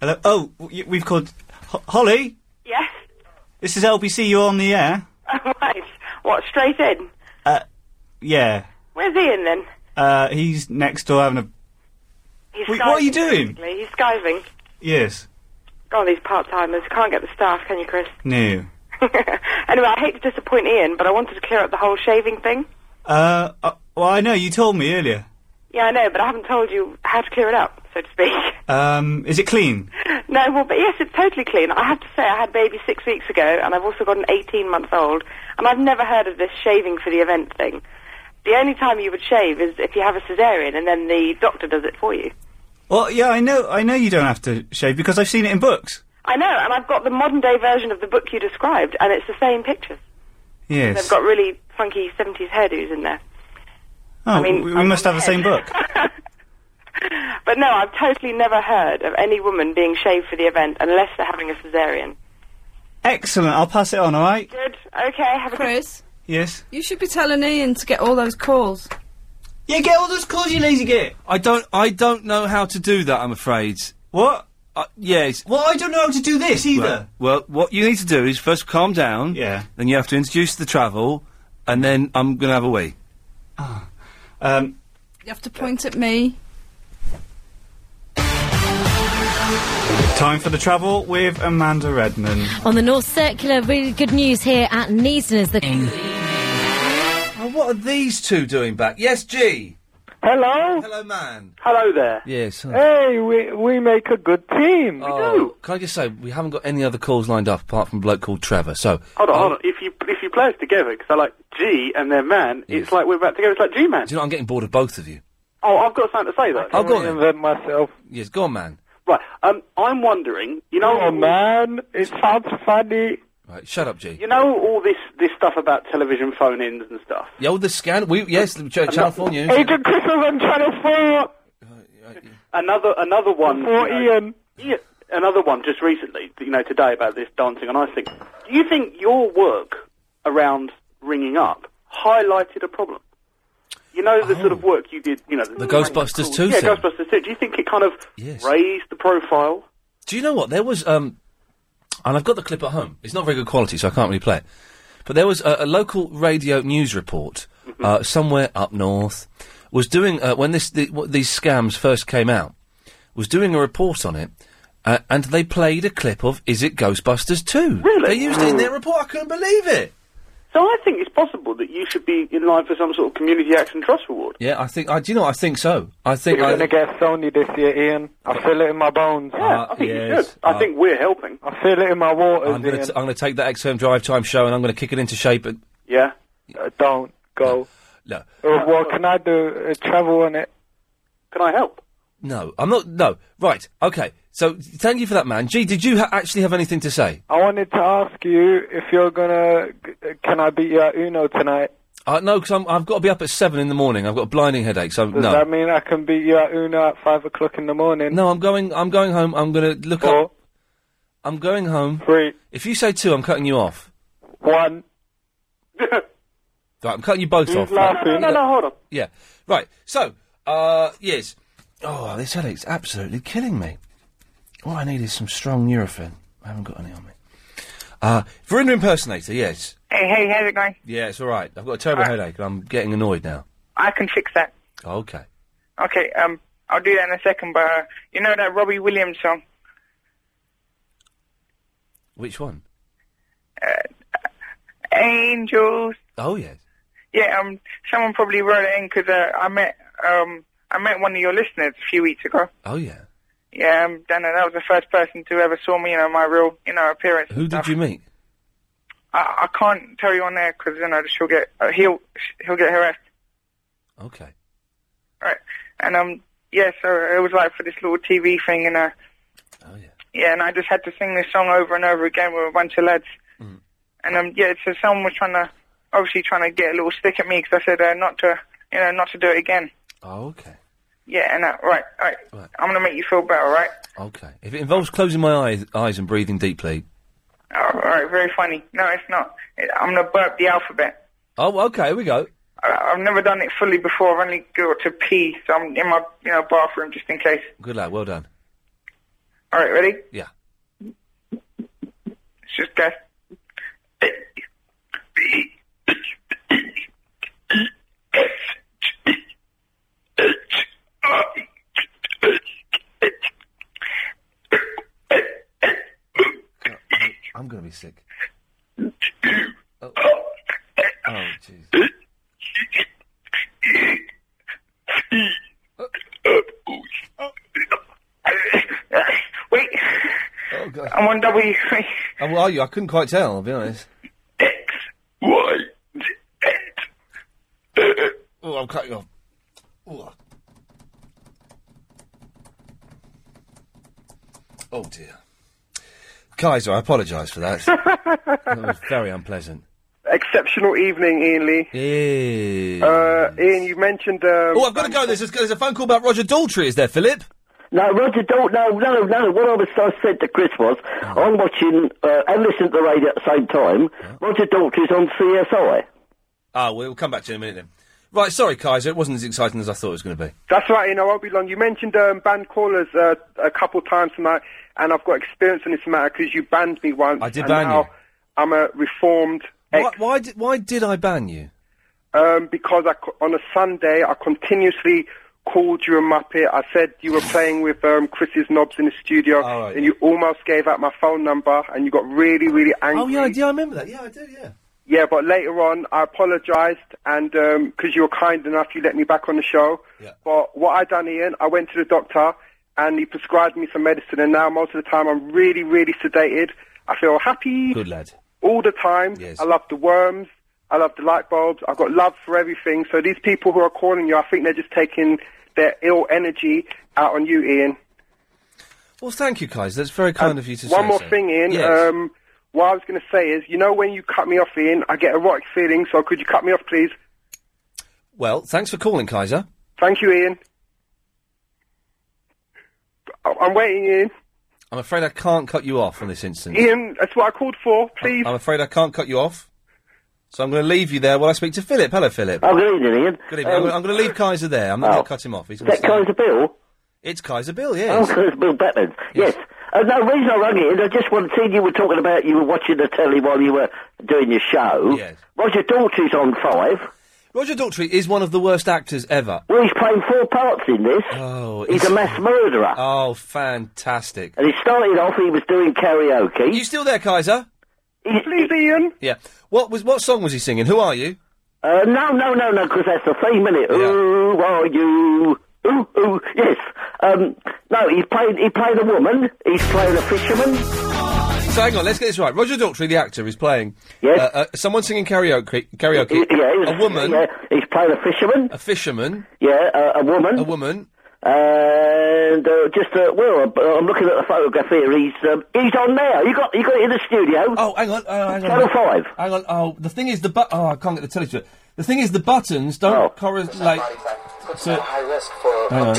Speaker 6: hello. Oh, y- we've called Ho- Holly.
Speaker 8: Yes. Oh,
Speaker 6: This is LBC. You're on the air.
Speaker 8: right. What? Straight in.
Speaker 6: Yeah.
Speaker 8: Where's Ian then?
Speaker 6: Uh, he's next door having a.
Speaker 8: He's
Speaker 6: Wait, what are you
Speaker 8: skiving,
Speaker 6: doing?
Speaker 8: basically. He's skiving.
Speaker 6: Yes.
Speaker 8: God, Oh, these part timers can't get the staff, can you, Chris?
Speaker 6: No.
Speaker 8: anyway, I hate to disappoint Ian, but I wanted to clear up the whole shaving thing.
Speaker 6: Uh, uh, well, I know you told me earlier.
Speaker 8: Yeah, I know, but I haven't told you how to clear it up, so to speak.
Speaker 6: Um, is it clean?
Speaker 8: no, well, but yes, it's totally clean. I have to say, I had baby six weeks ago, and I've also got an 18 month old, and I've never heard of this shaving for the event thing. The only time you would shave is if you have a cesarean, and then the doctor does it for you.
Speaker 6: Well, yeah, I know. I know you don't have to shave because I've seen it in books.
Speaker 8: I know, and I've got the modern day version of the book you described, and it's the same pictures. They've
Speaker 6: Yes.
Speaker 8: got really funky 70s hairdos in there.
Speaker 6: Oh,
Speaker 8: I mean,
Speaker 6: we, we must have the same book.
Speaker 8: But no, I've totally never heard of any woman being shaved for the event unless they're having a cesarean.
Speaker 6: Excellent. I'll pass it on. All right.
Speaker 8: Good. Okay. Have a
Speaker 5: Chris,
Speaker 6: Yes.
Speaker 5: you should be telling Ian to get all those calls.
Speaker 6: Yeah, get all those calls, you lazy git.
Speaker 3: I don't. I don't know how to do that. I'm afraid.
Speaker 6: What?
Speaker 3: Uh, yes.
Speaker 6: Well, I don't know how to do this either.
Speaker 3: Well, well, what you need to do is first calm down.
Speaker 6: Yeah.
Speaker 3: Then you have to introduce the travel, and then I'm going to have a wee. Ah.
Speaker 6: Um.
Speaker 5: You have to point at me.
Speaker 6: Time for the travel with Amanda Redman.
Speaker 13: On the North Circular, really good news here at Neasden is the.
Speaker 3: Oh, what are these two doing back? Yes, G. Hello? Hello, man.
Speaker 14: Hello there.
Speaker 3: Yes. hi.
Speaker 14: Hey, we we make a good team.
Speaker 3: Oh, can I just say, we haven't got any other calls lined up apart from a bloke called Trevor, so.
Speaker 14: Hold on, hold on. If you if you play us together, because I like G and then man, it's like we're about to go. It's like G man.
Speaker 3: Do you know, I'm getting bored of both of you.
Speaker 14: Oh, I've got something to say though.
Speaker 3: Oh, go on.
Speaker 14: myself.
Speaker 3: Yes, go on, man.
Speaker 14: Right. Um, I'm wondering. You know,
Speaker 3: Oh,
Speaker 14: man, it sounds funny.
Speaker 3: Right, shut up, G.
Speaker 14: You know all this this stuff about television phone-ins and stuff.
Speaker 3: Yeah, all the scan. We, yes, the Ch- Channel 4 News.
Speaker 14: Agent Christmas on Channel Four. Uh, Another another one.
Speaker 3: Before
Speaker 14: Ian. Yeah, another one just recently. You know, today about this dancing on ice thing. Do you think your work around ringing up highlighted a problem? You know the sort of work you did. You know the,
Speaker 3: Oh. Ghostbusters 2
Speaker 14: Yeah,
Speaker 3: thing.
Speaker 14: Ghostbusters two. Do you think it kind of
Speaker 3: Yes.
Speaker 14: raised the profile?
Speaker 3: Do you know what? There was, um, and I've got the clip at home. It's not very good quality, so I can't really play it. But there was a, a local radio news report
Speaker 33: Mm-hmm.
Speaker 3: uh, somewhere up north was doing uh, when this the, w- these scams first came out was doing a report on it, uh, and they played a clip of "Is It Ghostbusters 2? Really? They used it in their report. I couldn't believe it.
Speaker 14: Mm. So I think it's possible that you should be in line for some sort of community action trust award.
Speaker 3: Yeah, I think. I, do you know? what? I think so. I think.
Speaker 14: You're
Speaker 3: I,
Speaker 14: gonna
Speaker 33: get Sony this year, Ian. I feel it in my bones.
Speaker 3: Yeah, I think you
Speaker 14: Good.
Speaker 3: yes.
Speaker 14: I
Speaker 3: Uh,
Speaker 14: think we're helping.
Speaker 33: I feel it in my waters,
Speaker 3: I'm going
Speaker 33: Ian.
Speaker 3: to I'm going to take that XM Drive Time show and I'm going to kick it into shape. And
Speaker 14: yeah.
Speaker 33: Uh, don't go.
Speaker 3: No.
Speaker 33: Uh, what can I do? Uh, travel on it.
Speaker 14: Can I help?
Speaker 3: No, I'm not. No, right. Okay. So thank you for that, man. Gee, did you ha- actually have anything to say?
Speaker 33: I wanted to ask you if you're gonna. g- uh, Can I beat you at Uno tonight?
Speaker 3: Uh, no, because I've got to be up at seven in the morning. I've got a blinding headache. So
Speaker 33: Does
Speaker 3: no.
Speaker 33: that mean I can beat you at Uno at five o'clock in the morning?
Speaker 3: No, I'm going. I'm going home. I'm going to look up. I'm going home.
Speaker 33: Three.
Speaker 3: If you say two, I'm cutting you off.
Speaker 33: One.
Speaker 3: Right, I'm cutting you both
Speaker 14: He's
Speaker 3: off.
Speaker 14: laughing. No, no, no, no, hold on.
Speaker 3: Yeah. Right. So, uh, yes. Oh, this headache's absolutely killing me. All I need is some strong Nurofen. I haven't got any on me. Uh, Verinder impersonator. Yes.
Speaker 34: Hey, hey, how's it going?
Speaker 3: Yeah, it's all right. I've got a
Speaker 33: Ah.
Speaker 3: terrible headache, and I'm getting annoyed now.
Speaker 34: I can fix that.
Speaker 3: Okay.
Speaker 34: Okay, um, I'll do that in a second. But uh, you know that Robbie Williams song?
Speaker 3: Which one?
Speaker 34: Uh, Angels.
Speaker 3: Oh yes.
Speaker 34: Yeah, um, someone probably wrote it in because uh, I met um, I met one of your listeners a few weeks ago.
Speaker 3: Oh yeah.
Speaker 34: Yeah, um, Dan, that was the first person to ever saw me, you know, my real, you know, appearance.
Speaker 3: Who
Speaker 33: Ah.
Speaker 3: did you meet?
Speaker 34: I, I can't tell you on there because you know she'll get uh, he'll he'll get harassed.
Speaker 3: Okay.
Speaker 34: Right. And um, yeah, so it was like for this little TV thing, and uh, yeah. and I just had to sing this song over and over again with a bunch of lads. And um, yeah, so someone was trying to, obviously trying to get a little stick at me because I said uh, not to, you know, not to do it again.
Speaker 3: Oh, okay.
Speaker 34: Yeah, and uh, right, right, right, I'm gonna make you feel better, right?
Speaker 3: Okay. If it involves closing my eyes, eyes and breathing deeply.
Speaker 34: Oh, All right, very funny. No, it's not. I'm gonna burp the alphabet.
Speaker 3: Oh, okay. Here we go.
Speaker 34: I- I've never done it fully before. I've only got to pee, so I'm in my you know bathroom just in case.
Speaker 3: Good lad. Well done.
Speaker 34: All right, ready?
Speaker 3: Yeah.
Speaker 34: It's just gas.
Speaker 3: I'm going to be sick. Oh, jeez.
Speaker 34: Wait.
Speaker 3: Oh, God.
Speaker 34: I'm on W.
Speaker 3: Oh, well, are you? I couldn't quite tell, I'll be honest.
Speaker 34: Why?
Speaker 3: Oh, I'm cutting off. Oh, oh dear. Kaiser, I apologise for that. that was very unpleasant.
Speaker 29: Exceptional evening, Ian Lee.
Speaker 3: Yeah.
Speaker 29: Uh, Ian, you mentioned. Um,
Speaker 3: oh, I've got to go. There's a, there's a phone call about Roger Daltrey, is there, Philip?
Speaker 9: No, Roger, don't. No, no, no. What I was I said to Chris was,
Speaker 3: Oh.
Speaker 9: I'm watching uh, and listening to the radio at the same time. Roger Daltrey's on CSI.
Speaker 3: Ah, we'll come back to you in a minute then. Right, sorry, Kaiser. It wasn't as exciting as I thought it was going to be.
Speaker 29: That's right, Ian. I won't be long. You mentioned um, banned callers uh, a couple times tonight, and I've got experience in this matter because you banned me once. I
Speaker 3: did
Speaker 29: and
Speaker 3: ban
Speaker 29: now
Speaker 3: you.
Speaker 29: I'm a reformed.
Speaker 3: Why, why, did, why did I ban you?
Speaker 29: Um, because I co- on a Sunday, I continuously called you a muppet. I said you were playing with um, Chris's knobs in the studio, and you almost gave out my phone number, and you got really, really angry.
Speaker 3: Oh, yeah, I, yeah, I remember that. Yeah, I do, yeah.
Speaker 29: Yeah, but later on, I apologised, and because you were kind enough, you let me back on the show. But what I done, Ian, I went to the doctor, and he prescribed me some medicine, and now most of the time I'm really, really sedated. I feel happy.
Speaker 3: Good lad.
Speaker 29: all the time. I love the worms. I love the light bulbs. I've got love for everything. So these people who are calling you, I think they're just taking their ill energy out on you, Ian.
Speaker 3: Well, thank you, guys. That's very kind of you to say.
Speaker 29: One more
Speaker 3: so.
Speaker 29: thing, Ian.
Speaker 3: Yes.
Speaker 9: uh,
Speaker 29: Um, what I was going to say is, you know, when you cut me off, Ian, I get erotic feelings. So could you cut me off, please?
Speaker 3: well, thanks for calling, Kaiser.
Speaker 29: Thank you, Ian. I- I'm waiting, Ian.
Speaker 3: I'm afraid I can't cut you Uh, off in this instance.
Speaker 29: Ian, that's what I called for. Please.
Speaker 3: I'm afraid I can't cut you off. So I'm going to leave you there while I speak to Philip. Hello, Philip.
Speaker 9: Oh, good evening, Ian.
Speaker 3: Good evening. I'm
Speaker 9: Um,
Speaker 3: gonna- I'm going to leave Kaiser there. I'm not going to cut him off. He's
Speaker 9: Is
Speaker 3: gonna
Speaker 9: that
Speaker 3: stay.
Speaker 9: Kaiser Bill?
Speaker 3: It's Kaiser Bill, yes.
Speaker 9: Oh, Kaiser Bill Batman. Yes. Uh, no, the reason I rang it is I just wanted to see you were talking about you were watching the telly while you were doing your show. Yes. Roger Daltrey's on five.
Speaker 3: Roger Daltrey is one of the worst actors ever.
Speaker 9: Well, he's playing four parts in this.
Speaker 3: Oh,
Speaker 9: he's a mass murderer.
Speaker 3: Oh, fantastic.
Speaker 9: And he started off, he was doing karaoke.
Speaker 3: You still there, Kaiser?
Speaker 29: Please, Ian.
Speaker 3: Yeah. What was what song was he singing? Who are you?
Speaker 9: Uh, no, no, no, no, because that's the theme, isn't it? Who are you? Ooh, ooh, yes. Um, no, he played, he played a woman, he's playing a fisherman.
Speaker 3: So hang on, let's get this right. Roger Daltrey, the actor, is playing. Yes. Uh, uh, someone singing karaoke. Karaoke.
Speaker 9: Yeah, he was-
Speaker 3: a woman.
Speaker 9: Yeah, he's playing a fisherman.
Speaker 3: A fisherman.
Speaker 9: Yeah, uh, a woman. A
Speaker 3: woman.
Speaker 9: And uh, just uh, well, I'm- I'm looking at the photograph here. He's um, he's on now. You got you got it in the studio.
Speaker 3: Oh, hang on, oh, hang on.
Speaker 9: Channel Five.
Speaker 3: Hang on. Oh, the thing is the but. Oh, I can't get the telly to it. The thing is the buttons don't
Speaker 9: Oh.
Speaker 3: correlate. So,
Speaker 2: high risk for
Speaker 3: hang on.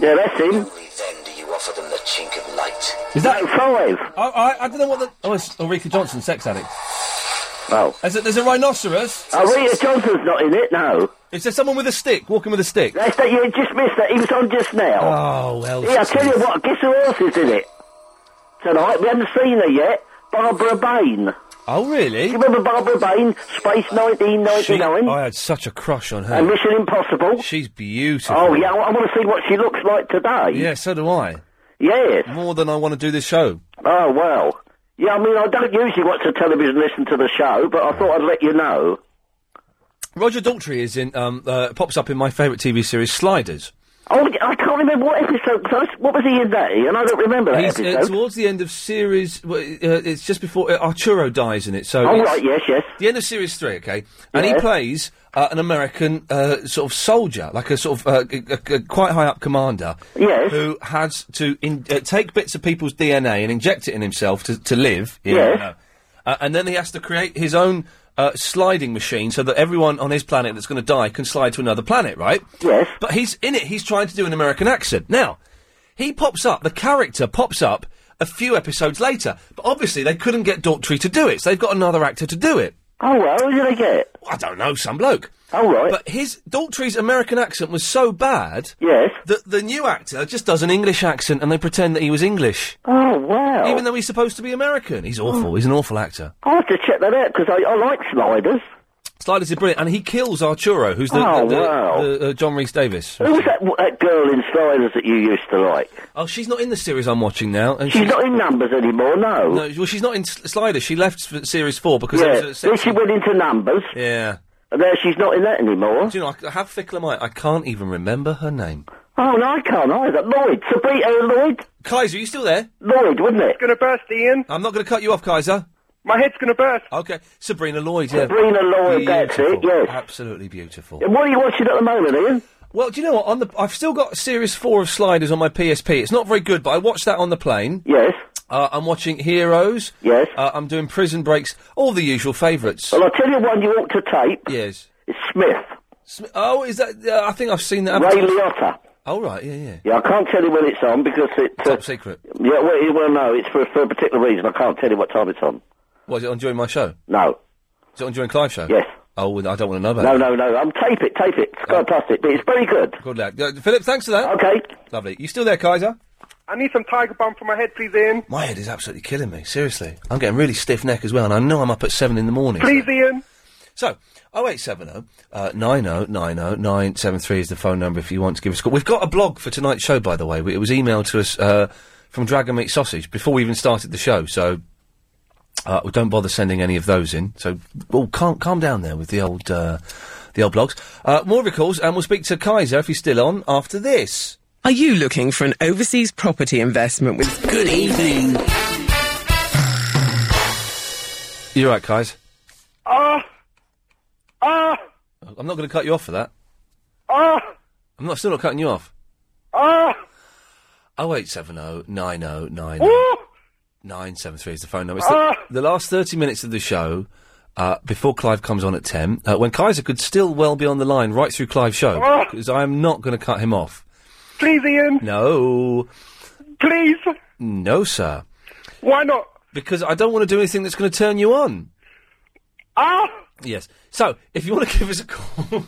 Speaker 9: Yeah, that's him.
Speaker 2: Then do you offer them the chink of light?
Speaker 3: Is that
Speaker 9: five?
Speaker 3: Oh, I, I don't know what the. Oh, it's Ulrika Johnson, sex addict.
Speaker 9: Oh.
Speaker 3: There's a, there's a rhinoceros.
Speaker 9: Oh, Rita Johnson's not in it. No.
Speaker 3: Is there someone with a stick walking with a stick?
Speaker 9: That's that. You just missed that. He was on just now.
Speaker 3: Oh well.
Speaker 9: Yeah, I tell you what. Guess who else is in it tonight? We haven't seen her yet. Barbara Bain.
Speaker 3: Oh really?
Speaker 9: Do you remember Barbara Bain? Space 1999
Speaker 3: I had such a crush on her.
Speaker 9: and Mission Impossible.
Speaker 3: She's beautiful.
Speaker 9: Oh yeah, I, I want to see what she looks like today.
Speaker 3: Yeah, so do I.
Speaker 9: Yes.
Speaker 3: More than I want to do this show.
Speaker 9: Oh well. Yeah, I mean, I don't usually watch the television, and listen to the show, but I thought I'd let you know.
Speaker 3: Roger Daltrey is in. Um, uh, pops up in my favourite TV series, Sliders.
Speaker 9: Oh, I can't remember what episode. What was he in that? Ian? I don't remember that
Speaker 3: He's, uh,
Speaker 9: episode.
Speaker 3: towards the end of series, well, uh, it's just before uh, Arturo dies in it. So,
Speaker 9: Oh,
Speaker 3: it's-
Speaker 9: right, yes, yes.
Speaker 3: The end of series three, okay, and he
Speaker 9: Yes.
Speaker 3: plays uh, an American uh, sort of soldier, like a sort of uh, g- g- g- quite high up commander,
Speaker 9: Yes.
Speaker 3: who has to in- uh, take bits of people's DNA and inject it in himself to to live. you
Speaker 9: Yes.
Speaker 3: know. Uh, and then he has to create his own. Uh, sliding machine so that everyone on his planet that's going to die can slide to another planet, right?
Speaker 9: Yes.
Speaker 3: But he's in it. He's trying to do an American accent now. He pops up, the character pops up a few episodes later. But obviously, they couldn't get Daughtry to do it, so they've got another actor to do it.
Speaker 9: Oh, well, who did they get?
Speaker 3: I don't know, some bloke.
Speaker 9: Oh, right.
Speaker 3: But his, Daughtry's American accent was so bad.
Speaker 9: Yes.
Speaker 3: That the new actor just does an English accent and they pretend that he was English.
Speaker 9: Oh wow!
Speaker 3: Even though he's supposed to be American. He's awful. He's an awful actor.
Speaker 9: Oh, I have to check that out because I, I like Sliders.
Speaker 3: Sliders is brilliant. And he kills Arturo, who's the,
Speaker 9: Oh,
Speaker 3: the, the-
Speaker 9: wow.
Speaker 3: the, uh, John Rhys Davis.
Speaker 9: Who was that, that girl in Sliders that you used to like?
Speaker 3: Oh, she's not in the series I'm watching now. And
Speaker 9: She's not in numbers anymore. No.
Speaker 3: No, well, she's not in S- Sliders. She left for series four because
Speaker 9: yeah.
Speaker 3: there was a
Speaker 9: Then
Speaker 3: sex.
Speaker 9: she went into numbers.
Speaker 3: Yeah.
Speaker 9: And there she's not in that anymore.
Speaker 3: Do you know? I- I have fickle mind. I can't even remember her name.
Speaker 9: Oh no, I can't either. Lloyd, Sabrina Lloyd.
Speaker 3: Kaiser, are you still there?
Speaker 9: Lloyd, wouldn't it? It's
Speaker 29: going to burst, Ian.
Speaker 3: I'm not going to cut you off, Kaiser.
Speaker 29: My head's going to burst.
Speaker 3: Okay, Sabrina Lloyd. Yeah.
Speaker 9: Sabrina Lloyd, that's it,
Speaker 3: Beautiful.
Speaker 9: yes.
Speaker 3: Absolutely beautiful.
Speaker 9: And what are you watching at the moment, Ian?
Speaker 3: Well, do you know what? On the, I've still got series four of Sliders on my PSP. It's not very good, but I watched that on the plane.
Speaker 9: Yes.
Speaker 3: Uh, I'm watching Heroes.
Speaker 9: Yes.
Speaker 3: Uh, I'm doing Prison Breaks. All the usual favourites.
Speaker 9: Well, I'll tell you one you ought to tape.
Speaker 3: Yes.
Speaker 9: It's Smith.
Speaker 3: Sm- oh, is that? Uh, I think I've seen that.
Speaker 9: Ray
Speaker 3: advertised.
Speaker 9: Liotta.
Speaker 3: Oh right, yeah, yeah.
Speaker 9: Yeah, I can't tell you when it's on because it. Uh, Top
Speaker 3: secret.
Speaker 9: Yeah, well, it- well, no, it's for, for a particular reason. I can't tell you what time it's on.
Speaker 3: Was it on during my show?
Speaker 9: No.
Speaker 3: Is it on during Clive's show?
Speaker 9: Yes.
Speaker 3: Oh, well, I don't want to know about
Speaker 9: No,
Speaker 3: that.
Speaker 9: no, no. I'm tape it, tape it. It's fantastic, but it's very good.
Speaker 3: Good lad. Uh, Philip, thanks for that.
Speaker 9: Okay.
Speaker 3: Lovely. You still there, Kaiser?
Speaker 29: I need some Tiger Balm for my head, please, Ian.
Speaker 3: My head is absolutely killing me. Seriously, I'm getting really stiff neck as well, and I know I'm up at seven in the morning.
Speaker 29: Please, Ian.
Speaker 3: So, 0870 uh, 9090973 is the phone number if you want to give us a call. We've got a blog for tonight's show, by the way. We- It was emailed to us uh, from Dragon Meat Sausage before we even started the show, so Uh, well, don't bother sending any of those in. So, well, calm, calm down there with the old, uh, the old blogs. Uh, more of your calls, and we'll speak to Kaiser if he's still on after this.
Speaker 18: Are you looking for an overseas property investment with
Speaker 1: Good evening.
Speaker 3: You're right, Kaiser.
Speaker 20: Ah! Ah!
Speaker 3: I'm not going to cut you off for that.
Speaker 20: Ah!
Speaker 3: I'm not still not cutting you off.
Speaker 20: Ah!
Speaker 3: Oh eight seven oh nine oh nine
Speaker 20: Ooh!
Speaker 3: nine seven three is the phone number. It's
Speaker 20: Ah!
Speaker 3: the, the last thirty minutes of the show. Uh, before Clive comes on at 10, uh, when Kaiser could still well be on the line right through Clive's show,
Speaker 20: Ah!
Speaker 3: because I am not going to cut him off.
Speaker 20: Please, Ian.
Speaker 3: No.
Speaker 20: Please.
Speaker 3: No, sir.
Speaker 20: Why not?
Speaker 3: Because I don't want to do anything that's going to turn you on.
Speaker 20: Ah!
Speaker 3: Yes. So, if you want to give us a call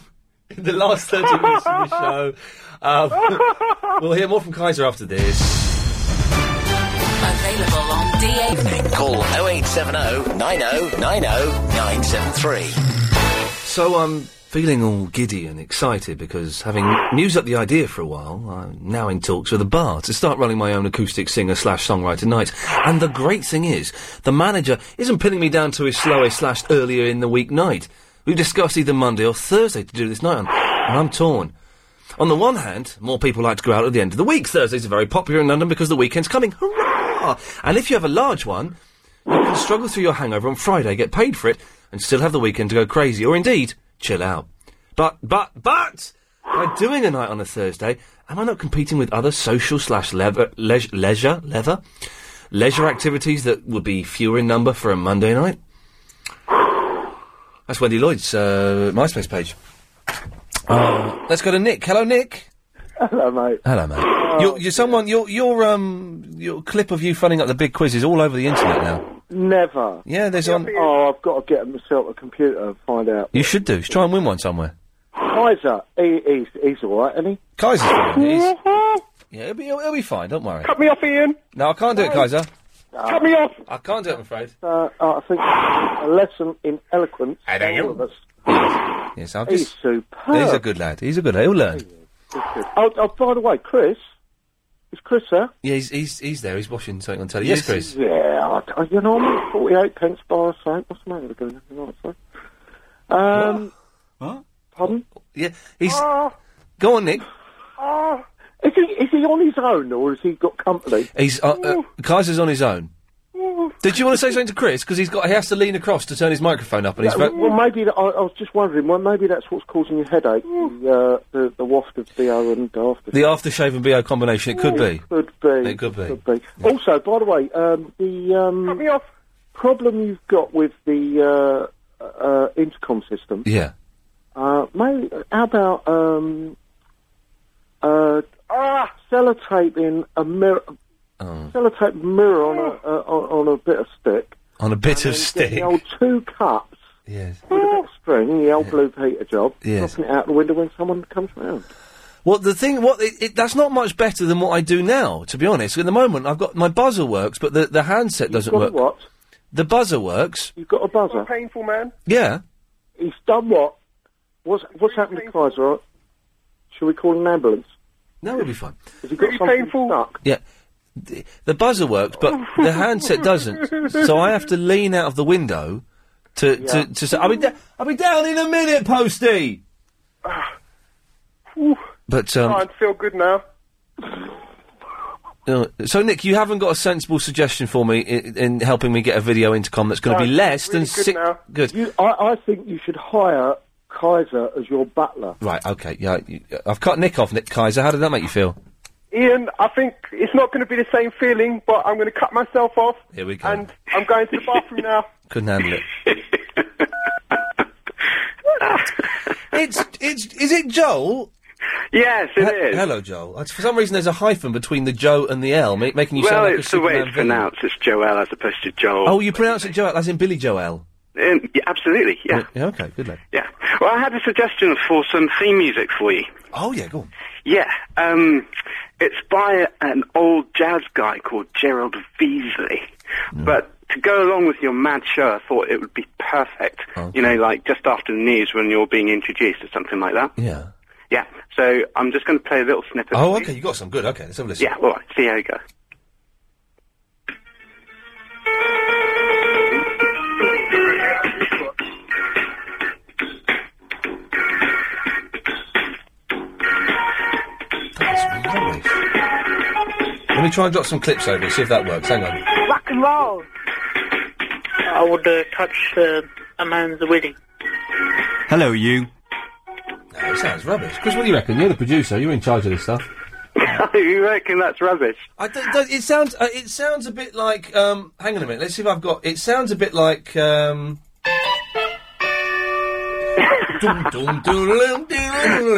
Speaker 3: in the last 30 minutes of the show, um, we'll hear more from Kaiser after this.
Speaker 1: Available on DA. Evening. Call 0870 90 90 973.
Speaker 3: So, I'm feeling all giddy and excited because having news up the idea for a while, I'm now in talks with a bar to start running my own acoustic singer slash songwriter night. And the great thing is, the manager isn't pinning me down to his slowest slash earlier in the week night. We've discussed either Monday or Thursday to do this night on, and I'm torn. On the one hand, more people like to go out at the end of the week. Thursdays are very popular in London because the weekend's coming. Hurrah! And if you have a large one, you can struggle through your hangover on Friday, get paid for it, and still have the weekend to go crazy, or indeed, chill out. But, but, but, by doing a night on a Thursday, am I not competing with other social slash lever, leisure, leisure, leather? Leisure activities that would be fewer in number for a Monday night? That's Wendy Lloyd's uh, MySpace page. Uh, let's go to Nick. Hello, Nick.
Speaker 7: Hello, mate.
Speaker 3: Hello, mate. You're, you're someone. Your your um your clip of you funning up the big quiz is all over the internet now.
Speaker 7: Never.
Speaker 3: Yeah, there's on-
Speaker 7: Oh, I've got to get myself a computer and find out.
Speaker 3: You should do. Try and win one somewhere.
Speaker 7: Kaiser, he, he's, he's all right, isn't he?
Speaker 3: Kaiser's fine. He's, yeah, he'll be he'll, he'll be fine. Don't worry.
Speaker 7: me off, Ian.
Speaker 3: No, I can't do it, Kaiser.
Speaker 7: Cut me off.
Speaker 3: I can't do it. I'm afraid.
Speaker 7: Uh, uh, I think a lesson in eloquence. I
Speaker 3: know.
Speaker 7: All of us.
Speaker 3: Yes, I've
Speaker 7: He's
Speaker 3: just.
Speaker 7: superb.
Speaker 3: He's a good lad. He's a good lad. He'll learn.
Speaker 7: Oh, oh, by the way, Chris. Is Chris there?
Speaker 3: Yeah, he's he's, he's there. He's watching something on telly. Uh, Yes, Chris.
Speaker 7: Yeah, I, I- you know, I'm at 48 pence bar, so what's the matter with doing nothing right, so? Um,
Speaker 3: what?
Speaker 7: Pardon?
Speaker 3: Yeah, he's. Go on, Nick.
Speaker 7: Oh, Ah. is he is he on his own or has he got company?
Speaker 3: He's uh, uh, Kaiser's on his own. Did you want to say something to Chris? Because he's got he has to lean across to turn his microphone up, and he's
Speaker 7: Yeah,
Speaker 3: ve-
Speaker 7: well, maybe that, I, I was just wondering. Well, maybe that's what's causing your headache. The, uh, the the waft of bo and after
Speaker 3: the aftershave and bo combination. It could be.
Speaker 7: could be.
Speaker 3: It could be.
Speaker 7: Also, by the way, um, the um, problem you've got with the uh, uh, intercom system.
Speaker 3: Yeah.
Speaker 7: Uh, maybe, how about um, uh, ah, sellotaping a mirror,
Speaker 3: Oh.
Speaker 7: sellotape mirror on a, uh, on, on a bit of stick,
Speaker 3: On a bit of
Speaker 7: Get
Speaker 3: stick.
Speaker 7: the old two cups
Speaker 3: Yes.
Speaker 7: with a bit of string, the old blue Peter job,
Speaker 3: Yes.
Speaker 7: dropping it out the window when someone comes round.
Speaker 3: Well, the thing, what it, it, that's not much better than what I do now, to be honest. At the moment, I've got my buzzer works, but the, the handset doesn't
Speaker 7: got
Speaker 3: work.
Speaker 7: what?
Speaker 3: The buzzer works.
Speaker 7: You've got a buzzer.
Speaker 29: Painful man.
Speaker 3: Yeah.
Speaker 7: He's done what? What's, what's happened to Kaiser? Shall we call an ambulance?
Speaker 3: No, it'll be fine.
Speaker 7: Has he got something stuck?
Speaker 3: Yeah. The, the buzzer works, but the handset doesn't. So I have to lean out of the window to to, to say, I'll be, da- I'll be down in a minute, Posty! But, um,
Speaker 29: I feel good now.
Speaker 3: uh, so Nick, you haven't got a sensible suggestion for me in, in helping me get a video intercom that's going to
Speaker 7: No,
Speaker 3: be
Speaker 7: it's
Speaker 3: less than
Speaker 7: really good
Speaker 3: six.
Speaker 7: now.
Speaker 3: Good.
Speaker 7: You, I, I think you should hire Kaiser as your butler.
Speaker 3: Right, okay. Yeah, you- I've cut Nick off, Nick Kaiser. How did that make you feel?
Speaker 29: Ian, I think it's not going to be the same feeling, but I'm going to cut myself off.
Speaker 3: Here we go.
Speaker 29: And I'm going to the bathroom now.
Speaker 3: Couldn't handle it. it's it's is it Joel?
Speaker 23: Yes,
Speaker 3: it is. Hello, Joel. That's- for some reason, there's a hyphen between the Joe and the L, ma- making you
Speaker 23: well,
Speaker 3: sound like
Speaker 23: it's
Speaker 3: a
Speaker 23: the way
Speaker 3: Superman
Speaker 23: it's
Speaker 3: villain.
Speaker 23: pronounced. It's Joel as opposed to Joel.
Speaker 3: Oh, you pronounce it Joel, as in Billy Joel. Oh,
Speaker 23: Um, yeah, absolutely, yeah.
Speaker 3: Yeah, okay, good lad.
Speaker 23: Yeah. Well, I had a suggestion for some theme music for you.
Speaker 3: Oh yeah, go on.
Speaker 23: Yeah. Um, it's by an old jazz guy called Gerald Beasley.
Speaker 3: Hmm.
Speaker 23: But to go along with your mad show, I thought it would be perfect. You know, like just after the news when you're being introduced or something like that.
Speaker 3: Yeah.
Speaker 23: Yeah. So I'm just going to play a little snippet.
Speaker 3: Oh, okay, you got some good. Okay, let's have a listen.
Speaker 23: Yeah, all right. See how you go.
Speaker 3: can we? Let me try and drop some clips over it, see if that works. Hang on.
Speaker 35: Rock and roll.
Speaker 23: I would uh, touch uh, a man's wedding.
Speaker 36: Hello, you.
Speaker 3: No, it sounds rubbish. Chris, what do you reckon? You're the producer. You're in charge of this stuff.
Speaker 17: you reckon that's rubbish?
Speaker 3: I don't, don't- it sounds uh, it sounds a bit like. Um, hang on a minute. Let's see if I've got. It sounds a bit like. Um, dum, dum, doodle, doodle,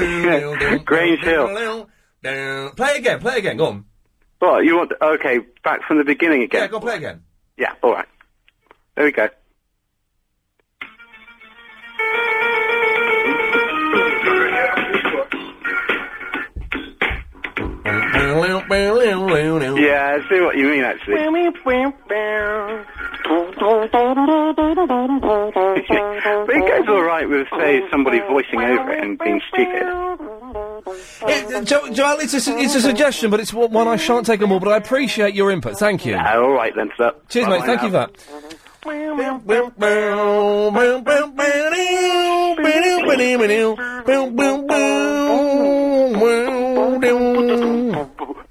Speaker 3: doodle, doodle,
Speaker 17: Grange Hill.
Speaker 3: doodle, doodle. Play again. Play again. Go on.
Speaker 17: What, you want... Okay, back from the beginning again.
Speaker 3: Yeah, go on, play again.
Speaker 17: Yeah, all right. There we go. Yeah, I see what you mean, actually. But it goes all right with, say, somebody voicing over it and being stupid.
Speaker 3: It, uh, jo- Joel, it's a, su- it's a suggestion, but it's one one I shan't take on board. But I appreciate your input. Thank you.
Speaker 17: Uh, all right then, sir.
Speaker 3: Cheers, mate.
Speaker 17: Bye-bye
Speaker 3: Thank you for
Speaker 17: now.
Speaker 3: that.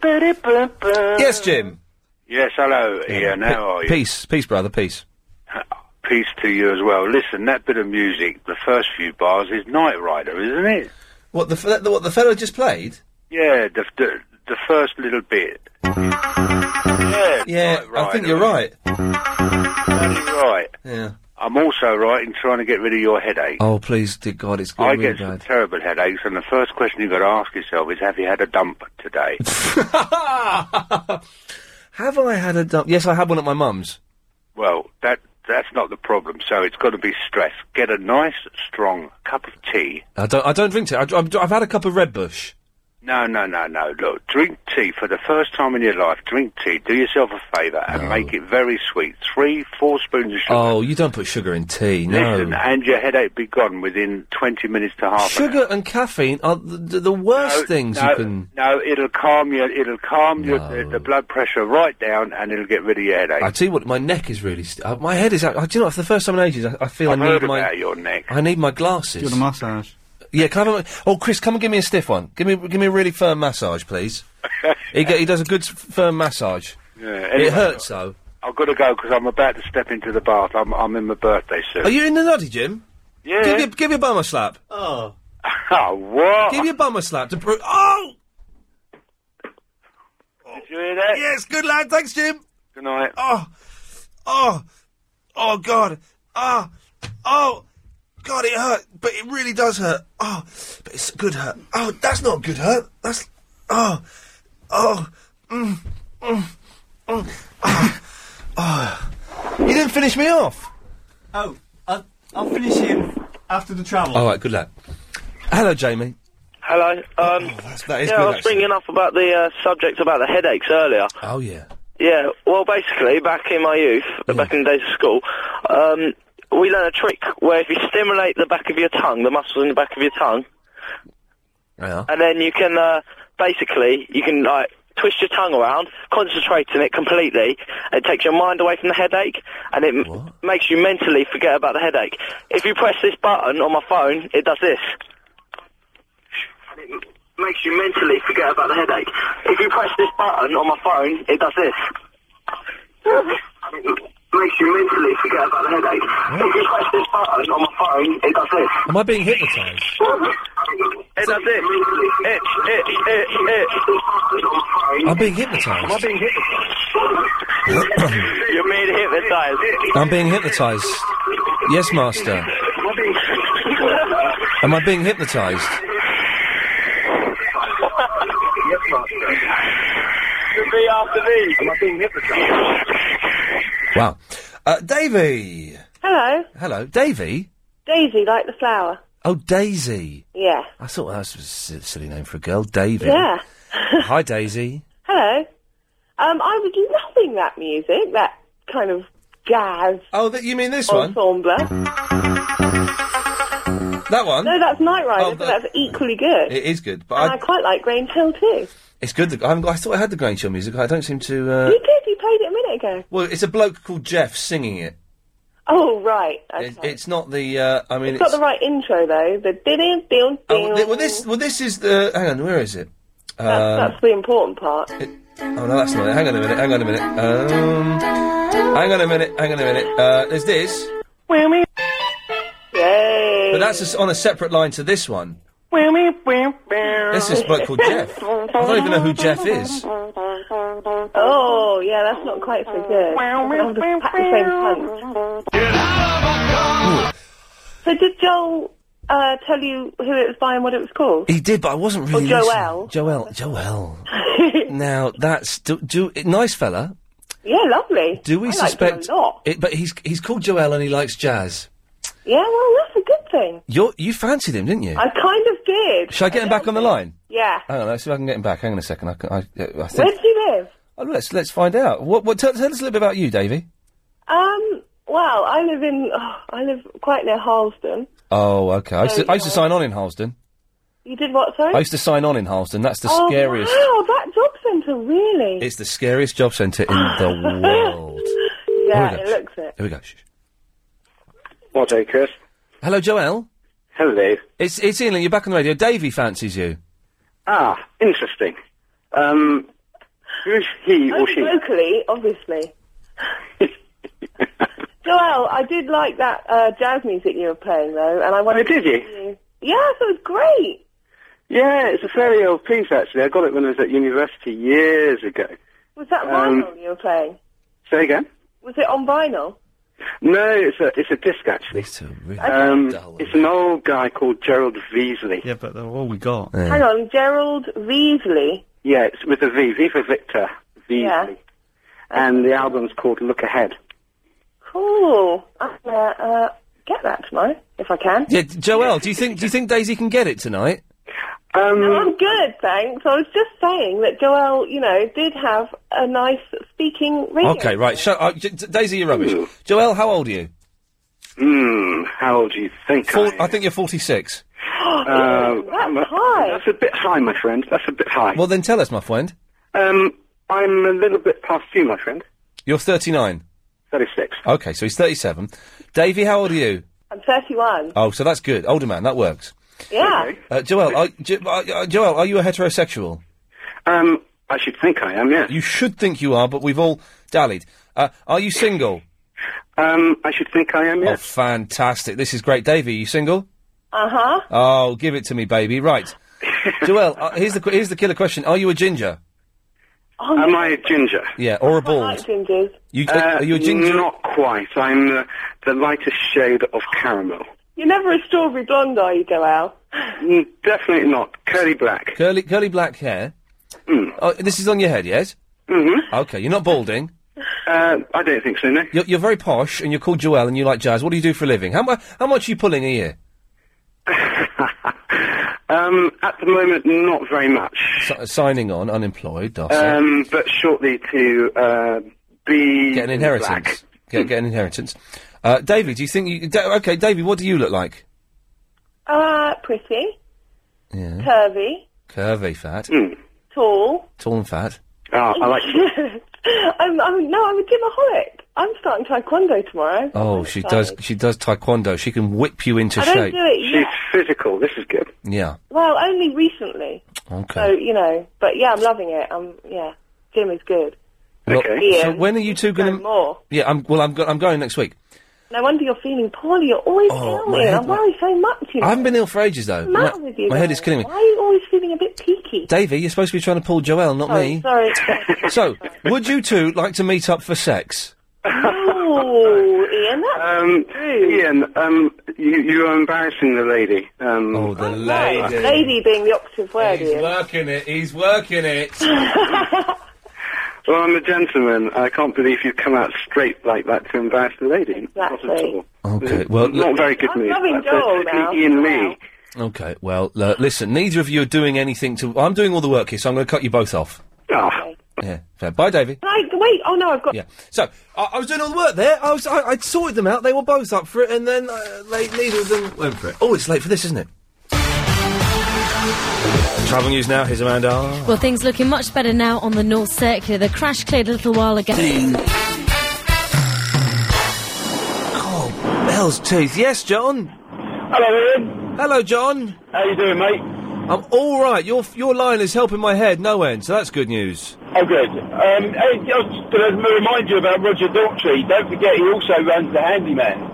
Speaker 3: Yes, Jim.
Speaker 37: Yes, hello, Ian.
Speaker 3: Pe-
Speaker 37: How are you?
Speaker 3: Peace, peace, brother, peace.
Speaker 37: Peace to you as well. Listen, that bit of music, the first few bars, is Night Rider, isn't it?
Speaker 3: What the f- what the fellow just played?
Speaker 37: Yeah, the the, the first little bit. Yeah,
Speaker 3: Yeah, I think you're right.
Speaker 37: bloody right.
Speaker 3: Yeah.
Speaker 37: I'm also right in trying to get rid of your headache.
Speaker 3: Oh, please, dear God, it's
Speaker 37: I
Speaker 3: getting really
Speaker 37: get some
Speaker 3: bad.
Speaker 37: terrible headaches, and the first question you've got to ask yourself is, have you had a dump today?
Speaker 3: Have I had a dump? Yes, I had one at my mum's.
Speaker 37: Well, that that's not the problem. So it's got to be stress. Get a nice strong cup of tea.
Speaker 3: I don't. I don't drink tea. I, I've I've had a cup of Red Bush.
Speaker 37: No, no, no, no. Look, drink tea for the first time in your life. Drink tea. Do yourself a favour and make it very sweet. Three, four spoons of sugar.
Speaker 3: Oh, you don't put sugar in tea, no.
Speaker 37: Listen, and your headache be gone within twenty minutes to half. an
Speaker 3: Sugar and caffeine are the, the, the worst things
Speaker 37: no,
Speaker 3: you can.
Speaker 37: No, it'll calm your it'll calm your the, the blood pressure right down, and it'll get rid of your headache.
Speaker 3: I tell you what, my neck is really. St- uh, my head is. out- Uh, do you know? what, For the first time in ages, I, I feel
Speaker 37: I've
Speaker 3: I need
Speaker 37: heard
Speaker 3: my.
Speaker 37: about your neck.
Speaker 3: I need my glasses.
Speaker 37: Do you
Speaker 3: want a massage? Yeah, can I have a? Oh, Chris, come and give me a stiff one. Give me, give me a really firm massage, please. he, ge- he does a good s- firm massage.
Speaker 37: Yeah, anyway,
Speaker 3: it hurts though.
Speaker 37: I've got to go because I'm about to step into the bath. I'm I'm in my birthday suit.
Speaker 3: Are you in the noddy, Jim?
Speaker 37: Yeah.
Speaker 3: Give your, give your bum a slap.
Speaker 37: Oh. oh, what?
Speaker 3: Give your bum a slap to prove. Oh.
Speaker 37: Did you hear that?
Speaker 3: Yes, good lad. Thanks, Jim.
Speaker 37: Good night.
Speaker 3: Oh, oh, oh, God. Ah, oh, God, it hurt, but it really does hurt. Oh, but it's a good hurt. Oh, that's not a good hurt. That's, oh, oh, mm, mm, mm. Ah, oh. You didn't finish me off.
Speaker 36: Oh,
Speaker 6: uh,
Speaker 36: I'll, I'll finish you after the travel.
Speaker 3: All right, good lad. Hello, Jamie.
Speaker 7: Hello. Um,
Speaker 3: Oh, that
Speaker 7: yeah,
Speaker 3: is good,
Speaker 7: I was
Speaker 3: actually.
Speaker 7: bringing up about the uh, subject about the headaches earlier.
Speaker 3: Oh, yeah.
Speaker 7: Yeah, well, basically, back in my youth,
Speaker 3: Hmm.
Speaker 7: uh back in the days of school, um, we learned a trick where if you stimulate the back of your tongue, the muscles in the back of your tongue,
Speaker 3: Yeah.
Speaker 7: and then you can uh, basically you can like twist your tongue around, concentrate on it completely. It takes your mind away from the headache, and it m- makes you mentally forget about the headache. If you press this button on my phone, it does this. It m- Makes you mentally forget about the headache. If you press this button on my phone, it does this. It m- Makes you mentally forget about the headache. If you press this button on my phone, it does this.
Speaker 3: Am I being hypnotised?
Speaker 7: It does this. It, it, it, it.
Speaker 3: I'm being hypnotised.
Speaker 7: being hypnotised? You're being hypnotised.
Speaker 3: I'm being hypnotised. Yes, master. Am I being hypnotised?
Speaker 7: You'll be after me. Am I being hypnotised?
Speaker 3: Wow. Uh, Davy.
Speaker 8: Hello,
Speaker 3: Hello, Davy.
Speaker 8: Daisy, like the flower.
Speaker 3: Oh, Daisy.
Speaker 8: Yeah.
Speaker 3: I thought that was a si- silly name for a girl, Davy.
Speaker 8: Yeah.
Speaker 3: Hi, Daisy.
Speaker 8: Hello. Um, I was loving that music, that kind of jazz.
Speaker 3: Oh, that you mean this
Speaker 8: ensemble.
Speaker 3: That one.
Speaker 8: No, that's Night Rider,
Speaker 3: Oh,
Speaker 8: but
Speaker 3: that-
Speaker 8: that's equally good.
Speaker 3: It is good, but
Speaker 8: and I...
Speaker 3: I,
Speaker 8: quite like Grange Hill too.
Speaker 3: it's good. That, I, haven't got, I thought I had the Grange Hill music. I don't seem to. Uh,
Speaker 8: you did. You played it a minute ago.
Speaker 3: well, it's a bloke called Jeff singing it.
Speaker 8: Oh right. Okay.
Speaker 3: It- it's not the. Uh, I mean,
Speaker 8: it's got the right intro though. The did ding ding
Speaker 3: Um, Oh, well, thi- well, this well, this is the. Hang on, where is it? Um,
Speaker 8: That's the important part.
Speaker 3: Oh no, that's not it. Hang on a minute. Hang on a minute. Um, hang on a minute. Hang on a minute. Uh, there's this,
Speaker 8: Whammy. Yay.
Speaker 3: but that's a s on a separate line to this one.
Speaker 8: Whammy, whammy. This
Speaker 3: is a bloke called Jeff. I don't even know who Jeff is.
Speaker 8: Oh, yeah, that's not quite so good. I'll just pack the same punch. So did Joel uh, tell you who it was by and what it was called?
Speaker 3: He did, but I wasn't really.
Speaker 8: Or
Speaker 3: listening.
Speaker 8: Joel.
Speaker 3: Joel. Joel. now that's do, do nice fella.
Speaker 8: Yeah, lovely.
Speaker 3: Do we
Speaker 8: I liked him
Speaker 3: suspect?
Speaker 8: a lot.
Speaker 3: It, but he's he's called Joel and he likes jazz.
Speaker 8: Yeah, well, that's a good thing.
Speaker 3: You you fancied him, didn't you?
Speaker 8: I kind of did.
Speaker 3: Shall I get him back on the line?
Speaker 8: Yeah.
Speaker 3: Hang on, let's see if I can get him back. Hang on a second. I, can- I, I
Speaker 8: Where
Speaker 3: think.
Speaker 8: did you live?
Speaker 3: Oh, let's let's find out. What what? Tell, tell us a little bit about you, Davy.
Speaker 8: Um, well, I live in, oh, I live quite near Harlesden.
Speaker 3: Oh, okay. I used, to, I used to sign on in Halsden.
Speaker 8: You did what, sorry?
Speaker 3: I used to sign on in Halsden. That's the
Speaker 8: oh,
Speaker 3: scariest.
Speaker 8: wow, that job centre, really?
Speaker 3: It's the scariest job centre in the world.
Speaker 8: yeah,
Speaker 3: Here we
Speaker 8: it
Speaker 3: go.
Speaker 8: looks it.
Speaker 3: Here we go. Shh.
Speaker 14: What day, Chris?
Speaker 3: Hello, Joel.
Speaker 14: Hello.
Speaker 3: It's it's Ian. Lee, You're back on the radio. Davy fancies you.
Speaker 14: Ah, interesting. Um, who's he or
Speaker 8: Only
Speaker 14: she?
Speaker 8: Locally, obviously. Joel, I did like that uh, jazz music you were playing, though, and I wanted.
Speaker 14: Oh, did
Speaker 8: to
Speaker 14: you?
Speaker 8: see Yeah, I thought it was great.
Speaker 14: Yeah, it's a very old piece actually. I got it when I was at university years ago.
Speaker 8: Was that
Speaker 14: Um,
Speaker 8: vinyl you were playing?
Speaker 14: Say again?
Speaker 8: Was it on vinyl?
Speaker 14: No, it's a it's a disc actually. It's um, it's an old guy called Gerald Veasley.
Speaker 6: Yeah, but they're all we got.
Speaker 8: Hang on, Gerald Veasley.
Speaker 14: Yeah, it's with a V, V for Victor, Veasley,
Speaker 8: Yeah.
Speaker 14: and the album's called Look Ahead.
Speaker 8: Cool. I'm gonna uh, get that tomorrow if I can.
Speaker 3: Yeah, Joel. Do you think do you think Daisy can get it tonight?
Speaker 8: No, I'm good, thanks. I was just saying that Joel, you know, did have a nice speaking radio.
Speaker 3: Okay, right. Shut, uh, J- J- Daisy, you're rubbish. Joel, how old are you?
Speaker 14: Hmm, how old do you think
Speaker 3: Four, I, think you're 46.
Speaker 14: Um, that's high. That's a bit high, my friend. That's a bit high.
Speaker 3: Well, then tell us, my friend.
Speaker 14: Um, I'm a little bit past you, my friend.
Speaker 3: You're 39.
Speaker 14: 36.
Speaker 3: Okay, so he's 37. Davy, how old are you?
Speaker 8: I'm 31.
Speaker 3: Oh, so that's good. Older man, that works.
Speaker 8: Yeah.
Speaker 3: Uh, Joel, are, jo- uh, uh, Joel, are you a heterosexual?
Speaker 14: Um, I should think I am. Yeah.
Speaker 3: You should think you are, but we've all dallied. Uh, are you single?
Speaker 14: Um, I should think I am.
Speaker 3: Oh, fantastic! This is great, Davy. You single?
Speaker 8: Uh huh.
Speaker 3: Oh, give it to me, baby. Right, Joel. Uh, here's the qu- here's the killer question: Are you a ginger?
Speaker 8: Oh,
Speaker 14: Am I Uh, a ginger?
Speaker 3: Yeah, or
Speaker 8: I
Speaker 3: a bald?
Speaker 8: like gingers.
Speaker 3: You, are you a ginger?
Speaker 14: Not quite. I'm uh, the lightest shade of caramel.
Speaker 8: You're never a strawberry blonde, are you, Joel?
Speaker 14: Mm, definitely not. Curly black.
Speaker 3: Curly curly black hair.
Speaker 14: Hmm.
Speaker 3: Oh, this is on your head, yes? Mm-hmm. Okay, you're not balding.
Speaker 14: Uh, I don't think so, no.
Speaker 3: You're, you're very posh, and you're called Joel, and you like jazz. What do you do for a living? How, mu- how much are you pulling a year?
Speaker 14: Um, at the moment, not very much.
Speaker 3: S- uh, signing on, unemployed, Darcy.
Speaker 14: Um, but shortly to uh, be
Speaker 3: get an inheritance.
Speaker 14: black.
Speaker 3: Get, get an inheritance. Uh, Davy, do you think you... Da- okay, Davy, what do you look like?
Speaker 8: Uh, pretty,
Speaker 3: Yeah.
Speaker 8: curvy,
Speaker 3: Curvy, fat.
Speaker 8: tall.
Speaker 3: Tall and fat.
Speaker 14: Hmm. Ah, I like...
Speaker 8: I'm, I'm, no, I'm a gymaholic. I'm starting taekwondo tomorrow.
Speaker 3: Oh, she does. She does taekwondo. She can whip you into
Speaker 8: I don't
Speaker 3: shape.
Speaker 8: do it yet.
Speaker 14: physical. This is good.
Speaker 3: Yeah.
Speaker 8: Well, only recently.
Speaker 3: Okay.
Speaker 8: So, you know, but yeah, I'm loving it. I'm, yeah, gym is good.
Speaker 3: Well,
Speaker 8: Okay.
Speaker 3: So when are you two going to?
Speaker 8: More.
Speaker 3: Yeah. I'm. Well, I'm. Go- I'm going next week.
Speaker 8: No wonder you're feeling poorly. You're always
Speaker 3: Oh,
Speaker 8: ill.
Speaker 3: my
Speaker 8: Ian. I
Speaker 3: head-
Speaker 8: worry so much, you know.
Speaker 3: I haven't been ill for ages
Speaker 8: What's
Speaker 3: though.
Speaker 8: the matter
Speaker 3: my
Speaker 8: with you?
Speaker 3: my head is
Speaker 8: though?
Speaker 3: killing me.
Speaker 8: Why are you always feeling a bit peaky?
Speaker 3: Davy, you're supposed to be trying to pull Joel, not
Speaker 8: Sorry,
Speaker 3: me.
Speaker 8: Oh, sorry.
Speaker 3: So, would you two like to meet up for sex?
Speaker 8: no, Ian, that's
Speaker 14: Um, Ian, um, you, you are embarrassing the lady. Um,
Speaker 3: oh, the
Speaker 8: right. Lady being the operative word, Ian.
Speaker 3: working it. He's working it.
Speaker 14: Well, I'm a gentleman. I can't believe you've come out straight like that to embarrass the lady. Not at all.
Speaker 3: Okay. Well,
Speaker 14: Not
Speaker 3: look-
Speaker 14: very good
Speaker 8: I'm
Speaker 14: news.
Speaker 8: loving
Speaker 14: That's
Speaker 8: Joel
Speaker 14: certainly
Speaker 8: now.
Speaker 14: Ian Lee.
Speaker 3: Okay. Well, l- listen. Neither of you are doing anything to. I'm doing all the work here, so I'm going to cut you both off. Yeah. Fair. Bye, Davy.
Speaker 8: Right, wait, oh no, I've got...
Speaker 3: Yeah. So I, I was doing all the work there. I was. I, I sorted them out. They were both up for it, and then uh, they, neither of them went for it. Oh, it's late for this, isn't it? Travel news now. Here's Amanda.
Speaker 38: Well, things looking much better now on the North Circular. The crash cleared a little while ago.
Speaker 3: Bell's teeth. Yes, John.
Speaker 39: Hello, Ian.
Speaker 3: Hello, John.
Speaker 39: How you doing, mate?
Speaker 3: I'm all right. Your your line is helping my head no end, so that's good news.
Speaker 40: Oh, good. Um, hey, I was just going to remind you about Roger Daughtry. Don't forget, he also runs the handyman.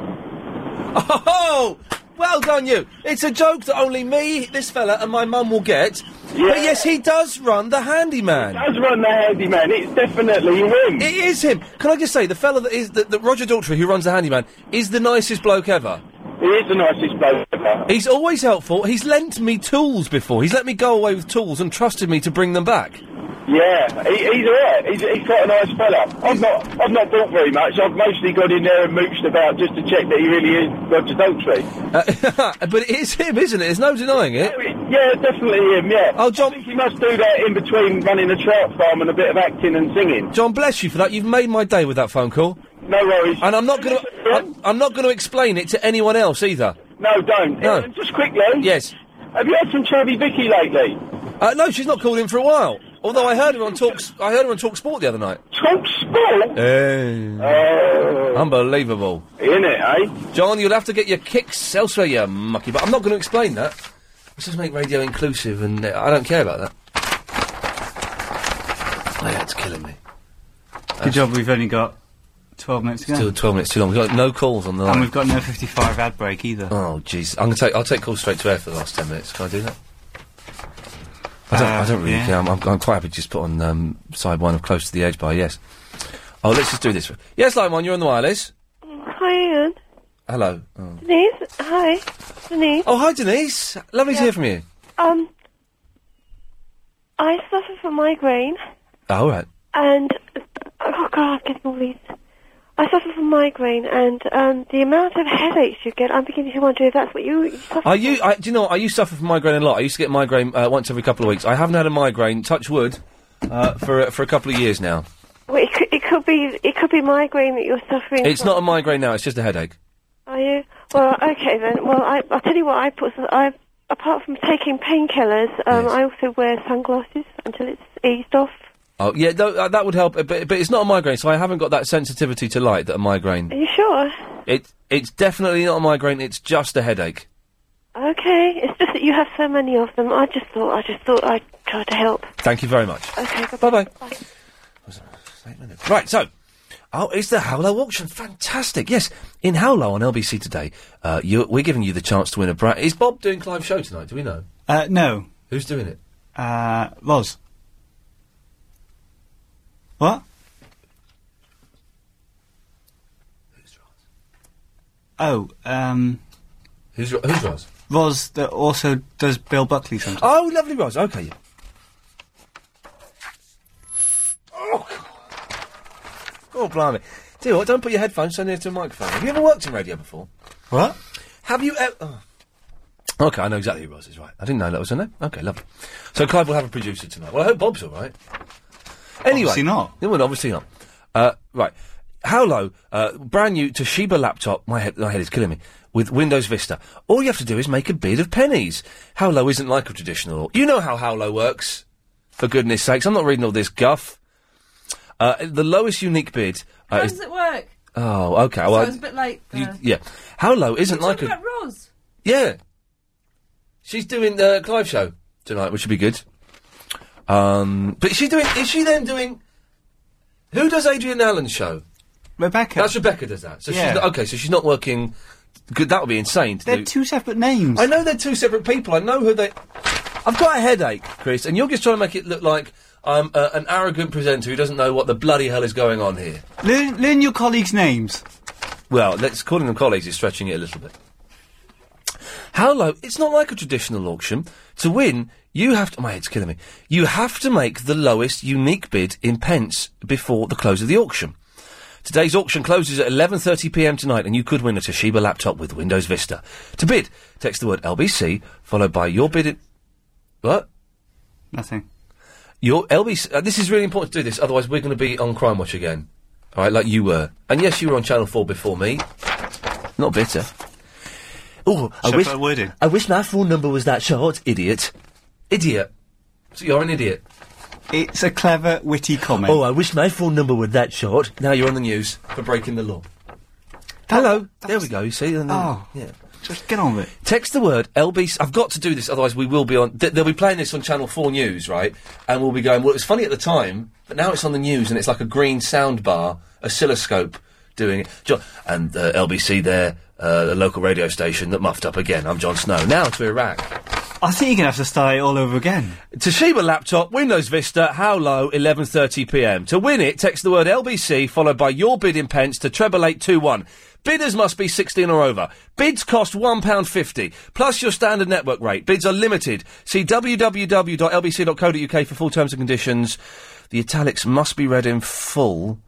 Speaker 3: Oh, well done you. It's a joke that only me, this fella, and my mum will get. But yes, he does run the handyman. He
Speaker 40: does run the handyman. It's definitely him.
Speaker 3: It is him. Can I just say, the fella that is, that, that Roger Daltrey, who runs the handyman, is the nicest bloke ever.
Speaker 40: He is the nicest bloke ever.
Speaker 3: He's always helpful. He's lent me tools before. He's let me go away with tools and trusted me to bring them back.
Speaker 40: Yeah, he, he's alright. He's, he's quite a nice fella. I've not, I've not thought very much. I've mostly got in there and mooched about just to check that he really is Roger Daltrey.
Speaker 3: Uh, but it is him, isn't it? There's no denying it.
Speaker 40: Yeah, definitely him. Yeah. Oh, John, I think he must do that in between running a trout farm and a bit of acting and singing.
Speaker 3: John, bless you for that. You've made my day with that phone call.
Speaker 40: No worries.
Speaker 3: And I'm not gonna, I'm, I'm not gonna explain it to anyone else either.
Speaker 40: No, don't.
Speaker 3: No.
Speaker 40: Uh, just quickly.
Speaker 3: Yes.
Speaker 40: Have you had some Chubby Vicky lately?
Speaker 3: Uh, no, she's not called in for a while. Although I heard her on talks, I heard her on Talk Sport the other night. Eh.
Speaker 40: Talk Sport.
Speaker 3: Unbelievable.
Speaker 40: In it, eh?
Speaker 3: John, you'll have to get your kicks elsewhere, you mucky. But I'm not going to explain that. Let's just make radio inclusive, and uh, I don't care about that. Oh, yeah, it's killing me.
Speaker 6: Good job, we've only got 12 minutes to go.
Speaker 3: Still 12 minutes too long. We've got no calls on the line.
Speaker 6: And we've got no 55 ad break either.
Speaker 3: Oh, jeez. I'm gonna take. I'll take calls straight to air for the last ten minutes. Can I do that? I don't.
Speaker 6: Uh,
Speaker 3: I don't really
Speaker 6: yeah.
Speaker 3: care. I'm, I'm, I'm quite happy to just put on um, side one of close to the edge bar. Yes. Oh, let's just do this. Yes, line one. You're on the wireless.
Speaker 8: Hi, Ian.
Speaker 3: Hello. Oh,
Speaker 8: Denise. Hi, Denise.
Speaker 3: oh hi Denise. Lovely to hear from you.
Speaker 8: Um, I suffer from migraine,
Speaker 3: Oh, all right.
Speaker 8: and oh god, I'm getting all these. I suffer from migraine, and um, the amount of headaches you get, I'm beginning to wonder if that's what you, you suffer.
Speaker 3: Are you? I, do you know? what? I used to suffer from migraine a lot. I used to get migraine uh, once every couple of weeks. I haven't had a migraine. Touch wood. Uh, for uh, for a couple of years now.
Speaker 8: Well, it, could, it could be it could be migraine that you're suffering.
Speaker 3: It's
Speaker 8: from.
Speaker 3: not a migraine now. It's just a headache.
Speaker 8: Are you? Well, okay then. Well, I, I'll tell you what I put. I apart from taking painkillers, um, I also wear sunglasses until it's eased off.
Speaker 3: Oh yeah, tho- uh, that would help. uh, But but it's not a migraine, so I haven't got that sensitivity to light that a migraine.
Speaker 8: Are you sure?
Speaker 3: It it's definitely not a migraine. It's just a headache.
Speaker 8: Okay. It's just that you have so many of them. I just thought. I just thought I'd try to help.
Speaker 3: Thank you very much.
Speaker 8: Okay.
Speaker 3: Bye bye. Right, so. Oh, it's the Howlow auction. Fantastic. Yes, in Howlow on LBC today, uh, you, we're giving you the chance to win a bra. Is Bob doing Clive's show tonight? Do we know?
Speaker 6: Uh, no.
Speaker 3: Who's doing it?
Speaker 6: Uh, Loz. What? Oh, um.
Speaker 3: Who's, who's Roz?
Speaker 6: Roz that also does Bill Buckley sometimes.
Speaker 3: Oh, lovely Roz. Okay. yeah. Oh, blimey. Do you know what? Don't put your headphones so near to a microphone. Have you ever worked in radio before?
Speaker 6: What?
Speaker 3: Have you ever. Oh. Okay, I know exactly who Roz is, right. I didn't know that was her name. Okay, lovely. So Clive will have a producer tonight. Well, I hope Bob's all right. Anyway.
Speaker 6: Obviously not.
Speaker 3: No, well, obviously not. Uh, right. Howlow, uh, brand new Toshiba laptop. My head, my head is killing me. With Windows Vista. All you have to do is make a beard of pennies. Howlow isn't like a traditional. You know how Howlow works. For goodness sakes, I'm not reading all this guff. Uh, the lowest unique bid. Uh,
Speaker 5: How
Speaker 3: is-
Speaker 5: does it work?
Speaker 3: Oh, okay. Well,
Speaker 5: so I was a bit late.
Speaker 3: you-
Speaker 5: there.
Speaker 3: yeah. Howlow isn't
Speaker 5: You're
Speaker 3: like
Speaker 5: talking
Speaker 3: a.
Speaker 5: about Roz.
Speaker 3: Yeah. She's doing the Clive show tonight, which would be good. Um, but she's doing. Is she then doing? Who does Adrian Allen's show?
Speaker 6: Rebecca.
Speaker 3: That's Rebecca does that. So
Speaker 6: Yeah.
Speaker 3: she's not, okay. So she's not working. Good. That would be insane. To
Speaker 6: They're
Speaker 3: do.
Speaker 6: two separate names.
Speaker 3: I know they're two separate people. I know who they. I've got a headache, Chris, and you're just trying to make it look like I'm uh, an arrogant presenter who doesn't know what the bloody hell is going on here.
Speaker 6: Learn, learn your colleagues' names.
Speaker 3: Well, let's calling them colleagues is stretching it a little bit. How low? It's not like a traditional auction. To win, you have to. My head's killing me. You have to make the lowest unique bid in pence before the close of the auction. Today's auction closes at 11:30 p.m. tonight, and you could win a Toshiba laptop with Windows Vista. To bid, text the word LBC followed by your bid. In- what?
Speaker 6: Nothing.
Speaker 3: Your LBC. Uh, this is really important to do this, otherwise we're going to be on Crime Watch again. All right, like you were, and yes, you were on Channel Four before me. Not bitter. Oh, I
Speaker 6: So
Speaker 3: wish.
Speaker 6: put a word in.
Speaker 3: I wish my phone number was that short, idiot. Idiot. So you're an idiot.
Speaker 6: It's a clever, witty comment.
Speaker 3: Oh, I wish my phone number were that short. Now you're on the news for breaking the law. Hello. There we go. You see? And then-
Speaker 6: Oh.
Speaker 3: Yeah.
Speaker 6: Just get on with it.
Speaker 3: Text the word LBC. I've got to do this, otherwise we will be on. th- they'll be playing this on Channel Four News, right? And we'll be going. Well, it was funny at the time, but now it's on the news, and it's like a green sound bar oscilloscope doing it. Jo- and uh, LBC, there, uh, the local radio station that muffed up again. I'm John Snow. Now to Iraq.
Speaker 6: I think you're going to have to start it all over again.
Speaker 3: Toshiba laptop, Windows Vista, how low? 11:30 p.m. To win it, text the word LBC followed by your bid in pence to treble eight two one. Bidders must be 16 or over. Bids cost £1.50, plus your standard network rate. Bids are limited. See www.lbc.co.uk for full terms and conditions. The italics must be read in full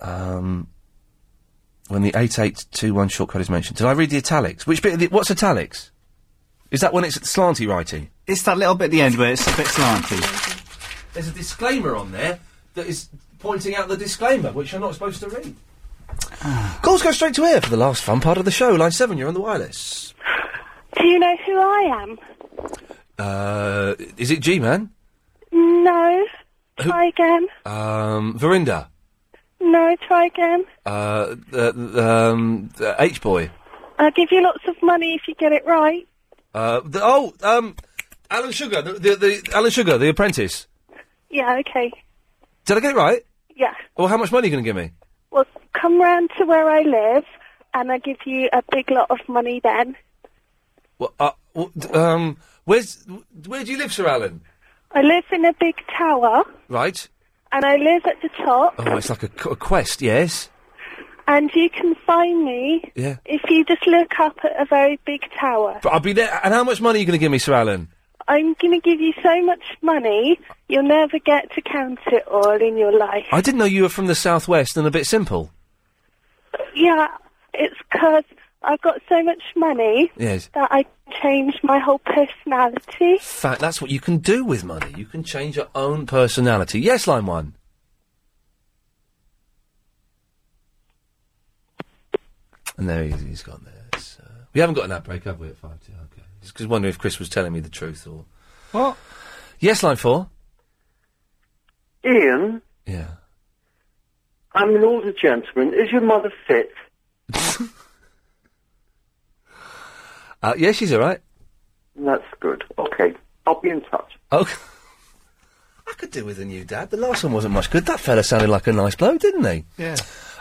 Speaker 3: um, when the 8821 shortcut is mentioned. Did I read the italics? Which bit of the, What's italics? Is that when it's slanty writing?
Speaker 6: It's that little bit at the end where it's a bit slanty.
Speaker 3: There's a disclaimer on there that is pointing out the disclaimer, which you're not supposed to read. Calls go straight to air for the last fun part of the show. Line 7, you're on the wireless.
Speaker 8: Do you know who I am?
Speaker 3: Uh, is it G-Man?
Speaker 8: No.
Speaker 3: Who-
Speaker 8: Try again.
Speaker 3: Um, Verinda?
Speaker 8: No, try again.
Speaker 3: Uh, the, the, um, the H-Boy?
Speaker 8: I'll give you lots of money if you get it right.
Speaker 3: Uh, the, oh, um, Alan Sugar, the, the, the, Alan Sugar, The Apprentice.
Speaker 8: Yeah, okay.
Speaker 3: Did I get it right?
Speaker 8: Yeah.
Speaker 3: Well, how much money are you going to give me?
Speaker 8: Well, come round to where I live and I'll give you a big lot of money then.
Speaker 3: Well, uh, well, d- um, where's, where do you live, Sir Alan?
Speaker 8: I live in a big tower
Speaker 3: Right?
Speaker 8: and I live at the top
Speaker 3: Oh, it's like a, qu- a quest, yes?
Speaker 8: and you can find me
Speaker 3: Yeah.
Speaker 8: if you just look up at a very big tower.
Speaker 3: But I'll be there. And how much money are you going to give me, Sir Alan?
Speaker 8: I'm going to give you so much money you'll never get to count it all in your life.
Speaker 3: I didn't know you were from the southwest and a bit simple.
Speaker 8: Yeah, it's 'cause I've got so much money
Speaker 3: Yes.
Speaker 8: that I changed my whole personality.
Speaker 3: Fact, that's what you can do with money. You can change your own personality. Yes, line one. And there he is, he's gone there. So. We haven't got an ad break, have we, at 5 2? Okay. Just 'cause wondering if Chris was telling me the truth or.
Speaker 6: What?
Speaker 3: Yes, line four.
Speaker 14: Ian?
Speaker 3: Yeah.
Speaker 14: I'm an older gentleman. Is your mother fit?
Speaker 3: Uh, yeah, she's all right.
Speaker 14: That's good. Okay. I'll be in touch.
Speaker 3: Okay. Oh. I could do with a new dad. The last one wasn't much good. That fella sounded like a nice bloke, didn't he?
Speaker 6: Yeah.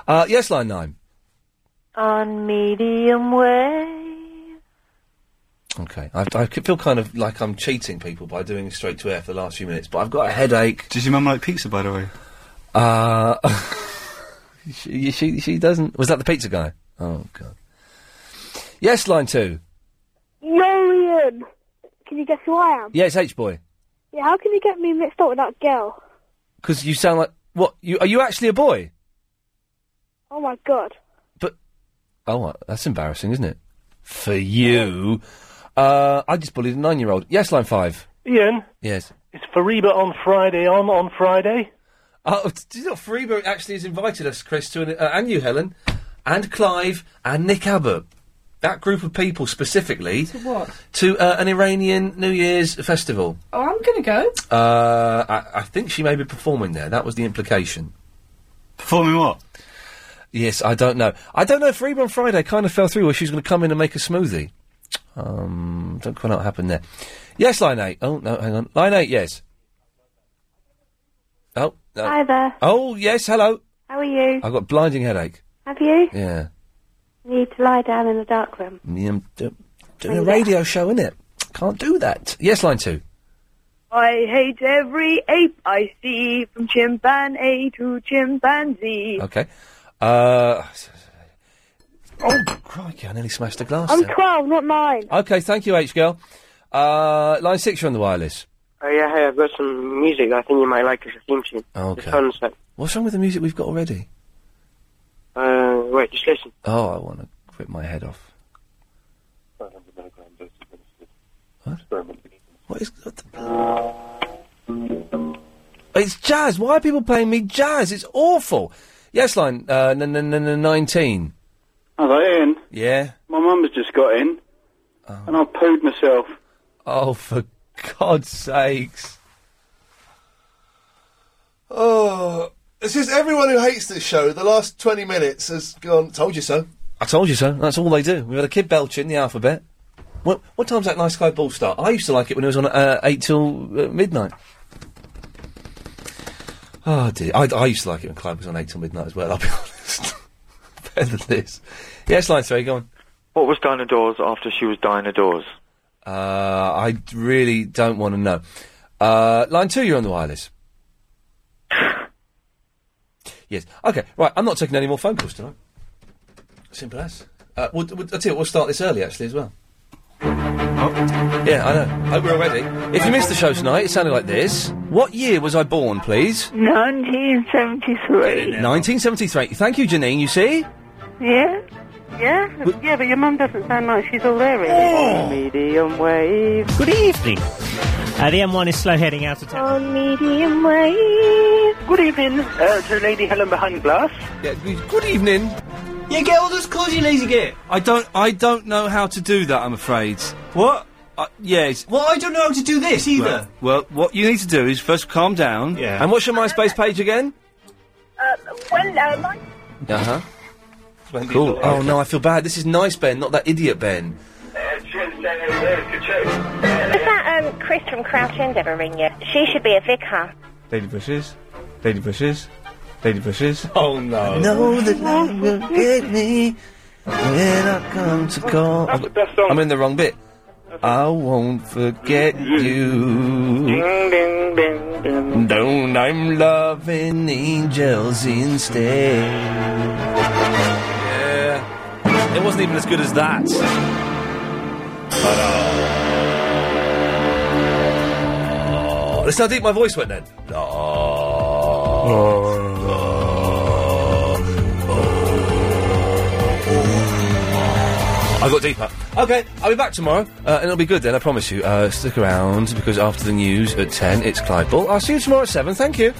Speaker 3: Uh, yes, line nine.
Speaker 26: On medium way.
Speaker 3: Okay, I, I c- feel kind of like I'm cheating people by doing straight to air for the last few minutes, but I've got a headache.
Speaker 6: Does your mum like pizza, by the way?
Speaker 3: Uh, she, she she doesn't. Was that the pizza guy? Oh god. Yes, line two.
Speaker 27: No, Ian. Can you guess who I am?
Speaker 3: Yes, H boy.
Speaker 27: Yeah, how can you get me mixed up with that girl?
Speaker 3: Because you sound like what? You are you actually a boy?
Speaker 27: Oh my god.
Speaker 3: Oh, uh, that's embarrassing, isn't it? For you, uh, I just bullied a nine-year-old. Yes, line five.
Speaker 41: Ian,
Speaker 3: Yes.
Speaker 41: it's Fariba on Friday. On on Friday.
Speaker 3: Oh, t- do you know Freeber actually has invited us, Chris, to an, uh, and you, Helen, and Clive, and Nick Abbott. That group of people specifically to
Speaker 42: what?
Speaker 3: To uh, an Iranian New Year's festival.
Speaker 42: Oh, I'm going to go.
Speaker 3: Uh, I, I think she may be performing there. That was the implication.
Speaker 6: Performing what?
Speaker 3: Yes, I don't know. I don't know if Reba on Friday kind of fell through or she was going to come in and make a smoothie. Um, don't quite know what happened there. Yes, line eight. Oh, no, hang on. Line eight, yes. Oh, no.
Speaker 42: Hi there.
Speaker 3: Oh, yes, hello.
Speaker 42: How are you?
Speaker 3: I've got blinding headache.
Speaker 42: Have you?
Speaker 3: Yeah.
Speaker 42: Need to lie down in a dark room.
Speaker 3: Me, I'm do- doing a radio show, innit? Can't do that. Yes, line two.
Speaker 42: I hate every ape I see, from chimpanzee to chimpanzee.
Speaker 3: Okay. Uh, oh, crikey, I nearly smashed a glass
Speaker 27: I'm
Speaker 3: there.
Speaker 27: 12, not 9.
Speaker 3: Okay, thank you, H girl. Uh, line six, you're on the wireless.
Speaker 43: Oh yeah, hey, I've got some music I think you might like as a theme tune.
Speaker 3: Okay.
Speaker 43: The sunset.
Speaker 3: What's wrong with the music we've got already?
Speaker 43: Uh, wait, just listen.
Speaker 3: Oh, I want to rip my head off. What? What is? What the... It's jazz. Why are people playing me jazz? It's awful. Yes, line uh, n- n- n- nineteen.
Speaker 44: Hello, Ian.
Speaker 3: Yeah.
Speaker 44: Oh, My mum has just got in, and I pooed myself.
Speaker 3: Oh, for God's sakes. Oh, it's just everyone who hates this show. The last twenty minutes has gone. Told you so. I told you so. That's all they do. We had a kid belching the alphabet. What, what time's that nice guy ball start? I used to like it when it was on uh, eight till uh, midnight. Oh dear, I, I used to like it when Clyde was on eight till midnight as well. I'll be honest. Better than this. Yes, line three. Go on.
Speaker 2: What was Dinah Dawes after she was Dinah Dawes?
Speaker 3: Uh, I d- really don't want to know. Uh, line two, you're on the wireless. yes. Okay. Right. I'm not taking any more phone calls tonight. Simple as. Uh, we'll, we'll, I tell you, what, we'll start this early actually as well. Yeah, I know. Hope we're all ready. If you missed the show tonight, it sounded like this. What year was I born, please?
Speaker 18: 1973.
Speaker 3: 1973. Thank you, Janine. You see?
Speaker 18: Yeah?
Speaker 16: Yeah, yeah, but your mum doesn't sound like she's all there, really.
Speaker 21: Oh.
Speaker 13: Oh.
Speaker 16: Medium wave.
Speaker 7: Good evening. Uh, the M1 is slow heading out of town.
Speaker 18: On medium wave.
Speaker 16: Good evening uh, to Lady Helen behind glass.
Speaker 3: Yeah, good evening.
Speaker 7: You get all those calls, you lazy git.
Speaker 3: I don't. I don't know how to do that. I'm afraid. What? Uh, yes.
Speaker 7: Well, I don't know how to do this either.
Speaker 3: Well, what you need to do is first calm down. Yeah. And what's your MySpace page again?
Speaker 27: Uh, well, uh, my...
Speaker 3: Uh huh. Cool. Oh no, I feel bad. This is nice Ben, not that idiot Ben.
Speaker 27: Does that um, Chris from Crouch End ever ring you? She should be a vicar.
Speaker 6: Lady Bushes. Lady Bushes. Lady Bushes.
Speaker 3: Oh no.
Speaker 7: Know that love will get me when I come to call.
Speaker 3: I'm, I'm in the wrong bit. I won't forget you. Don't I'm loving angels instead. Yeah. It wasn't even as good as that. But, uh, That's how deep my voice went then. I got deeper. Okay, I'll be back tomorrow, uh, and it'll be good then, I promise you. Uh, stick around, because after the news at 10, it's Clyde Ball. I'll see you tomorrow at 7. Thank you.